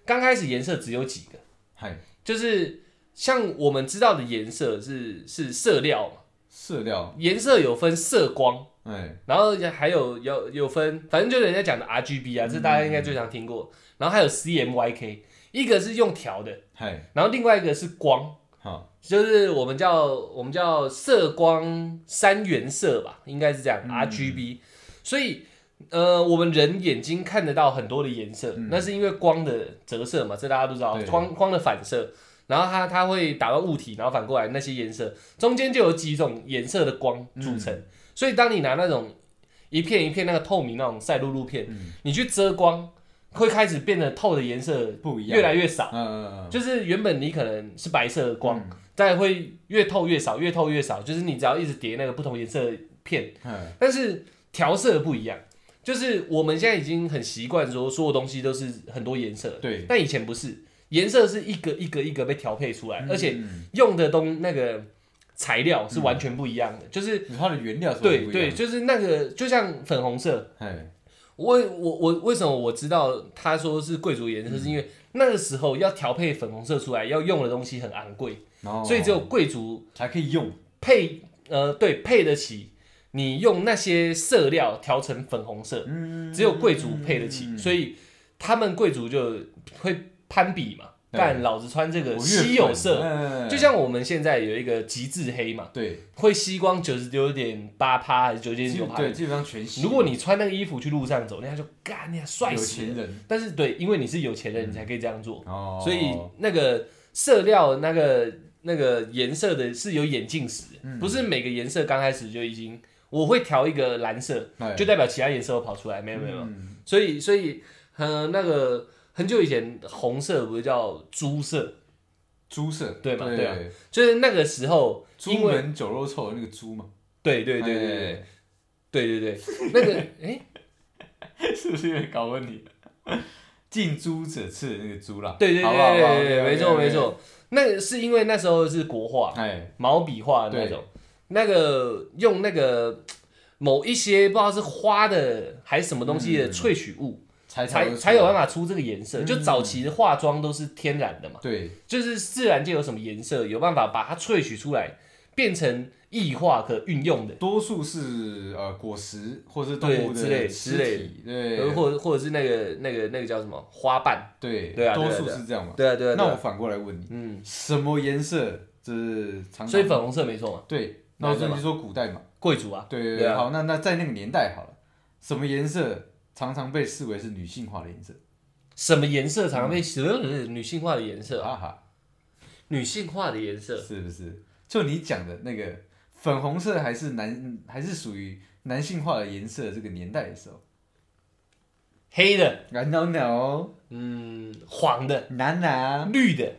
[SPEAKER 1] 刚开始颜色只有几个，
[SPEAKER 3] 嗨，
[SPEAKER 1] 就是像我们知道的颜色是是色料嘛，
[SPEAKER 3] 色调，
[SPEAKER 1] 颜色有分色光。
[SPEAKER 3] 哎，
[SPEAKER 1] 然后还有有有分，反正就人家讲的
[SPEAKER 3] 嗯
[SPEAKER 1] RGB 啊，这大家应该最常听过。然后还有 CMYK，一个是用调的，
[SPEAKER 3] 嗨，
[SPEAKER 1] 然后另外一个是光，
[SPEAKER 3] 好，
[SPEAKER 1] 就是我们叫我们叫色光三原色吧，应该是这样、
[SPEAKER 3] 嗯
[SPEAKER 1] RGB。所以呃，我们人眼睛看得到很多的颜色，
[SPEAKER 3] 嗯
[SPEAKER 1] 那是因为光的折射嘛，这大家都知道
[SPEAKER 3] 对，
[SPEAKER 1] 光光的反射。然后它它会打到物体，然后反过来那些颜色中间就有几种颜色的光
[SPEAKER 3] 嗯
[SPEAKER 1] 组成，所以当你拿那种一片一片那个透明那种赛璐璐片，
[SPEAKER 3] 嗯
[SPEAKER 1] 你去遮光，会开始变得透的颜色
[SPEAKER 3] 不一样，
[SPEAKER 1] 越来越少。
[SPEAKER 3] 嗯，嗯，嗯
[SPEAKER 1] 就是原本你可能是白色的光，
[SPEAKER 3] 嗯
[SPEAKER 1] 但会越透越少，越透越少。就是你只要一直叠那个不同颜色的片，
[SPEAKER 3] 哎，
[SPEAKER 1] 但是调色不一样。就是我们现在已经很习惯说所有东西都是很多颜色，
[SPEAKER 3] 对，
[SPEAKER 1] 但以前不是，颜色是一个一个一个被调配出来，而且
[SPEAKER 3] 嗯
[SPEAKER 1] 用的东那个材料是完全不一样的。就是
[SPEAKER 3] 它的原料是
[SPEAKER 1] 对
[SPEAKER 3] 嗯不一
[SPEAKER 1] 对，
[SPEAKER 3] 样的，
[SPEAKER 1] 就是那个就像粉红色，
[SPEAKER 3] 哎，
[SPEAKER 1] 我我我为什么我知道他说是贵族
[SPEAKER 3] 嗯
[SPEAKER 1] 颜色，是因为那个时候要调配粉红色出来，要用的东西很昂贵，
[SPEAKER 3] 然后
[SPEAKER 1] 所以只有贵族
[SPEAKER 3] 才可以用，
[SPEAKER 1] 配呃对配得起，你用那些色料调成粉红色，
[SPEAKER 3] 嗯，
[SPEAKER 1] 只有贵族配得起，所以他们贵族就会攀比嘛，
[SPEAKER 3] 对
[SPEAKER 1] 干老子穿这
[SPEAKER 3] 我
[SPEAKER 1] 个
[SPEAKER 3] 越
[SPEAKER 1] 稀有
[SPEAKER 3] 粉
[SPEAKER 1] 色，
[SPEAKER 3] 哎
[SPEAKER 1] 就像我们现在有一个极致黑嘛，
[SPEAKER 3] 对，
[SPEAKER 1] 会吸光九十九点八趴还是九十九
[SPEAKER 3] 基
[SPEAKER 1] 点九
[SPEAKER 3] 本
[SPEAKER 1] 趴
[SPEAKER 3] 对，。基本上全息。
[SPEAKER 1] 如果你穿那个衣服去路上走，人家就干，你啊帅
[SPEAKER 3] 有
[SPEAKER 1] 死了
[SPEAKER 3] 钱人
[SPEAKER 1] 但是对，因为你是有钱人，你才可以这样做。
[SPEAKER 3] 哦，
[SPEAKER 1] 所以那个色料、那个那个颜色的是有眼镜史，不是每个颜色刚开始就已经。我会调一个蓝色，
[SPEAKER 3] 哎
[SPEAKER 1] 就代表其他颜色会跑出来，没有没有。没有
[SPEAKER 3] 嗯
[SPEAKER 1] 所以所以，呃，那个很久以前红色不是叫猪色，
[SPEAKER 3] 猪色
[SPEAKER 1] 对嘛对
[SPEAKER 3] 对
[SPEAKER 1] 啊，就是那个时候，
[SPEAKER 3] 猪
[SPEAKER 1] 因为
[SPEAKER 3] 门酒肉臭的那个 猪嘛，
[SPEAKER 1] 对对对对对对对对，那个哎
[SPEAKER 3] 对，是不是有点搞问题？近朱者赤的那个猪啦，
[SPEAKER 1] 对对对
[SPEAKER 3] 好不好
[SPEAKER 1] 对对对，
[SPEAKER 3] 好
[SPEAKER 1] 没错
[SPEAKER 3] 好
[SPEAKER 1] 没错，那个是因为那时候是国画，
[SPEAKER 3] 哎，
[SPEAKER 1] 毛笔画的那种，那个用那个某一些不知道是花的还是什么东西的萃取物，
[SPEAKER 3] 嗯才
[SPEAKER 1] 才
[SPEAKER 3] 会
[SPEAKER 1] 才有
[SPEAKER 3] 出来嗯
[SPEAKER 1] 办法出这个颜色。就早期的化妆都是天然的嘛，
[SPEAKER 3] 对，
[SPEAKER 1] 就是自然界有什么颜色，有办法把它萃取出来，变成异化可运用的，
[SPEAKER 3] 多数是呃果实或是动物
[SPEAKER 1] 对之类
[SPEAKER 3] 的
[SPEAKER 1] 之
[SPEAKER 3] 尸
[SPEAKER 1] 类的呃
[SPEAKER 3] 体，对
[SPEAKER 1] 或者或者是那个那个那个叫什么花瓣？
[SPEAKER 3] 对
[SPEAKER 1] 对啊对啊
[SPEAKER 3] 多数
[SPEAKER 1] 对啊
[SPEAKER 3] 是这样嘛。
[SPEAKER 1] 对啊对啊，
[SPEAKER 3] 那
[SPEAKER 1] 对
[SPEAKER 3] 我
[SPEAKER 1] 啊
[SPEAKER 3] 反过来问你，
[SPEAKER 1] 嗯，
[SPEAKER 3] 什么颜色就是常常
[SPEAKER 1] 所以粉红色没错嘛，
[SPEAKER 3] 对？
[SPEAKER 1] 那
[SPEAKER 3] 那我
[SPEAKER 1] 是
[SPEAKER 3] 这
[SPEAKER 1] 嘛
[SPEAKER 3] 就说古代嘛。
[SPEAKER 1] 贵族啊，
[SPEAKER 3] 对对
[SPEAKER 1] 对
[SPEAKER 3] 对，
[SPEAKER 1] 啊
[SPEAKER 3] 好，那那在那个年代好了，什么颜色常常被视为是女性化的颜色？
[SPEAKER 1] 什么颜色常常被呃女性化的颜色啊，
[SPEAKER 3] 哈哈，
[SPEAKER 1] 女性化的颜色。
[SPEAKER 3] 是不是？就你讲的那个粉红色还是男还是属于男性化的颜色？这个年代的时候
[SPEAKER 1] 黑的，
[SPEAKER 3] ，I don't know，
[SPEAKER 1] 嗯，黄的、
[SPEAKER 3] 男男，
[SPEAKER 1] 绿的、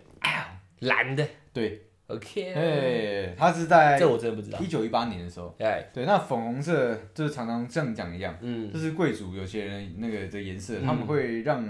[SPEAKER 1] 蓝的，
[SPEAKER 3] 对，
[SPEAKER 1] OK，
[SPEAKER 3] 哎，他是在
[SPEAKER 1] 这我真的不知道
[SPEAKER 3] 一。九一八年的时候，
[SPEAKER 1] 哎，
[SPEAKER 3] 对，那粉红色就是常常像你讲一样，
[SPEAKER 1] 嗯，
[SPEAKER 3] 就是贵族有些人那个的颜色，
[SPEAKER 1] 嗯
[SPEAKER 3] 他们会让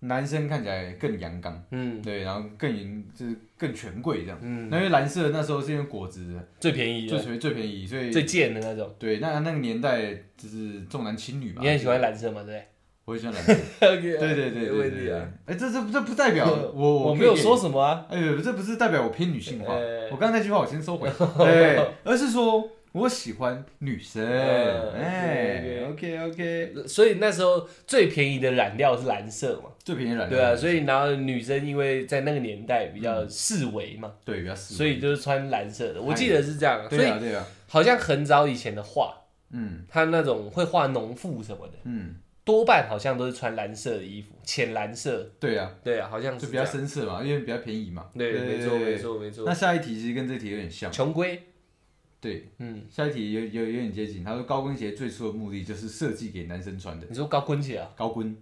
[SPEAKER 3] 男生看起来更阳刚，
[SPEAKER 1] 嗯
[SPEAKER 3] 对，然后更就是更权贵这样。那
[SPEAKER 1] 嗯，
[SPEAKER 3] 因为蓝色那时候是因为果汁
[SPEAKER 1] 最便宜
[SPEAKER 3] 最
[SPEAKER 1] 的，
[SPEAKER 3] 便最便宜，所以
[SPEAKER 1] 最贱的那种。
[SPEAKER 3] 对那那个年代就是重男轻女嘛。
[SPEAKER 1] 你很喜欢蓝色吗？对
[SPEAKER 3] 我也喜 欢蓝色。
[SPEAKER 1] 不对
[SPEAKER 3] 啊对对对对
[SPEAKER 1] 没
[SPEAKER 3] 对
[SPEAKER 1] 问
[SPEAKER 3] 对
[SPEAKER 1] 题
[SPEAKER 3] 对
[SPEAKER 1] 啊。。
[SPEAKER 3] 哎，这这这不代 表我
[SPEAKER 1] 我没有
[SPEAKER 3] 可以
[SPEAKER 1] 说什么啊。
[SPEAKER 3] 哎、这不是代表我偏女性化，
[SPEAKER 1] 哎
[SPEAKER 3] 我刚才那句话我先 收回，对，而是说我喜欢女生，
[SPEAKER 1] 嗯
[SPEAKER 3] 哎、o k OK，
[SPEAKER 1] 所以那时候最便宜的染料是蓝色嘛，
[SPEAKER 3] 最便宜染料，
[SPEAKER 1] 对啊，所以然后女生因为在那个年代比较视为嘛，
[SPEAKER 3] 对，比较实惠，
[SPEAKER 1] 所以就是穿蓝色的，我记得是这样，所
[SPEAKER 3] 对
[SPEAKER 1] 以
[SPEAKER 3] 啊对啊，
[SPEAKER 1] 好像很早以前的画，
[SPEAKER 3] 嗯
[SPEAKER 1] 他那种会画农妇什么的，
[SPEAKER 3] 嗯，
[SPEAKER 1] 多半好像都是穿蓝色的衣服，浅蓝色，
[SPEAKER 3] 对啊，
[SPEAKER 1] 对啊，好像
[SPEAKER 3] 就是比
[SPEAKER 1] 这样
[SPEAKER 3] 较深色嘛，因为比较便宜嘛，
[SPEAKER 1] 对，没错没。错没错
[SPEAKER 3] 那。下一题其实跟这题有点像，
[SPEAKER 1] 穷龟，
[SPEAKER 3] 对，
[SPEAKER 1] 嗯，
[SPEAKER 3] 下一题有有有点接近。他说高跟鞋最初的目的就是设计给男生穿的
[SPEAKER 1] 你说高跟鞋啊？
[SPEAKER 3] 高跟，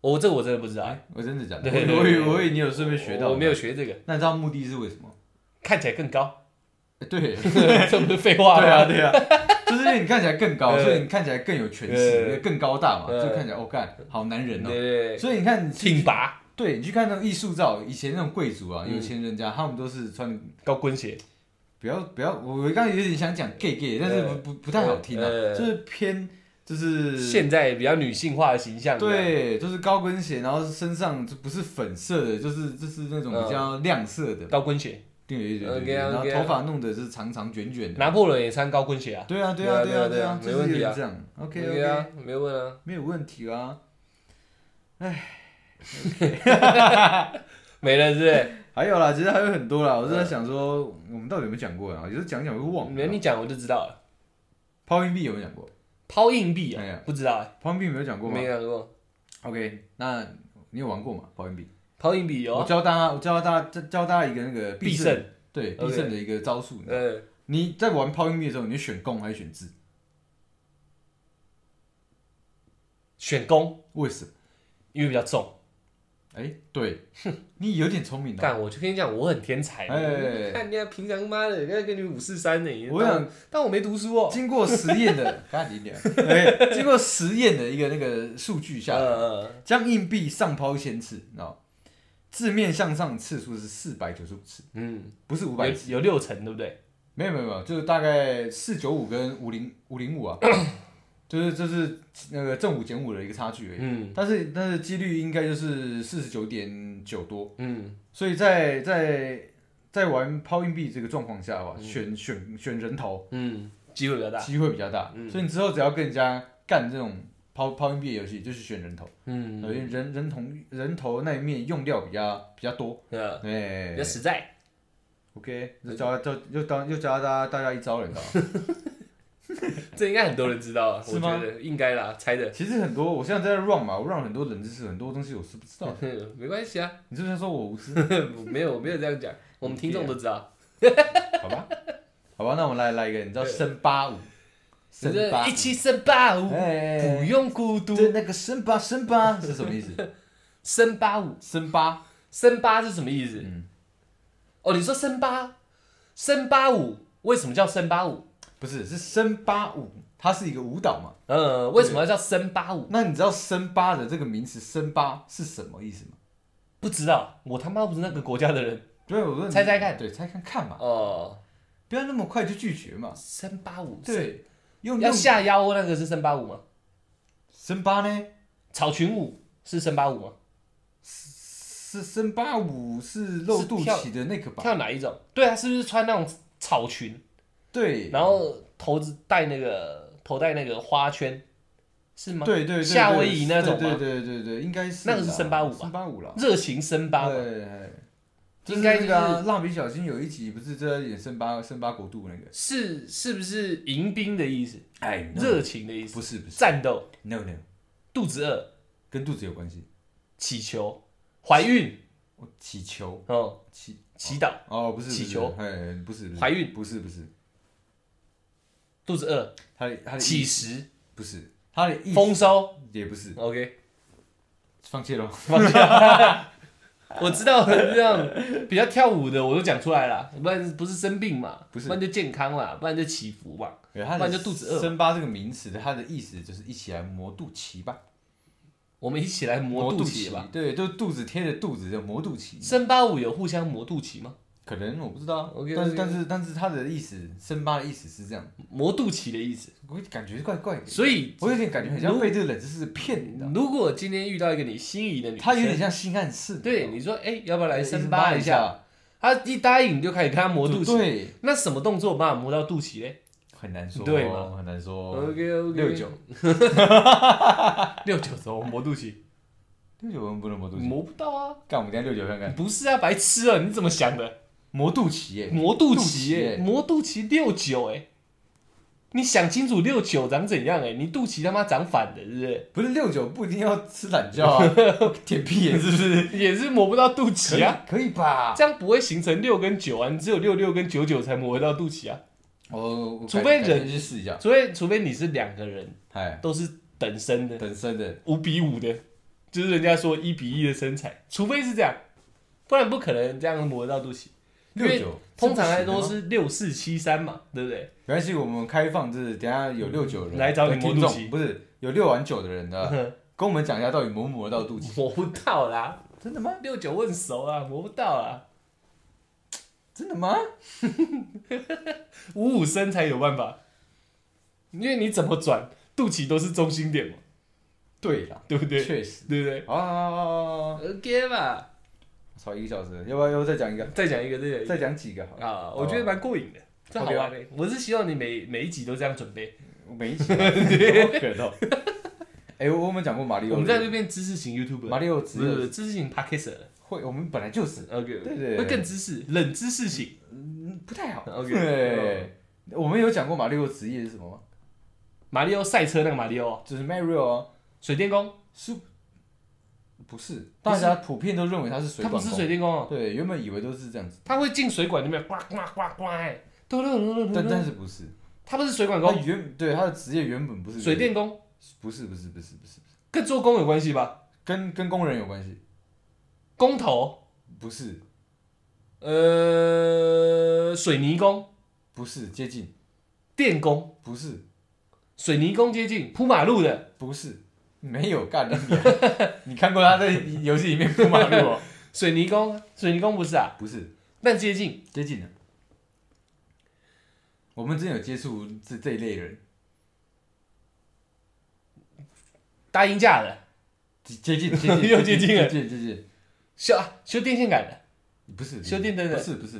[SPEAKER 1] 我、哦这个我真的不知道，
[SPEAKER 3] 哎，我真的假的？
[SPEAKER 1] 对对
[SPEAKER 3] 我
[SPEAKER 1] 对
[SPEAKER 3] 以为我以为你有顺便学到，
[SPEAKER 1] 我没有。学这个，
[SPEAKER 3] 那你知道目的是为什 么？
[SPEAKER 1] 看起来更高，
[SPEAKER 3] 哎对，
[SPEAKER 1] 这不是废话
[SPEAKER 3] 对啊，
[SPEAKER 1] 吗？
[SPEAKER 3] 对啊，就是因为你看起来更高，
[SPEAKER 1] 呃
[SPEAKER 3] 所以你看起来更有权
[SPEAKER 1] 呃
[SPEAKER 3] 势，更高大嘛，
[SPEAKER 1] 呃
[SPEAKER 3] 就看起来哦，干好男人 哦。
[SPEAKER 1] 对对对，
[SPEAKER 3] 所以你看，
[SPEAKER 1] 挺拔，
[SPEAKER 3] 对你去看那种艺术照，以前那种贵族啊，
[SPEAKER 1] 嗯
[SPEAKER 3] 有钱人家，他们都是穿，
[SPEAKER 1] 高跟鞋，
[SPEAKER 3] 不要不要，我我刚刚有点想讲 gay gay，但是
[SPEAKER 1] 呃
[SPEAKER 3] 不不不太好听啊
[SPEAKER 1] 呃，
[SPEAKER 3] 就是偏就是。
[SPEAKER 1] 现啊在比较女性化的形象，
[SPEAKER 3] 对，就是高跟鞋，然后身上就不是粉色的，就是就是那种比较亮色的，
[SPEAKER 1] 高跟鞋。
[SPEAKER 3] 对对对对对，然后
[SPEAKER 1] OK，OK
[SPEAKER 3] 头发弄得就是长长卷卷的。
[SPEAKER 1] 拿破仑也穿高跟鞋啊。
[SPEAKER 3] 对啊对啊
[SPEAKER 1] 对
[SPEAKER 3] 对
[SPEAKER 1] 啊
[SPEAKER 3] 啊
[SPEAKER 1] 对
[SPEAKER 3] 对
[SPEAKER 1] 啊
[SPEAKER 3] 啊，
[SPEAKER 1] 没问题啊
[SPEAKER 3] 就是有点这样。OK OK，
[SPEAKER 1] 啊，没问啊。
[SPEAKER 3] 没有问题啦。
[SPEAKER 1] 没了是不是？
[SPEAKER 3] 还有啦，其实还有很多啦。我是在想说，我们到底有没有讲过啊？有时候讲一讲会忘
[SPEAKER 1] 没
[SPEAKER 3] 了。
[SPEAKER 1] 你讲我就知道了。
[SPEAKER 3] 抛硬币有没有讲过？
[SPEAKER 1] 抛硬币
[SPEAKER 3] 哎呀
[SPEAKER 1] 啊，不知道哎，
[SPEAKER 3] 抛硬币没有讲过吗
[SPEAKER 1] 没讲过。
[SPEAKER 3] ？OK，那你有玩过吗？抛硬币？
[SPEAKER 1] 抛硬币有
[SPEAKER 3] 我
[SPEAKER 1] 啊，
[SPEAKER 3] 教大家，我教大家教教大家一个那个
[SPEAKER 1] 必
[SPEAKER 3] 胜
[SPEAKER 1] 胜，
[SPEAKER 3] 对必
[SPEAKER 1] OK
[SPEAKER 3] 胜的一个招数。
[SPEAKER 1] 嗯，
[SPEAKER 3] 你在玩抛硬币的时候，你选攻还是选字？
[SPEAKER 1] 选攻，
[SPEAKER 3] 为什么？
[SPEAKER 1] 因为比较重。
[SPEAKER 3] 哎， 对，你有点聪明哦的。
[SPEAKER 1] 干，我就跟你讲，我很天才的。
[SPEAKER 3] 哎
[SPEAKER 1] 看人家平常妈的，人家跟你五四三呢，你
[SPEAKER 3] 我
[SPEAKER 1] 当
[SPEAKER 3] 想
[SPEAKER 1] 当我没读书哦。
[SPEAKER 3] 经过实 验的，干你娘！哎，经过实验的一个那个数据下来，
[SPEAKER 1] 嗯
[SPEAKER 3] 将硬币上抛千次，你知道吗，字面向上次数是四百九十五次，
[SPEAKER 1] 嗯，
[SPEAKER 3] 不是五
[SPEAKER 1] 有
[SPEAKER 3] 百次。
[SPEAKER 1] 有六成对不对？
[SPEAKER 3] 没有没有没有，就是大概四九五跟五零五 零五啊，就是就是那个正五减五的一个差距而已。
[SPEAKER 1] 嗯
[SPEAKER 3] 但是但是几率应该就是四十九点九多，
[SPEAKER 1] 嗯，
[SPEAKER 3] 所以在在在玩抛硬币这个状况下吧，选选选人头
[SPEAKER 1] 嗯，机会比较嗯大。嗯
[SPEAKER 3] 机会比较大，所以你之后只要跟人家干这种抛抛硬币的游戏，就是选人头。
[SPEAKER 1] 嗯，
[SPEAKER 3] 因为人人头人头那一面用料比较比较多，
[SPEAKER 1] 嗯，
[SPEAKER 3] 哎
[SPEAKER 1] 比较实在。
[SPEAKER 3] ，OK，就教教又当又教大家大家一招 了，你知道吗？
[SPEAKER 1] 这应该很多人知道啊，我
[SPEAKER 3] 是吗
[SPEAKER 1] 觉得应该啦，猜的。
[SPEAKER 3] 其实很多我现在在 run 嘛，我 run 很多冷知识，很多东西我是不知道的。
[SPEAKER 1] 没关系啊，
[SPEAKER 3] 你是不是说我无知？
[SPEAKER 1] 没有我没有这样讲，我们听众都知道。
[SPEAKER 3] 好吧，好吧，那我们来来一个，你知道升八五，
[SPEAKER 1] 只
[SPEAKER 3] 升
[SPEAKER 1] 是
[SPEAKER 3] 八五
[SPEAKER 1] 一，起升八五，不
[SPEAKER 3] 哎，
[SPEAKER 1] 用孤独。
[SPEAKER 3] 对，那个升八升八是什么意思？
[SPEAKER 1] 升八五，
[SPEAKER 3] 升八，
[SPEAKER 1] 升八是什么意思？
[SPEAKER 3] 嗯
[SPEAKER 1] 哦，你说升八，升八五，为什么叫升八五？
[SPEAKER 3] 不是是升八五，它是一个舞蹈嘛？
[SPEAKER 1] 呃，为什么要叫升八五？
[SPEAKER 3] 那你知道升八的这个名词升八是什么意思吗？
[SPEAKER 1] 不知道，我他妈不是那个国家的人。
[SPEAKER 3] 对，我问你
[SPEAKER 1] 猜猜看
[SPEAKER 3] 对，猜看看嘛。
[SPEAKER 1] 哦，
[SPEAKER 3] 不要那么快就拒绝嘛。
[SPEAKER 1] 升八五，，
[SPEAKER 3] 对，用
[SPEAKER 1] 要
[SPEAKER 3] 用
[SPEAKER 1] 下腰那个是升八五吗？
[SPEAKER 3] 升八呢？
[SPEAKER 1] 草裙舞是升八五吗？
[SPEAKER 3] 是升八五是露肚脐的那个吧？
[SPEAKER 1] 跳哪一种？对啊，是不是穿那种草裙，
[SPEAKER 3] 对，
[SPEAKER 1] 然后头子戴那个头戴那个花圈，是吗？，
[SPEAKER 3] 对对对，
[SPEAKER 1] 夏威夷那种吗
[SPEAKER 3] 对对对对对，应该是
[SPEAKER 1] 那个是升八五吧
[SPEAKER 3] 升八五了。
[SPEAKER 1] 热情升八嘛。
[SPEAKER 3] 对，
[SPEAKER 1] 应该
[SPEAKER 3] 就
[SPEAKER 1] 就
[SPEAKER 3] 是那个啊
[SPEAKER 1] 是
[SPEAKER 3] 蜡笔小新有一集不是就在演升八升八国度那个？
[SPEAKER 1] 是是不是迎宾的意思？
[SPEAKER 3] 哎
[SPEAKER 1] 热情的意思？
[SPEAKER 3] 不是不是
[SPEAKER 1] 战斗、
[SPEAKER 3] ，no no，
[SPEAKER 1] 肚子饿、
[SPEAKER 3] 跟肚子有关系。
[SPEAKER 1] 祈求、怀孕，
[SPEAKER 3] 我祈求
[SPEAKER 1] 嗯，
[SPEAKER 3] 祈
[SPEAKER 1] 祈祷、
[SPEAKER 3] 哦不是不是
[SPEAKER 1] 祈求
[SPEAKER 3] 哎不是不是
[SPEAKER 1] 怀孕
[SPEAKER 3] 不是不是，
[SPEAKER 1] 肚子饿、
[SPEAKER 3] 他的他的
[SPEAKER 1] 乞
[SPEAKER 3] 意
[SPEAKER 1] 食、
[SPEAKER 3] 不是他嗯的意
[SPEAKER 1] 丰收。
[SPEAKER 3] 也不是，
[SPEAKER 1] OK，
[SPEAKER 3] 放弃喽。
[SPEAKER 1] 我知道这样比较跳舞的我都讲出来了，不然不是生病嘛，
[SPEAKER 3] 不是
[SPEAKER 1] 不然就健康啦，不然就祈福嘛。
[SPEAKER 3] 对它
[SPEAKER 1] 不
[SPEAKER 3] 的
[SPEAKER 1] 然就肚子饿
[SPEAKER 3] 生八这个名词，它的意思就是一起来磨肚脐吧，
[SPEAKER 1] 我们一起来磨肚
[SPEAKER 3] 肚
[SPEAKER 1] 脐吧。
[SPEAKER 3] 对，就肚子贴着肚子叫磨肚脐。
[SPEAKER 1] 生八五有互相磨肚脐吗？
[SPEAKER 3] 可能我不知道
[SPEAKER 1] OK，OK
[SPEAKER 3] 但是但是但是它的意思，生八的意思是这样，
[SPEAKER 1] 磨肚脐的意思。
[SPEAKER 3] 我感觉怪怪的，
[SPEAKER 1] 所以，
[SPEAKER 3] 我有点感觉很像被这个冷知识骗，你知道吗？
[SPEAKER 1] 如果今天遇到一个你心仪的女生，
[SPEAKER 3] 它有点像性暗示，
[SPEAKER 1] 对你说，哎、要不要来
[SPEAKER 3] 对
[SPEAKER 1] 生
[SPEAKER 3] 生
[SPEAKER 1] 八
[SPEAKER 3] 八
[SPEAKER 1] 一
[SPEAKER 3] 一
[SPEAKER 1] 下
[SPEAKER 3] 下？
[SPEAKER 1] 她一答应你就开始跟她磨肚脐。
[SPEAKER 3] 对，
[SPEAKER 1] 那什么动作把她磨到肚脐嘞
[SPEAKER 3] 很难说，
[SPEAKER 1] 对嘛
[SPEAKER 3] 很难说。
[SPEAKER 1] ？OK，OK
[SPEAKER 3] 哦六九，
[SPEAKER 1] 六九怎么磨肚脐？
[SPEAKER 3] 六九我们不能磨肚脐，
[SPEAKER 1] 磨不到啊！
[SPEAKER 3] 干我们等一下六九看看，
[SPEAKER 1] 不是啊，白痴啊！你怎么想的？
[SPEAKER 3] 磨肚脐耶，
[SPEAKER 1] 磨肚
[SPEAKER 3] 哎肚
[SPEAKER 1] 脐
[SPEAKER 3] 脐
[SPEAKER 1] 耶、
[SPEAKER 3] 耶
[SPEAKER 1] 磨肚脐六九哎、你想清楚六九长怎样哎、你肚脐他妈长反的，是不是？
[SPEAKER 3] 不是六九不一定要吃懒 觉啊，舔屁眼是不是？
[SPEAKER 1] 也是磨不到肚脐啊，
[SPEAKER 3] 可以吧？
[SPEAKER 1] 这样不会形成六跟九啊，你只有六六跟九九才磨得到肚脐啊，
[SPEAKER 3] 哦，我
[SPEAKER 1] 除
[SPEAKER 3] 改
[SPEAKER 1] 非
[SPEAKER 3] 改天
[SPEAKER 1] 人
[SPEAKER 3] 去试一下，
[SPEAKER 1] 除非除非你是两个人
[SPEAKER 3] 哎，
[SPEAKER 1] 都是等身的，
[SPEAKER 3] 等生的，
[SPEAKER 1] 五比五的，就是人家说一比一的身材，除非是这样，不然不可能这样磨得到肚脐。因为
[SPEAKER 3] 六九
[SPEAKER 1] 通常来
[SPEAKER 3] 这
[SPEAKER 1] 说
[SPEAKER 3] 不行的吗
[SPEAKER 1] 是六四七三嘛，对不对？
[SPEAKER 3] 没关系，我们开放就是等一下有六九人
[SPEAKER 1] 来找你
[SPEAKER 3] 的
[SPEAKER 1] 磨
[SPEAKER 3] 听
[SPEAKER 1] 肚
[SPEAKER 3] 众
[SPEAKER 1] 脐
[SPEAKER 3] 不是有六完九的人的， 跟我们讲一下到底啊磨不磨得到肚脐？
[SPEAKER 1] 磨不到啦，
[SPEAKER 3] 真的吗？
[SPEAKER 1] 六九问熟啦，磨不到啊啦，
[SPEAKER 3] 真的吗？
[SPEAKER 1] 五五身才有办法，因为你怎么转，肚脐都是中心点嘛，
[SPEAKER 3] 对啦，
[SPEAKER 1] 对不对？
[SPEAKER 3] 确实
[SPEAKER 1] 对不对
[SPEAKER 3] 啊啊啊啊啊！
[SPEAKER 1] ？OK 吧，
[SPEAKER 3] 超一个小时了，要不要要不要再讲一个？
[SPEAKER 1] 再讲一个，再讲一个
[SPEAKER 3] 再讲哦几个好了。
[SPEAKER 1] 啊，我觉得蛮过瘾的，这好玩的、欸我是希望你每每一集都这样准备。
[SPEAKER 3] 我每一集都可到。哎、我我们讲过马里奥，
[SPEAKER 1] 我们在这边知识型 YouTube，
[SPEAKER 3] 马里奥
[SPEAKER 1] 不是不是
[SPEAKER 3] 只
[SPEAKER 1] 知识型 p a c k a g e
[SPEAKER 3] 会，我们本来就是，
[SPEAKER 1] o k
[SPEAKER 3] 对对对
[SPEAKER 1] 会更知识，冷知识型。
[SPEAKER 3] 嗯，不太好。
[SPEAKER 1] OK
[SPEAKER 3] 对，我们有讲过马里奥职业是什么吗？
[SPEAKER 1] 马里奥赛车那个马里奥，
[SPEAKER 3] 就是 Mario 啊，
[SPEAKER 1] 水电工，
[SPEAKER 3] 是，不是？大家普遍都认为他是水
[SPEAKER 1] 他
[SPEAKER 3] 管
[SPEAKER 1] 不
[SPEAKER 3] 工，
[SPEAKER 1] 是水电工哦，
[SPEAKER 3] 对，原本以为都是这样子，
[SPEAKER 1] 他会进水管里面呱呱呱呱，哎，嘟噜噜噜噜
[SPEAKER 3] 但
[SPEAKER 1] 噜
[SPEAKER 3] 但是哎不是？
[SPEAKER 1] 他不是水管
[SPEAKER 3] 他
[SPEAKER 1] 工，
[SPEAKER 3] 原对他的职业原本不是
[SPEAKER 1] 水，电工
[SPEAKER 3] 不是不是不是不是，
[SPEAKER 1] 跟做工有关系吧？
[SPEAKER 3] 跟跟工人有关系，
[SPEAKER 1] 工头，
[SPEAKER 3] 不是
[SPEAKER 1] 呃，水泥工、
[SPEAKER 3] 不是接近，
[SPEAKER 1] 电工、
[SPEAKER 3] 不是
[SPEAKER 1] 水泥工接近铺马路的，
[SPEAKER 3] 不是没有干的，你看过他在游戏里面过马路哦？
[SPEAKER 1] 水泥工，水泥工不是啊，
[SPEAKER 3] 不是。
[SPEAKER 1] 但接近
[SPEAKER 3] 接近了。我们之前有接触这这一类人，
[SPEAKER 1] 搭鹰架的，
[SPEAKER 3] 接接近接近
[SPEAKER 1] 又接近了
[SPEAKER 3] 接近接近，
[SPEAKER 1] 修啊修电线杆的，
[SPEAKER 3] 不是
[SPEAKER 1] 修电灯的
[SPEAKER 3] 不是不是，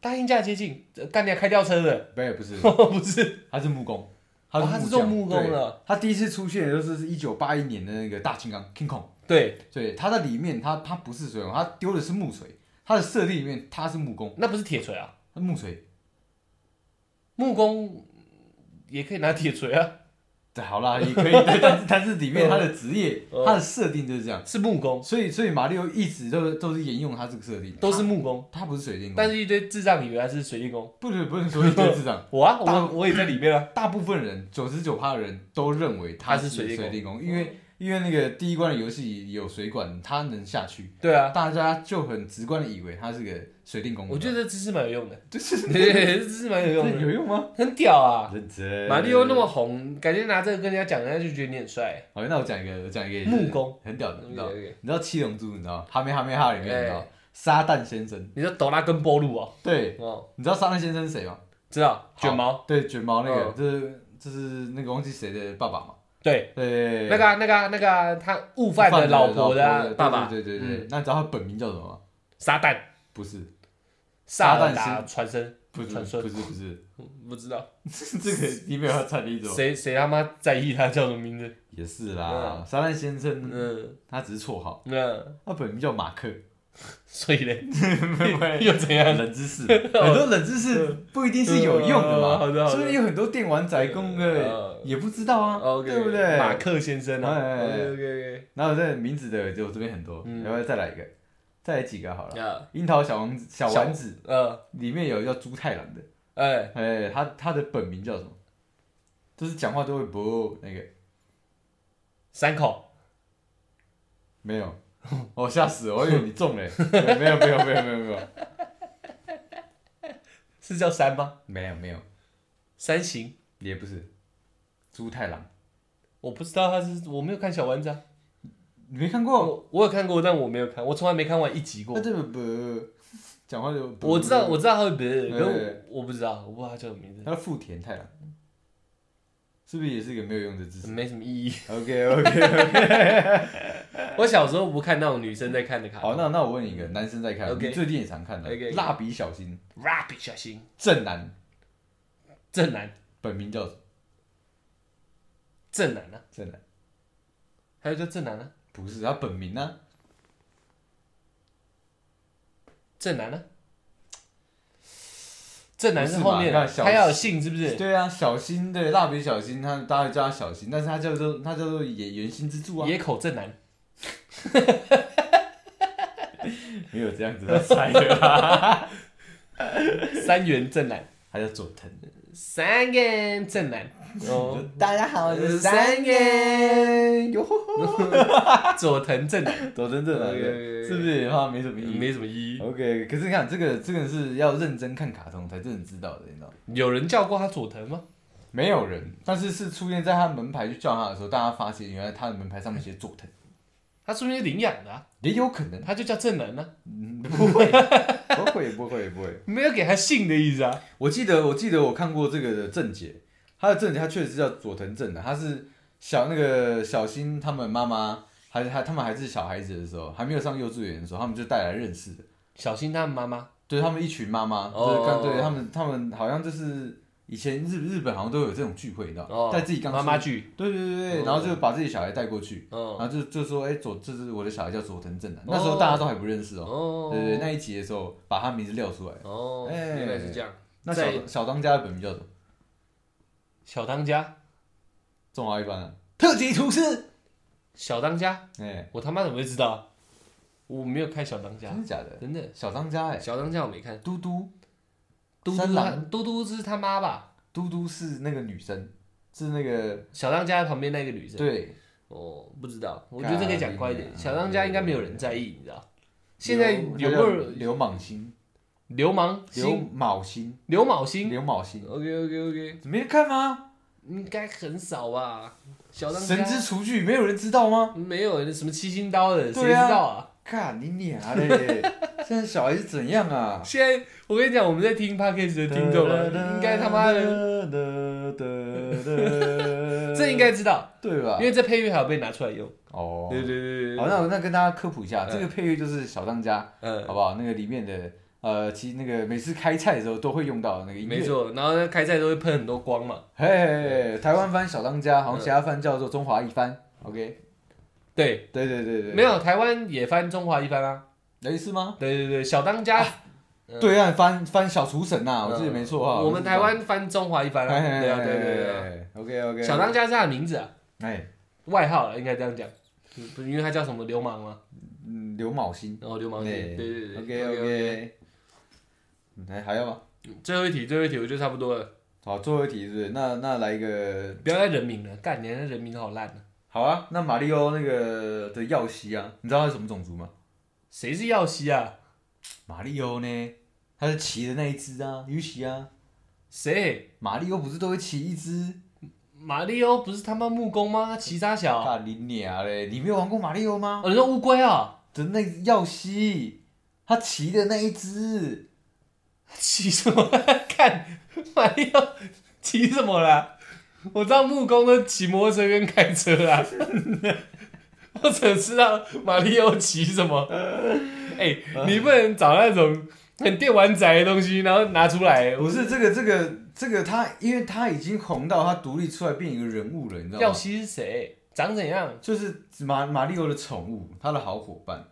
[SPEAKER 1] 搭鹰架接近，呃干掉开吊车的，
[SPEAKER 3] 不是不是，
[SPEAKER 1] 不是，
[SPEAKER 3] 他是木工，
[SPEAKER 1] 哦他是做
[SPEAKER 3] 匠
[SPEAKER 1] 木工。
[SPEAKER 3] 对
[SPEAKER 1] 的，
[SPEAKER 3] 他第一次出现的就是一九八一年的那个大金刚 King Kong，
[SPEAKER 1] 对，
[SPEAKER 3] 对，他在里面他他不是水桶，他丢的是木锤，他的设定里面他是木工，
[SPEAKER 1] 那不是铁锤啊，
[SPEAKER 3] 他木锤。
[SPEAKER 1] 木工也可以拿铁锤啊，
[SPEAKER 3] 对，好啦，也可以，对但是 但是里面他的职业，
[SPEAKER 1] 嗯
[SPEAKER 3] 他的设定就是这样，
[SPEAKER 1] 是木工，
[SPEAKER 3] 所以所以马里奥一直都都是沿用他这个设定，
[SPEAKER 1] 都是木工，
[SPEAKER 3] 他不是水电工，
[SPEAKER 1] 但是一堆智障以为他是水电工，
[SPEAKER 3] 不是不是说一堆智障，
[SPEAKER 1] 我啊，
[SPEAKER 3] 大
[SPEAKER 1] 我我也在里面啊，
[SPEAKER 3] 大部分人九十九趴的人都认为
[SPEAKER 1] 他
[SPEAKER 3] 他
[SPEAKER 1] 是
[SPEAKER 3] 是
[SPEAKER 1] 水
[SPEAKER 3] 水
[SPEAKER 1] 电工
[SPEAKER 3] 电工，因为因为那个第一关的游戏有水管，他能下去，
[SPEAKER 1] 对啊，
[SPEAKER 3] 大家就很直观的以为他是个水电工。
[SPEAKER 1] 我觉 得这知识蛮有用的，
[SPEAKER 3] 就 是
[SPEAKER 1] 对，这知识蛮有用
[SPEAKER 3] 这有
[SPEAKER 1] 的，
[SPEAKER 3] 用吗？
[SPEAKER 1] 很屌啊！
[SPEAKER 3] 认真
[SPEAKER 1] 马里奥那么红，感觉拿这个跟人家讲，人家就觉得你很帅。
[SPEAKER 3] 好，那我讲一个，我讲一个
[SPEAKER 1] 木工，
[SPEAKER 3] 很屌的，你知道
[SPEAKER 1] OK，OK
[SPEAKER 3] 你知道七龙珠，你知道哈梅哈梅哈里面
[SPEAKER 1] 哎
[SPEAKER 3] 你知道撒旦先生，
[SPEAKER 1] 你说抖拉跟波路哦，
[SPEAKER 3] 对，
[SPEAKER 1] 哦，
[SPEAKER 3] 你知道撒旦先生是谁吗？
[SPEAKER 1] 知道卷毛，
[SPEAKER 3] 好，对，卷毛那个
[SPEAKER 1] 嗯，
[SPEAKER 3] 这是这是那个忘记谁的爸爸嘛？
[SPEAKER 1] 对，
[SPEAKER 3] 对，
[SPEAKER 1] 那个啊那个啊那个啊他悟饭的老婆的啊
[SPEAKER 3] 对
[SPEAKER 1] 爸爸，
[SPEAKER 3] 对对
[SPEAKER 1] 嗯
[SPEAKER 3] 对对，那你知道他本名叫什么吗？
[SPEAKER 1] 撒旦
[SPEAKER 3] 不是，
[SPEAKER 1] 撒
[SPEAKER 3] 撒
[SPEAKER 1] 旦
[SPEAKER 3] 旦
[SPEAKER 1] 达传声，
[SPEAKER 3] 不是，
[SPEAKER 1] 传
[SPEAKER 3] 不
[SPEAKER 1] 说
[SPEAKER 3] 是，不是，
[SPEAKER 1] 嗯不知道
[SPEAKER 3] 这个你没有要猜的意思吗？
[SPEAKER 1] 谁谁他妈在意他叫什么名字？
[SPEAKER 3] 也是啦，撒旦先生
[SPEAKER 1] 嗯，
[SPEAKER 3] 他只是绰号，
[SPEAKER 1] 那
[SPEAKER 3] 他本名叫马克。
[SPEAKER 1] 所以嘞
[SPEAKER 3] 冷
[SPEAKER 1] 又怎 样？
[SPEAKER 3] 知识，很多冷知识不一定是有用的
[SPEAKER 1] 嗯好的
[SPEAKER 3] 嘛，
[SPEAKER 1] 好的
[SPEAKER 3] 所以有很多电玩宅工
[SPEAKER 1] 嗯
[SPEAKER 3] 的也不知道啊，
[SPEAKER 1] OK，
[SPEAKER 3] 对不对？
[SPEAKER 1] 哦马，克先生啊
[SPEAKER 3] 哎
[SPEAKER 1] ，OK
[SPEAKER 3] 然后这名字的就这边很多，
[SPEAKER 1] 嗯
[SPEAKER 3] 要不要再来一个？再来几个好
[SPEAKER 1] OK，
[SPEAKER 3] 了。
[SPEAKER 1] 啊，
[SPEAKER 3] 樱桃小王子，小丸子
[SPEAKER 1] 呃，
[SPEAKER 3] 里面有叫猪太郎的，
[SPEAKER 1] 哎，
[SPEAKER 3] 哎，他他的本名叫什么？就是讲话都会不那个
[SPEAKER 1] 三口
[SPEAKER 3] 没有， 我吓死了，我以为你中了 欸，没有没有没有没有没有
[SPEAKER 1] 是叫山吗？
[SPEAKER 3] 没有没有，
[SPEAKER 1] 山形，
[SPEAKER 3] 也不是，猪太郎，
[SPEAKER 1] 我不知道他是，我没有看小丸子啊，
[SPEAKER 3] 你没看过？
[SPEAKER 1] 我我有看过，但我没有看，我从来没看完一集过
[SPEAKER 3] 哦那。这个不，讲话就
[SPEAKER 1] 我知道，我知道他会别人，可
[SPEAKER 3] 对
[SPEAKER 1] 是我我不知道，我不知道他叫什么名字，
[SPEAKER 3] 他叫富田太郎，是不是也是一个没有用的知识
[SPEAKER 1] 没什么意义。
[SPEAKER 3] ？OK OK，
[SPEAKER 1] 我小时候不看那种女生在看的卡
[SPEAKER 3] 好，那那我问你一个，男生在看
[SPEAKER 1] OK
[SPEAKER 3] 你最近也常看的《
[SPEAKER 1] OK
[SPEAKER 3] 蜡笔小新》，
[SPEAKER 1] ，rap 小心
[SPEAKER 3] 正男
[SPEAKER 1] 正男
[SPEAKER 3] 本名叫什么
[SPEAKER 1] 正男啊，
[SPEAKER 3] 正男
[SPEAKER 1] 还有叫正男啊，
[SPEAKER 3] 不是他本名啊呢？
[SPEAKER 1] 正男啊，正男
[SPEAKER 3] 不
[SPEAKER 1] 是
[SPEAKER 3] 是
[SPEAKER 1] 后
[SPEAKER 3] 嘛
[SPEAKER 1] 面
[SPEAKER 3] 那
[SPEAKER 1] 的，
[SPEAKER 3] 小
[SPEAKER 1] 他要有姓是不是？
[SPEAKER 3] 对啊，小新对蜡笔小新，他大家叫他小新，但是他叫做他叫做野原新之助啊，
[SPEAKER 1] 野口正男，
[SPEAKER 3] 没有啊这样子的啊猜的啦，
[SPEAKER 1] 三元正男，
[SPEAKER 3] 他叫佐藤。
[SPEAKER 1] 三元正男，哦，
[SPEAKER 3] 大家好，我
[SPEAKER 1] 是三
[SPEAKER 3] 三爷，哟吼
[SPEAKER 1] 佐藤正男，
[SPEAKER 3] 佐藤正男
[SPEAKER 1] OK，OK，OK
[SPEAKER 3] 是不是？他没什么意义。
[SPEAKER 1] 没什么意义。
[SPEAKER 3] OK，可是你看这个，这个是要认真看卡通才真的知道的，你知道吗？
[SPEAKER 1] 有人叫过他佐藤吗？
[SPEAKER 3] 没有人，但是是出现在他门牌去叫他的时候，大家发现原来他的门牌上面写佐 藤，
[SPEAKER 1] 他说不定是领养的啊，
[SPEAKER 3] 也有可能。
[SPEAKER 1] 他就叫正男呢，
[SPEAKER 3] 嗯不会，不会，不会，不会。
[SPEAKER 1] 没有给他姓的意思啊。
[SPEAKER 3] 我记得，我记得我看过这个的正解，他的正解他确实是叫佐藤正的，他是小那个小新他们妈妈还还他们还是小孩子的时候，还没有上幼稚园的时候，他们就带来认识的，
[SPEAKER 1] 小新他妈妈
[SPEAKER 3] 对他们一群妈妈，
[SPEAKER 1] 哦
[SPEAKER 3] 就是刚对他们他们好像就是以前日日本好像都有这种聚会，你知道吗，
[SPEAKER 1] 哦，
[SPEAKER 3] 在自己刚出
[SPEAKER 1] 妈妈剧，
[SPEAKER 3] 对对对对，
[SPEAKER 1] 哦
[SPEAKER 3] 然后就把自己小孩带过去，然
[SPEAKER 1] 嗯，
[SPEAKER 3] 后就就说哎佐这是我的小孩叫佐藤正男，那时候大家都还不认识哦，
[SPEAKER 1] 哦，
[SPEAKER 3] 对对对，那一集的时候把他名字撂出来，
[SPEAKER 1] 哦，
[SPEAKER 3] 哎
[SPEAKER 1] 原来是这样。
[SPEAKER 3] 那
[SPEAKER 1] 在
[SPEAKER 3] 小小当家的本名叫什么？
[SPEAKER 1] 小当家，
[SPEAKER 3] 中华一班啊，特级厨师。
[SPEAKER 1] 小当家，
[SPEAKER 3] 哎、
[SPEAKER 1] 我他妈怎么会知道啊？我没有看小当家
[SPEAKER 3] 真，的假的？
[SPEAKER 1] 真的。
[SPEAKER 3] 小当家哎、
[SPEAKER 1] 小当家我没看，
[SPEAKER 3] 嘟嘟
[SPEAKER 1] 嘟嘟
[SPEAKER 3] 三
[SPEAKER 1] 他
[SPEAKER 3] 郎
[SPEAKER 1] 嘟嘟是他妈吧？
[SPEAKER 3] 嘟嘟是那个女生，是那个
[SPEAKER 1] 小当家旁边那个女生。
[SPEAKER 3] 对，
[SPEAKER 1] 哦，不知道，我觉得这可以讲快一点。
[SPEAKER 3] 干
[SPEAKER 1] 小当家应该没有人在意，你知道？现在有没
[SPEAKER 3] 流
[SPEAKER 1] 有
[SPEAKER 3] 流氓星、
[SPEAKER 1] 流氓
[SPEAKER 3] 流
[SPEAKER 1] 星、
[SPEAKER 3] 卯星、
[SPEAKER 1] 流氓星
[SPEAKER 3] 流卯星？
[SPEAKER 1] ？OK OK OK，
[SPEAKER 3] 没人看吗？
[SPEAKER 1] 应该很少吧？小当家
[SPEAKER 3] 神之厨具没有人知道吗？
[SPEAKER 1] 没有什么七星刀的，谁知
[SPEAKER 3] 对啊
[SPEAKER 1] 道啊？
[SPEAKER 3] 看你娘嘞！ 现在小孩是怎样啊？
[SPEAKER 1] 现在我跟你讲，我们在听 podcast 的听众啊，应该他妈的，
[SPEAKER 3] 的
[SPEAKER 1] 这应该知道，
[SPEAKER 3] 对吧
[SPEAKER 1] 因？为这配乐还有被拿出来用。
[SPEAKER 3] 哦，
[SPEAKER 1] 对对对对，
[SPEAKER 3] 好，那我那跟大家科普一下，
[SPEAKER 1] 嗯
[SPEAKER 3] 这个配乐就是小当家。好
[SPEAKER 1] 嗯，
[SPEAKER 3] 不好？那个里面的呃，其实那个每次开菜的时候都会用到的那个音乐。
[SPEAKER 1] 没，错。然后呢，开赛都会喷很多光嘛。
[SPEAKER 3] 嘿嘿嘿，台湾翻小当家，好像其他翻叫做中华一番。OK，
[SPEAKER 1] 对，
[SPEAKER 3] 对对对对，
[SPEAKER 1] 没有台湾也翻中华一番啊。
[SPEAKER 3] 类似吗？
[SPEAKER 1] 对对对，小当家，
[SPEAKER 3] 啊
[SPEAKER 1] 嗯
[SPEAKER 3] 对岸翻翻小厨神呐，我记得没错啊。
[SPEAKER 1] 我们台湾翻中华一番啊。对啊对对对啊。
[SPEAKER 3] ，OK OK。
[SPEAKER 1] 小当家是他的名字啊，
[SPEAKER 3] 哎，
[SPEAKER 1] 外号啊了，应该这样讲。不不，因为他叫什么流氓嘛，
[SPEAKER 3] 嗯，刘卯星。
[SPEAKER 1] 然后流氓对对对对
[SPEAKER 3] OK OK。哎，还要吗？
[SPEAKER 1] 最后一题，最后一题我就差不多了，
[SPEAKER 3] 好，最后一题是不是？那那来一个，
[SPEAKER 1] 不要再人名了，干，你那人名好烂啊！
[SPEAKER 3] 好啊。那马里奥那个的耀西啊，你知道他是什么种族吗？
[SPEAKER 1] 谁是耀西啊？
[SPEAKER 3] 马里奥呢，他是骑的那一只啊，尤其啊，
[SPEAKER 1] 谁？
[SPEAKER 3] 马里奥不是都会骑一只？
[SPEAKER 1] 马里奥不是他妈木工吗？他骑啥小？
[SPEAKER 3] 大你娘嘞！你没有玩过马里奥吗？
[SPEAKER 1] 哦，你说乌龟啊？
[SPEAKER 3] 的那个耀西，他骑的那一只，
[SPEAKER 1] 骑什么？看马里奥骑什么啦？我知道木工都骑摩托车跟开车啦， 我只知道马里奥骑什么。哎、你不能找那种很电玩宅的东西，然后拿出来。
[SPEAKER 3] 不是这个这个这个他，因为他已经红到他独立出来变一个人物了，你知道
[SPEAKER 1] 耀
[SPEAKER 3] 吗？
[SPEAKER 1] 西是谁？长怎样？
[SPEAKER 3] 就是马马里奥的宠物，他的好伙伴。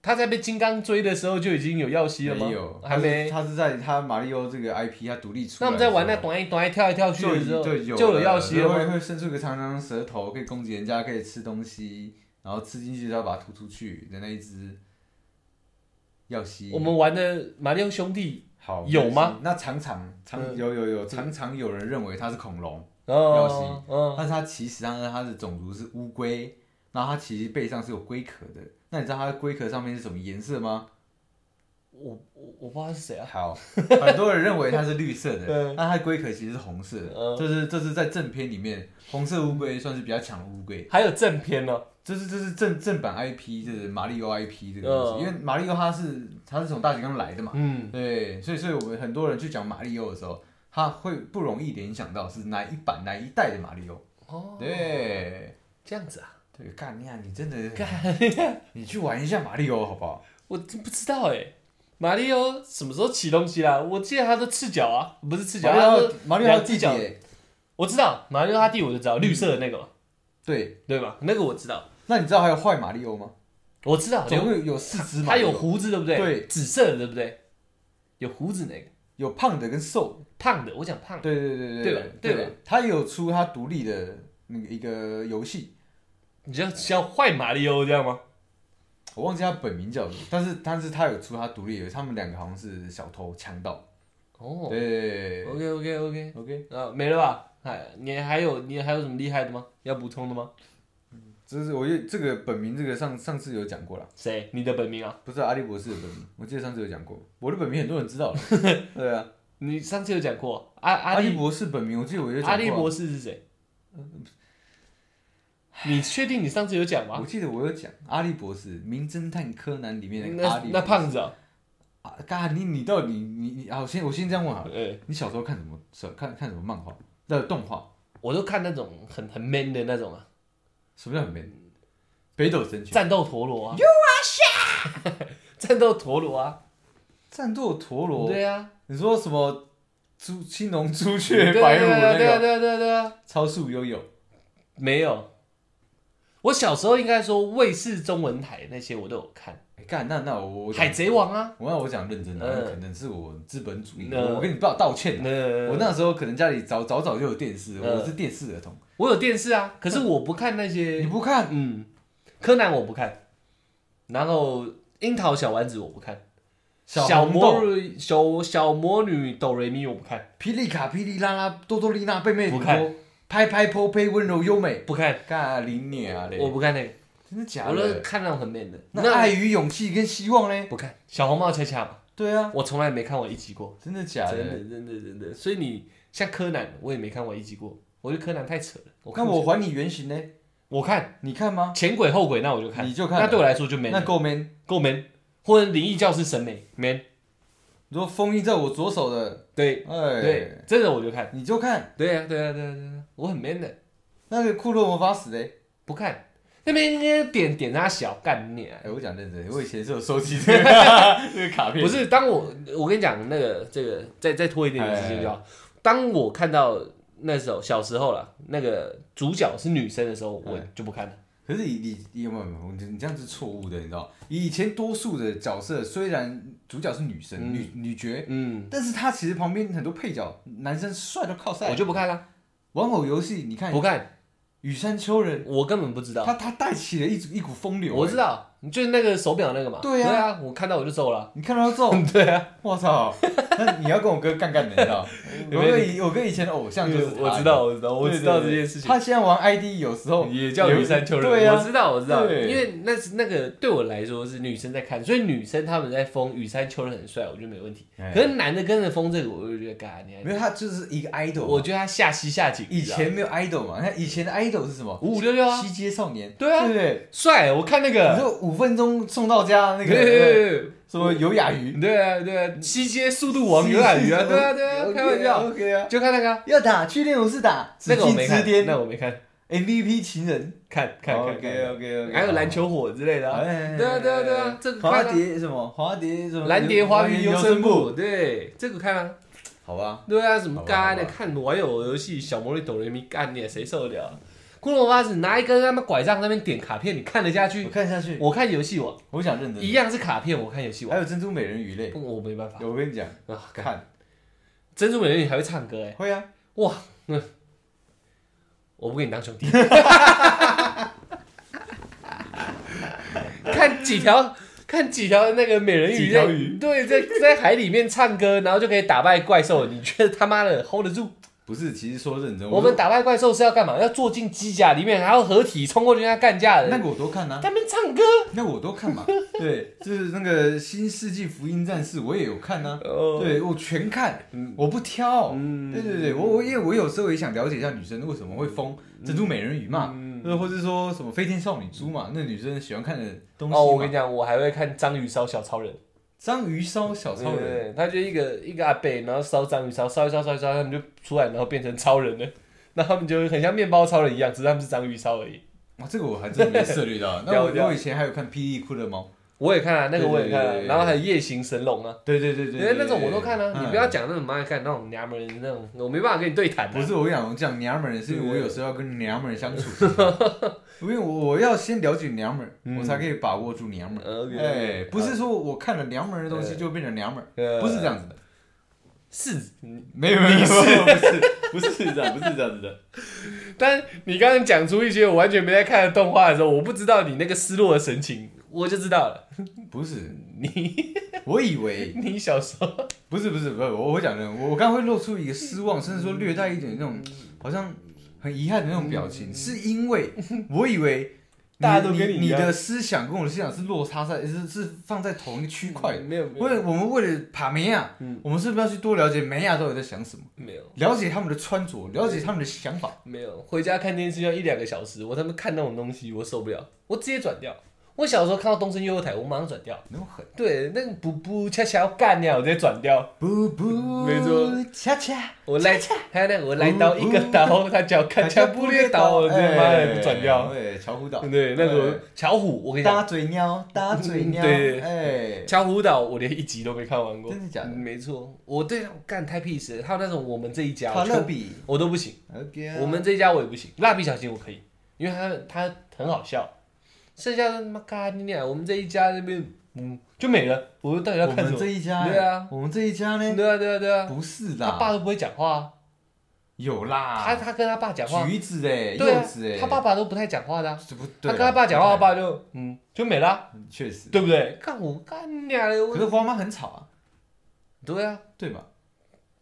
[SPEAKER 1] 他在被金刚追的时候就已经有耀西了吗？
[SPEAKER 3] 没有，
[SPEAKER 1] 还没。
[SPEAKER 3] 他是他是在他马里奥这个 IP 他独立出
[SPEAKER 1] 那
[SPEAKER 3] 来
[SPEAKER 1] 我们
[SPEAKER 3] 的时候。
[SPEAKER 1] 在玩那短一短一跳来跳去
[SPEAKER 3] 就
[SPEAKER 1] 的
[SPEAKER 3] 已
[SPEAKER 1] 时候，
[SPEAKER 3] 就有
[SPEAKER 1] 就有
[SPEAKER 3] 了
[SPEAKER 1] 耀西了吗
[SPEAKER 3] 会？会伸出一个长长的舌头，可以攻击人家，可以吃东西，然后吃进去就要把它吐出去的那一只耀西。
[SPEAKER 1] 我们玩的《马里奥兄弟
[SPEAKER 3] 好
[SPEAKER 1] 有吗？
[SPEAKER 3] 那常常常
[SPEAKER 1] 嗯
[SPEAKER 3] 有有有常常有人认为它是恐龙，》
[SPEAKER 1] 哦，
[SPEAKER 3] 耀西
[SPEAKER 1] 嗯，
[SPEAKER 3] 但是它其实上呢，它的种族是乌龟，然后它其实背上是有龟壳的，那你知道它的龟壳上面是什么颜色吗？
[SPEAKER 1] 我我我不知道他是谁啊，
[SPEAKER 3] 好，很多人认为它是绿色的
[SPEAKER 1] 嗯，
[SPEAKER 3] 那它的龟壳其实是红色的。
[SPEAKER 1] 嗯
[SPEAKER 3] 这是这是在正片里面，红色乌龟算是比较强的乌龟。
[SPEAKER 1] 还有正片哦呢、
[SPEAKER 3] 这是这是正正版 IP，就是马里奥 IP 这个东
[SPEAKER 1] 嗯
[SPEAKER 3] 西，因为马里奥它是它是从大金刚来的嘛，
[SPEAKER 1] 嗯，
[SPEAKER 3] 对，所以所以我们很多人去讲马里奥的时候，他会不容易联想到是哪一版哪一代的马里奥。
[SPEAKER 1] 哦，
[SPEAKER 3] 对，
[SPEAKER 1] 这样子啊，
[SPEAKER 3] 对，干你啊，你真的干，你去玩一下马里奥好不好？
[SPEAKER 1] 我真不知道哎、马里奥什么时候起东西啦、我记得他的赤脚啊，不是赤脚，
[SPEAKER 3] 马里
[SPEAKER 1] 他
[SPEAKER 3] 奥
[SPEAKER 1] 的
[SPEAKER 3] 马里奥
[SPEAKER 1] 两只
[SPEAKER 3] 自己
[SPEAKER 1] 脚，
[SPEAKER 3] 也
[SPEAKER 1] 我知道马里奥他第五就知道绿色的那个嘛，
[SPEAKER 3] 对，
[SPEAKER 1] 对吧？那个我知道，
[SPEAKER 3] 那你知道还有坏马里奥吗？
[SPEAKER 1] 我知道，
[SPEAKER 3] 总
[SPEAKER 1] 有
[SPEAKER 3] 共有有四只马
[SPEAKER 1] 他
[SPEAKER 3] 里
[SPEAKER 1] 有
[SPEAKER 3] 奥，
[SPEAKER 1] 胡子对不对？
[SPEAKER 3] 对
[SPEAKER 1] 紫色的对不对？有胡子那个
[SPEAKER 3] 有胖的跟瘦，
[SPEAKER 1] 胖的，我讲胖的，
[SPEAKER 3] 对对对
[SPEAKER 1] 对吧
[SPEAKER 3] 对
[SPEAKER 1] 对吧
[SPEAKER 3] 对，他也有出他独立的那个一个游戏。
[SPEAKER 1] 你就像坏马里奥这样吗？
[SPEAKER 3] 我忘记他本名叫什么，但是但是他有出他独立的，他们两个好像是小偷强盗。
[SPEAKER 1] 哦
[SPEAKER 3] 对
[SPEAKER 1] ，OK OK OK，
[SPEAKER 3] ，OK，
[SPEAKER 1] 啊，没了吧？哎，你还有你还有什么厉害的吗？要补充的吗？
[SPEAKER 3] 这是我觉得这个本名这个上上次有讲过了，
[SPEAKER 1] 谁？你的本名啊？
[SPEAKER 3] 不是阿笠博士的本名，我记得上次有讲过，我的本名很多人知道了。对啊，
[SPEAKER 1] 你上次有讲过阿
[SPEAKER 3] 阿
[SPEAKER 1] 阿
[SPEAKER 3] 笠
[SPEAKER 1] 笠
[SPEAKER 3] 博士本名我记得我有讲过啊。
[SPEAKER 1] 阿笠博士是谁？你确定你上次有讲
[SPEAKER 3] 我
[SPEAKER 1] 吗？
[SPEAKER 3] 记得我有讲阿笠博士，《名侦探柯南》里面那个阿
[SPEAKER 1] 那
[SPEAKER 3] 笠博士。
[SPEAKER 1] 那胖子啊，
[SPEAKER 3] 啊，干你你到底你你啊，我先我先这样问好了，
[SPEAKER 1] 呃，
[SPEAKER 3] 你小时候看什么小看看什么漫画？那动画？
[SPEAKER 1] 我都看那种很很 man 的那种啊，
[SPEAKER 3] 什么叫很 man？北斗神拳、
[SPEAKER 1] 战斗陀螺啊， 战斗陀螺啊，
[SPEAKER 3] 战斗陀螺。
[SPEAKER 1] 对啊，
[SPEAKER 3] 你说什么朱青龙朱
[SPEAKER 1] 对啊
[SPEAKER 3] 雀
[SPEAKER 1] 对
[SPEAKER 3] 白虎
[SPEAKER 1] 啊
[SPEAKER 3] 那
[SPEAKER 1] 对啊
[SPEAKER 3] 个
[SPEAKER 1] 对啊对啊对啊，
[SPEAKER 3] 超速悠悠，
[SPEAKER 1] 没有。我小时候应该说卫视中文台那些我都有看，
[SPEAKER 3] 哎干、那那我我
[SPEAKER 1] 《海贼，王》啊，
[SPEAKER 3] 我那我讲认真的，
[SPEAKER 1] 嗯
[SPEAKER 3] 可能是我资本主义，
[SPEAKER 1] 嗯
[SPEAKER 3] 我跟你爸道歉啊、
[SPEAKER 1] 那
[SPEAKER 3] 我那时候可能家里早早早就有电视，
[SPEAKER 1] 嗯
[SPEAKER 3] 我是电视儿童，
[SPEAKER 1] 我有电视啊，可是我不看那
[SPEAKER 3] 你
[SPEAKER 1] 些，
[SPEAKER 3] 不看
[SPEAKER 1] 嗯，柯南我不看，然后樱桃小丸子我不看，小
[SPEAKER 3] 红豆
[SPEAKER 1] 魔女小小魔女哆瑞咪我不看，
[SPEAKER 3] 霹雳卡、霹雳拉拉、多多丽娜、贝贝
[SPEAKER 1] 不
[SPEAKER 3] 里
[SPEAKER 1] 看
[SPEAKER 3] 托、拍拍泼呸、温柔优美，
[SPEAKER 1] 不看，
[SPEAKER 3] 干你娘嘞！
[SPEAKER 1] 我不看那个，
[SPEAKER 3] 真的假
[SPEAKER 1] 我都
[SPEAKER 3] 的？
[SPEAKER 1] 看那种很 man 的，
[SPEAKER 3] 那爱与勇气跟希望嘞？
[SPEAKER 1] 不看小红帽恰恰嘛，
[SPEAKER 3] 对啊，
[SPEAKER 1] 我从来没看完一集过，
[SPEAKER 3] 真的假
[SPEAKER 1] 真的
[SPEAKER 3] 的？
[SPEAKER 1] 真的真的，所以你像柯南我也没看完一集过，我觉得柯南太扯了，我
[SPEAKER 3] 那
[SPEAKER 1] 不起
[SPEAKER 3] 我还你原形嘞？
[SPEAKER 1] 我看
[SPEAKER 3] 你看吗？
[SPEAKER 1] 前鬼后鬼那我就看，
[SPEAKER 3] 你就看了
[SPEAKER 1] 那对我来说就 man，
[SPEAKER 3] 那
[SPEAKER 1] 了
[SPEAKER 3] 够 man。
[SPEAKER 1] 够 man，或者灵异教师审美 man，
[SPEAKER 3] 如果封印在我左手的，
[SPEAKER 1] 对
[SPEAKER 3] 哎，
[SPEAKER 1] 对，，这个我就看。
[SPEAKER 3] 你就看
[SPEAKER 1] 对啊呀、对呀、对呀、对呀、我很 man 的，
[SPEAKER 3] 那个库洛魔法使哎嘞。
[SPEAKER 1] 不看那边那个点点他小干你、啊
[SPEAKER 3] 哎、。我讲认真，我以前是有收集这 个这个卡片，
[SPEAKER 1] 不是，当我我跟你讲那个这个再再拖一点点时间
[SPEAKER 3] 哎
[SPEAKER 1] 就好。当我看到那时候小时候了，那个主角是女生的时候，我
[SPEAKER 3] 哎
[SPEAKER 1] 就不看了。
[SPEAKER 3] 可是你你你有没有没有你你这样是错误的，你知道？以前多数的角色虽然主角是女生、
[SPEAKER 1] 嗯
[SPEAKER 3] 女女角，
[SPEAKER 1] 嗯，
[SPEAKER 3] 但是他其实旁边很多配角男生帅到靠晒。
[SPEAKER 1] 我就不看了，
[SPEAKER 3] 玩偶游戏，你看
[SPEAKER 1] 不看，
[SPEAKER 3] 羽山丘人，
[SPEAKER 1] 我根本不知道。
[SPEAKER 3] 哎他他带起了一股一股风流、哎
[SPEAKER 1] 我知
[SPEAKER 3] 道，
[SPEAKER 1] 道，就是那个手表那个嘛。
[SPEAKER 3] 对啊
[SPEAKER 1] 对啊，我看到我就走了。
[SPEAKER 3] 你看到他之后，
[SPEAKER 1] 对啊，
[SPEAKER 3] 我操！那你要跟我哥干干的，你知道？
[SPEAKER 1] 有
[SPEAKER 3] 我
[SPEAKER 1] 没有
[SPEAKER 3] 跟以我跟以前的偶像就是他
[SPEAKER 1] 嗯我知道，我知道，我知道这件事情。
[SPEAKER 3] 他现在玩 ID 有时候
[SPEAKER 1] 也叫雨山丘人，
[SPEAKER 3] 对
[SPEAKER 1] 我
[SPEAKER 3] 啊，
[SPEAKER 1] 知道，我知道，
[SPEAKER 3] 对
[SPEAKER 1] 因为那是那个对我来说是女生在看，所以女生她们在封雨山丘人很帅，我觉得没问题。
[SPEAKER 3] 哎
[SPEAKER 1] 可是男的跟着封这个，我就觉得嘎，你还
[SPEAKER 3] 没有他就是一个 idol 嘛。
[SPEAKER 1] 我觉得他下西下井，
[SPEAKER 3] 以
[SPEAKER 1] 你知道吗
[SPEAKER 3] 前没有 idol 嘛，你看以前的 idol 是什么？
[SPEAKER 1] 五五六六啊，
[SPEAKER 3] 西街少年，
[SPEAKER 1] 对啊
[SPEAKER 3] 对不对？
[SPEAKER 1] 帅，我看那
[SPEAKER 3] 你
[SPEAKER 1] 个，
[SPEAKER 3] 说五分钟送到家那
[SPEAKER 1] 对
[SPEAKER 3] 个呃
[SPEAKER 1] 对
[SPEAKER 3] 对
[SPEAKER 1] 对
[SPEAKER 3] 什么有雅
[SPEAKER 1] 对
[SPEAKER 3] 鱼，
[SPEAKER 1] 对啊对啊，西街速度王游览鱼啊，对啊对啊，开玩笑，
[SPEAKER 3] ，OK 啊，
[SPEAKER 1] 就看那个啊，
[SPEAKER 3] 要打去练武室打，
[SPEAKER 1] 那个我没
[SPEAKER 3] 紫禁
[SPEAKER 1] 看
[SPEAKER 3] 之，巅
[SPEAKER 1] 那我没看，
[SPEAKER 3] MVP 情人，
[SPEAKER 1] 看看看
[SPEAKER 3] ，OK
[SPEAKER 1] 看，
[SPEAKER 3] OK OK，
[SPEAKER 1] 还有篮，球火之类的啊，
[SPEAKER 3] 哎，
[SPEAKER 1] 对啊对啊对啊这个
[SPEAKER 3] 花
[SPEAKER 1] 看啊
[SPEAKER 3] 蝶什么花蝶什么
[SPEAKER 1] 蓝蝶花园优胜部，
[SPEAKER 3] 部，
[SPEAKER 1] 对，这个看啊。
[SPEAKER 3] 好吧，
[SPEAKER 1] 对啊，什么
[SPEAKER 3] 好吧
[SPEAKER 1] 干的？
[SPEAKER 3] 好吧
[SPEAKER 1] 看玩偶游戏，小魔女哆瑞咪干你，谁受得了？啊骷髅巴子拿一根他妈拐杖那边点卡片，你看得下
[SPEAKER 3] 我
[SPEAKER 1] 去？
[SPEAKER 3] 看下去，
[SPEAKER 1] 我看游戏网
[SPEAKER 3] 我想认真
[SPEAKER 1] 一，样是卡片，我看游戏
[SPEAKER 3] 还
[SPEAKER 1] 网，
[SPEAKER 3] 有珍珠美人鱼类，
[SPEAKER 1] 我没办法
[SPEAKER 3] 我跟你讲，
[SPEAKER 1] 啊！干
[SPEAKER 3] 看
[SPEAKER 1] 珍珠美人鱼还会唱歌哎，
[SPEAKER 3] 会啊，
[SPEAKER 1] 哇，嗯，我不跟你当 兄弟。看几条，看几条那个美人
[SPEAKER 3] 几
[SPEAKER 1] 鱼
[SPEAKER 3] 条
[SPEAKER 1] 在
[SPEAKER 3] 鱼
[SPEAKER 1] 对在在海里面唱歌，然后就可以打败怪兽，你觉得他妈的 hold 得住？
[SPEAKER 3] 不是，其实说认真，
[SPEAKER 1] 我
[SPEAKER 3] 说
[SPEAKER 1] 们打败怪兽是要干嘛？要坐进机甲里面，然后合体冲过去跟他干架的。
[SPEAKER 3] 那个我都看啊，
[SPEAKER 1] 他们唱歌，
[SPEAKER 3] 那我 都看嘛。对，就是那个《新世纪福音战士》，我也有看啊。
[SPEAKER 1] 哦
[SPEAKER 3] 对我全看，我不挑。
[SPEAKER 1] 嗯
[SPEAKER 3] 对对对，我我因为我有时候也想了解一下女生为什么会疯
[SPEAKER 1] 嗯
[SPEAKER 3] 珍珠美人鱼嘛，呃或者说什么飞天少女猪嘛，那女生喜欢看的东西嘛。
[SPEAKER 1] 哦，我跟你讲，我还会看章鱼烧小超人。
[SPEAKER 3] 章鱼烧小超
[SPEAKER 1] 对
[SPEAKER 3] 人，
[SPEAKER 1] 对对他就一个一个阿伯，然后烧章鱼烧，烧一烧烧一烧，他们就出来，然后变成超人了。 那他们就很像面包超人一样，只是他们是章鱼烧而已。
[SPEAKER 3] 哇，这个我还真的没涉猎 到。那
[SPEAKER 1] 了
[SPEAKER 3] 我
[SPEAKER 1] 解
[SPEAKER 3] 我以前还有看《霹雳酷乐猫
[SPEAKER 1] 我也看啊，那个我也看
[SPEAKER 3] 对对
[SPEAKER 1] 啊
[SPEAKER 3] 对，对
[SPEAKER 1] 然后还有夜行神龙啊，》。
[SPEAKER 3] 对对对对
[SPEAKER 1] 因为那种我都看啊。
[SPEAKER 3] 嗯
[SPEAKER 1] 你不要讲那种妈看那种娘们人那种，我没办法跟你对谈啊
[SPEAKER 3] 不
[SPEAKER 1] 的。
[SPEAKER 3] 是我跟你讲，我讲娘们儿人是因为我
[SPEAKER 1] 对
[SPEAKER 3] 有时候要跟娘们儿人相 处，因为我我要先了解娘们儿，我才可以把握住娘们儿。
[SPEAKER 1] OK，
[SPEAKER 3] 哎，不是说我看了娘们儿的东西
[SPEAKER 1] 对
[SPEAKER 3] 就变成娘们儿，
[SPEAKER 1] 呃
[SPEAKER 3] 不是这样子的。
[SPEAKER 1] 是，
[SPEAKER 3] 没有没有， 不是不是这样，不是这样子的。
[SPEAKER 1] 但你刚刚讲出一些我完全没在看的动画的时候，我不知道你那个失落的神情，我就知道了。
[SPEAKER 3] 不是，
[SPEAKER 1] 你
[SPEAKER 3] 我以为
[SPEAKER 1] 你小时候，
[SPEAKER 3] 不是不是不是，我我讲的，我我刚刚会露出一个失望，甚至说略带一点那
[SPEAKER 1] 嗯
[SPEAKER 3] 种好像很遗憾的那种表情，是因为我以为你。
[SPEAKER 1] 大家都跟
[SPEAKER 3] 你
[SPEAKER 1] 你一样
[SPEAKER 3] 的思想跟我的思想是落差在是是放在同一个区块的，
[SPEAKER 1] 没有没有
[SPEAKER 3] 为我们为了爬梅亚，
[SPEAKER 1] 嗯
[SPEAKER 3] 我们是不是要去多了解梅亚到底在想什么？
[SPEAKER 1] 没有
[SPEAKER 3] 了解他们的穿着，了解他们的想法。
[SPEAKER 1] 没有，回家看电视要一两个小时，我他妈看那种东西我受不了，我直接转掉。我小时候看到东森幼幼台，我马上转掉。
[SPEAKER 3] 那么狠，
[SPEAKER 1] 对，那个不不恰恰要干掉，我直接转掉。
[SPEAKER 3] 不不，
[SPEAKER 1] 没错，
[SPEAKER 3] 恰恰
[SPEAKER 1] 我来，还有那个我来刀一个刀，他叫看恰不列刀，我直接妈的转掉。
[SPEAKER 3] 哎对，巧虎岛，
[SPEAKER 1] 对，那个
[SPEAKER 3] 哎
[SPEAKER 1] 巧虎，我跟你讲
[SPEAKER 3] 大，嘴鸟，大嘴
[SPEAKER 1] 嗯
[SPEAKER 3] 鸟，
[SPEAKER 1] 对
[SPEAKER 3] 哎，
[SPEAKER 1] 巧虎岛我连一集都没看完过。
[SPEAKER 3] 真的假的
[SPEAKER 1] 嗯没错，我对那种干太屁事了，还有那种我们这一家，
[SPEAKER 3] 卡
[SPEAKER 1] 我
[SPEAKER 3] 乐
[SPEAKER 1] 全
[SPEAKER 3] 比
[SPEAKER 1] 我都不行。
[SPEAKER 3] ，OK 啊
[SPEAKER 1] 我们这一家我也不行，蜡笔小新我可以，因为他他很好笑，剩下的他妈干你俩，我们这一家那边嗯就没了，我到底要
[SPEAKER 3] 我
[SPEAKER 1] 看什
[SPEAKER 3] 们
[SPEAKER 1] 么？
[SPEAKER 3] 这
[SPEAKER 1] 对
[SPEAKER 3] 一家，
[SPEAKER 1] 对啊
[SPEAKER 3] 我们这一家呢，
[SPEAKER 1] 啊对啊对啊，
[SPEAKER 3] 不是
[SPEAKER 1] 他爸
[SPEAKER 3] 啦，
[SPEAKER 1] 都不会讲话啊，
[SPEAKER 3] 有
[SPEAKER 1] 他
[SPEAKER 3] 啦，
[SPEAKER 1] 他跟他爸讲话，
[SPEAKER 3] 橘子
[SPEAKER 1] 对
[SPEAKER 3] 哎，柚
[SPEAKER 1] 啊
[SPEAKER 3] 子哎，，
[SPEAKER 1] 他爸爸都不太讲话的啊，
[SPEAKER 3] 这不
[SPEAKER 1] 他
[SPEAKER 3] 对啊，
[SPEAKER 1] 跟他爸讲话，他
[SPEAKER 3] 不太
[SPEAKER 1] 爸就嗯就没了，
[SPEAKER 3] 确实，
[SPEAKER 1] 对不对？干我干你俩嘞，
[SPEAKER 3] 可
[SPEAKER 1] 我
[SPEAKER 3] 是花妈很吵啊，
[SPEAKER 1] 对啊，
[SPEAKER 3] 对吧？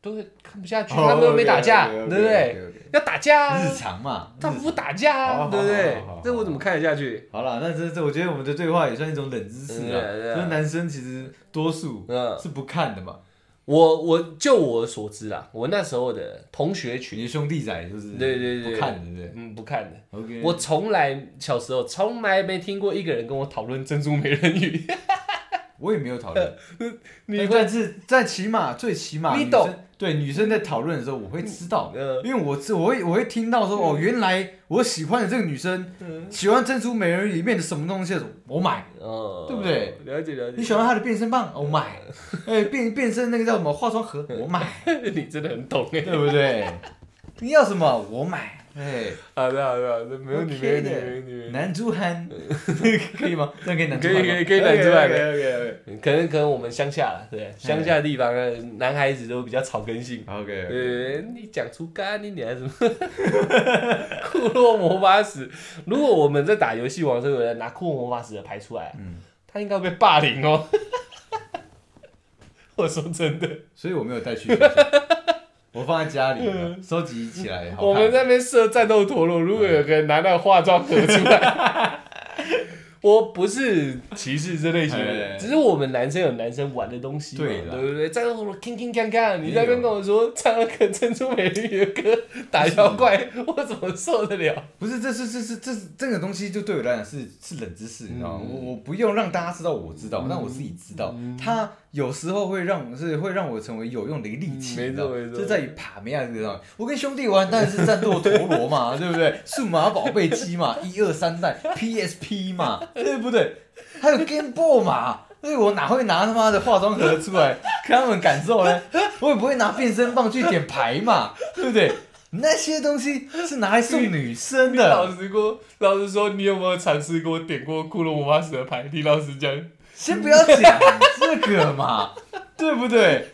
[SPEAKER 1] 都会看不下去，他们又没打架，对不对？
[SPEAKER 3] 对？
[SPEAKER 1] 要打架啊，
[SPEAKER 3] 日常嘛，
[SPEAKER 1] 他
[SPEAKER 3] 日
[SPEAKER 1] 们不
[SPEAKER 3] 常
[SPEAKER 1] 打架
[SPEAKER 3] 好
[SPEAKER 1] 啊，
[SPEAKER 3] 好
[SPEAKER 1] 对不对
[SPEAKER 3] 好好好？
[SPEAKER 1] 这我怎么看得下去？
[SPEAKER 3] 好了，那这这，我觉得我们的对话也算一种冷知识
[SPEAKER 1] 对
[SPEAKER 3] 啊。
[SPEAKER 1] 啊对啊
[SPEAKER 3] 就是男生其实多数
[SPEAKER 1] 嗯。
[SPEAKER 3] 是不看的嘛，
[SPEAKER 1] 我我就我所知啦，我那时候的同学群，
[SPEAKER 3] 你的兄弟仔就是
[SPEAKER 1] 对对对
[SPEAKER 3] 不看的，对
[SPEAKER 1] 嗯，不看的。
[SPEAKER 3] 不对？OK，
[SPEAKER 1] 我从来小时候从来没听过一个人跟我讨论珍珠美人 鱼，
[SPEAKER 3] 我也没有讨论，
[SPEAKER 1] 你会
[SPEAKER 3] 但是但起码最起码
[SPEAKER 1] 你
[SPEAKER 3] 女
[SPEAKER 1] 懂
[SPEAKER 3] 生对女生在讨论的时候，我会知道，
[SPEAKER 1] 嗯
[SPEAKER 3] 因为我知我会我会听到说哦，原来我喜欢的这个女生
[SPEAKER 1] 嗯
[SPEAKER 3] 喜欢《珍珠美人鱼》里面的什么东西，我买。
[SPEAKER 1] 哦，
[SPEAKER 3] 对不对？
[SPEAKER 1] 了解了
[SPEAKER 3] 你
[SPEAKER 1] 解，
[SPEAKER 3] 喜欢她的变身棒，哦我买。
[SPEAKER 1] 嗯
[SPEAKER 3] 哎，变变身那个叫什么化妆盒，我买，
[SPEAKER 1] 你真的很懂哎。
[SPEAKER 3] 对不对？你要什么我买，哎。
[SPEAKER 1] 好的好的好的，没问题
[SPEAKER 3] OK
[SPEAKER 1] 没问题
[SPEAKER 3] 的
[SPEAKER 1] 没问题没问题。
[SPEAKER 3] 男猪憨， 可以吗？这样可以男猪
[SPEAKER 1] 嗯可以
[SPEAKER 3] 憨吗
[SPEAKER 1] 可以可以男猪憨
[SPEAKER 3] 可以可以可以。
[SPEAKER 1] 可能可能我们乡下啦，
[SPEAKER 3] 嗯
[SPEAKER 1] 对，乡下地方的男孩子都比较草根性。
[SPEAKER 3] OK，
[SPEAKER 1] 对，你讲出干你娘什么？ 库洛魔法使，如果我们在打游戏王的时候有人拿库洛魔法使的牌出来，
[SPEAKER 3] 嗯，
[SPEAKER 1] 他应该会被霸凌哦。 我说真的，
[SPEAKER 3] 所以我没有带去 学校，我放在家里了收集起来。好看
[SPEAKER 1] 嗯我们在那边设战斗陀螺，如果有个人拿那个化妆盒出来， 我不是歧视这类型的
[SPEAKER 3] 哎
[SPEAKER 1] 人，只是我们男生有男生玩的东西嘛，
[SPEAKER 3] 对啦
[SPEAKER 1] 对不对？战斗陀螺，铿铿锵锵，你在那边跟我说唱那个珍珠美人鱼的歌，打妖 怪，我怎么受得了？
[SPEAKER 3] 不是，这是这是这是这个东西，就对我来讲是是冷知识，你知道吗？
[SPEAKER 1] 嗯
[SPEAKER 3] 我我不用让大家知道我知道，但我自己知道，它有时候会让是会让我成为有用的一个利器，
[SPEAKER 1] 嗯没错
[SPEAKER 3] 你知道吗
[SPEAKER 1] 没错
[SPEAKER 3] 就在于爬梅亚这个上面。我跟兄弟玩当然是战斗陀 螺嘛，对不对？数码宝贝机嘛，一二三代 PSP 嘛，对不对？还有 Game Boy 嘛。所以我哪会拿他妈的化妆盒出来跟他们感受呢？ 我也不会拿变身棒去点牌嘛，对不对？那些东西是拿来送女生
[SPEAKER 1] 你
[SPEAKER 3] 的。
[SPEAKER 1] 老实说，老实说，你有没有尝试过点过库洛魔法使的牌？你老实讲，
[SPEAKER 3] 先不要讲这个嘛，对不对？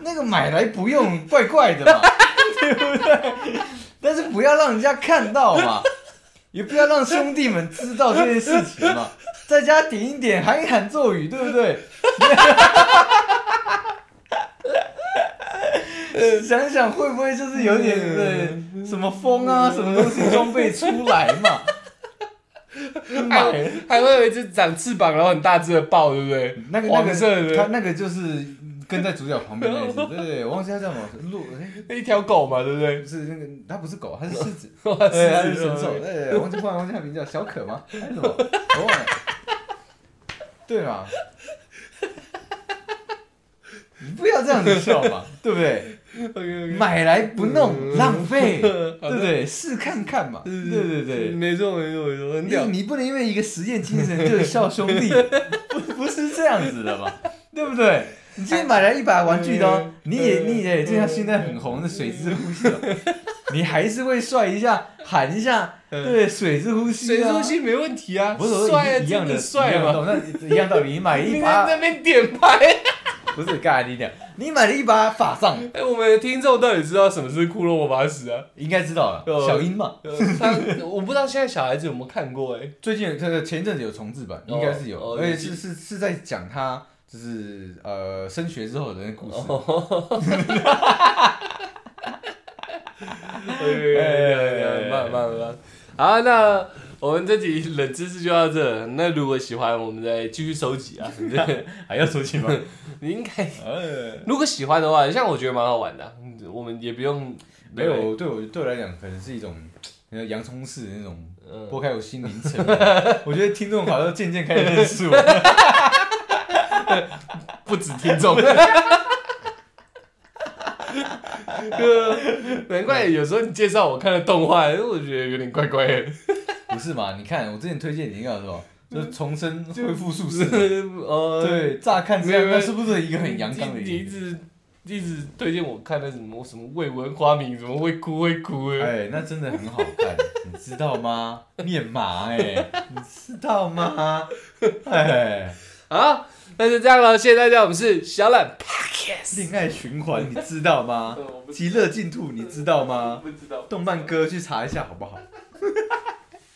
[SPEAKER 3] 那个买来不用，怪怪的嘛，对不对？但是不要让人家看到嘛，也不要让兄弟们知道这件事情嘛，在家点一点，喊一喊咒语，对不对？ 想想会不会就是有点对什么风啊，什么东西装备出来嘛？买
[SPEAKER 1] 还会有一只长翅膀然后很大只的豹，对不对？
[SPEAKER 3] 那个那
[SPEAKER 1] 黄
[SPEAKER 3] 个
[SPEAKER 1] 色
[SPEAKER 3] 他
[SPEAKER 1] 的，
[SPEAKER 3] 那个就是跟在主角旁边那 一只，对对对，我忘记他叫什么鹿，哎，
[SPEAKER 1] 一条狗嘛，对不对
[SPEAKER 3] 不？是那个，它不是狗， 它是狮子，
[SPEAKER 1] 哇
[SPEAKER 3] 对，哎它是
[SPEAKER 1] 狮子
[SPEAKER 3] 神兽，
[SPEAKER 1] 对
[SPEAKER 3] 对对，对忘记忽然忘记它名字叫小可吗？还是什么？我忘了，对嘛？你不要这样子笑 嘛，对不对？
[SPEAKER 1] OK，OK
[SPEAKER 3] 买来不弄，浪费，对
[SPEAKER 1] 好的
[SPEAKER 3] 不对？试看看嘛，对对对。
[SPEAKER 1] 没错没错没错，很
[SPEAKER 3] 你
[SPEAKER 1] 屌。
[SPEAKER 3] 你不能因为一个实验精神就笑兄 弟，不不是这样子的嘛，对不对？你今天买来一把玩具刀
[SPEAKER 1] 嗯，
[SPEAKER 3] 你也
[SPEAKER 1] 嗯
[SPEAKER 3] 你也就像现在很红的水之呼吸哦，你还是会帅一下，喊一下，
[SPEAKER 1] 嗯
[SPEAKER 3] 对，水之呼吸
[SPEAKER 1] 水
[SPEAKER 3] 啊，
[SPEAKER 1] 中心没问题啊，
[SPEAKER 3] 不是说
[SPEAKER 1] 帅啊，
[SPEAKER 3] 一
[SPEAKER 1] 真
[SPEAKER 3] 样的
[SPEAKER 1] 帅
[SPEAKER 3] 一样的
[SPEAKER 1] 嘛。
[SPEAKER 3] 道理那一样道理，你买一
[SPEAKER 1] 你在
[SPEAKER 3] 把
[SPEAKER 1] 那边点拍，
[SPEAKER 3] 不是干你讲，你买了一把法杖，
[SPEAKER 1] 哎，我们的听众到底知道什么是骷髅魔法使啊？
[SPEAKER 3] 应该知道了，
[SPEAKER 1] 哦
[SPEAKER 3] 小樱嘛，
[SPEAKER 1] 呃他我不知道现在小孩子有没有看过哎。
[SPEAKER 3] 最近有这个前一阵子有重置版，
[SPEAKER 1] 哦
[SPEAKER 3] 应该是有，
[SPEAKER 1] 哦
[SPEAKER 3] 而且
[SPEAKER 1] 有
[SPEAKER 3] 是是是在讲他就是呃升学之后的那个故事。
[SPEAKER 1] 慢慢慢。好，那我们这集冷知识就到这。那如果喜欢，我们再继续收集啊。对，
[SPEAKER 3] 还要出去吗？
[SPEAKER 1] 你应该
[SPEAKER 3] 呃，
[SPEAKER 1] 如果喜欢的话，像我觉得蛮好玩的啊，我们也不用
[SPEAKER 3] 没，有，对我对我来讲，可能是一种呃洋葱式的那种
[SPEAKER 1] 嗯
[SPEAKER 3] 拨开我心灵 层面。我觉得听众好像渐渐开始认识我，
[SPEAKER 1] 不止听众。呃难怪有时候你介绍我看的动画，我觉得有点怪怪的。
[SPEAKER 3] 不是嘛？你看我之前推荐你那个什么，就是重生恢复术士，
[SPEAKER 1] 呃，
[SPEAKER 3] 对，乍看之下
[SPEAKER 1] 没有没有
[SPEAKER 3] 那是不是一个很阳刚的
[SPEAKER 1] 你你一
[SPEAKER 3] 一个？
[SPEAKER 1] 直一直推荐我看那什么什么未闻花名，什么会哭会哭的。
[SPEAKER 3] 哎，那真的很好 看，你知道吗？面麻哎、你知道吗？哎，
[SPEAKER 1] 好，那就这样了，谢谢大家，我们是小懒 Podcast。
[SPEAKER 3] 恋爱循环 你知道吗？极乐净土你知道吗？
[SPEAKER 1] 不知道。
[SPEAKER 3] 动漫歌去查一下好不好？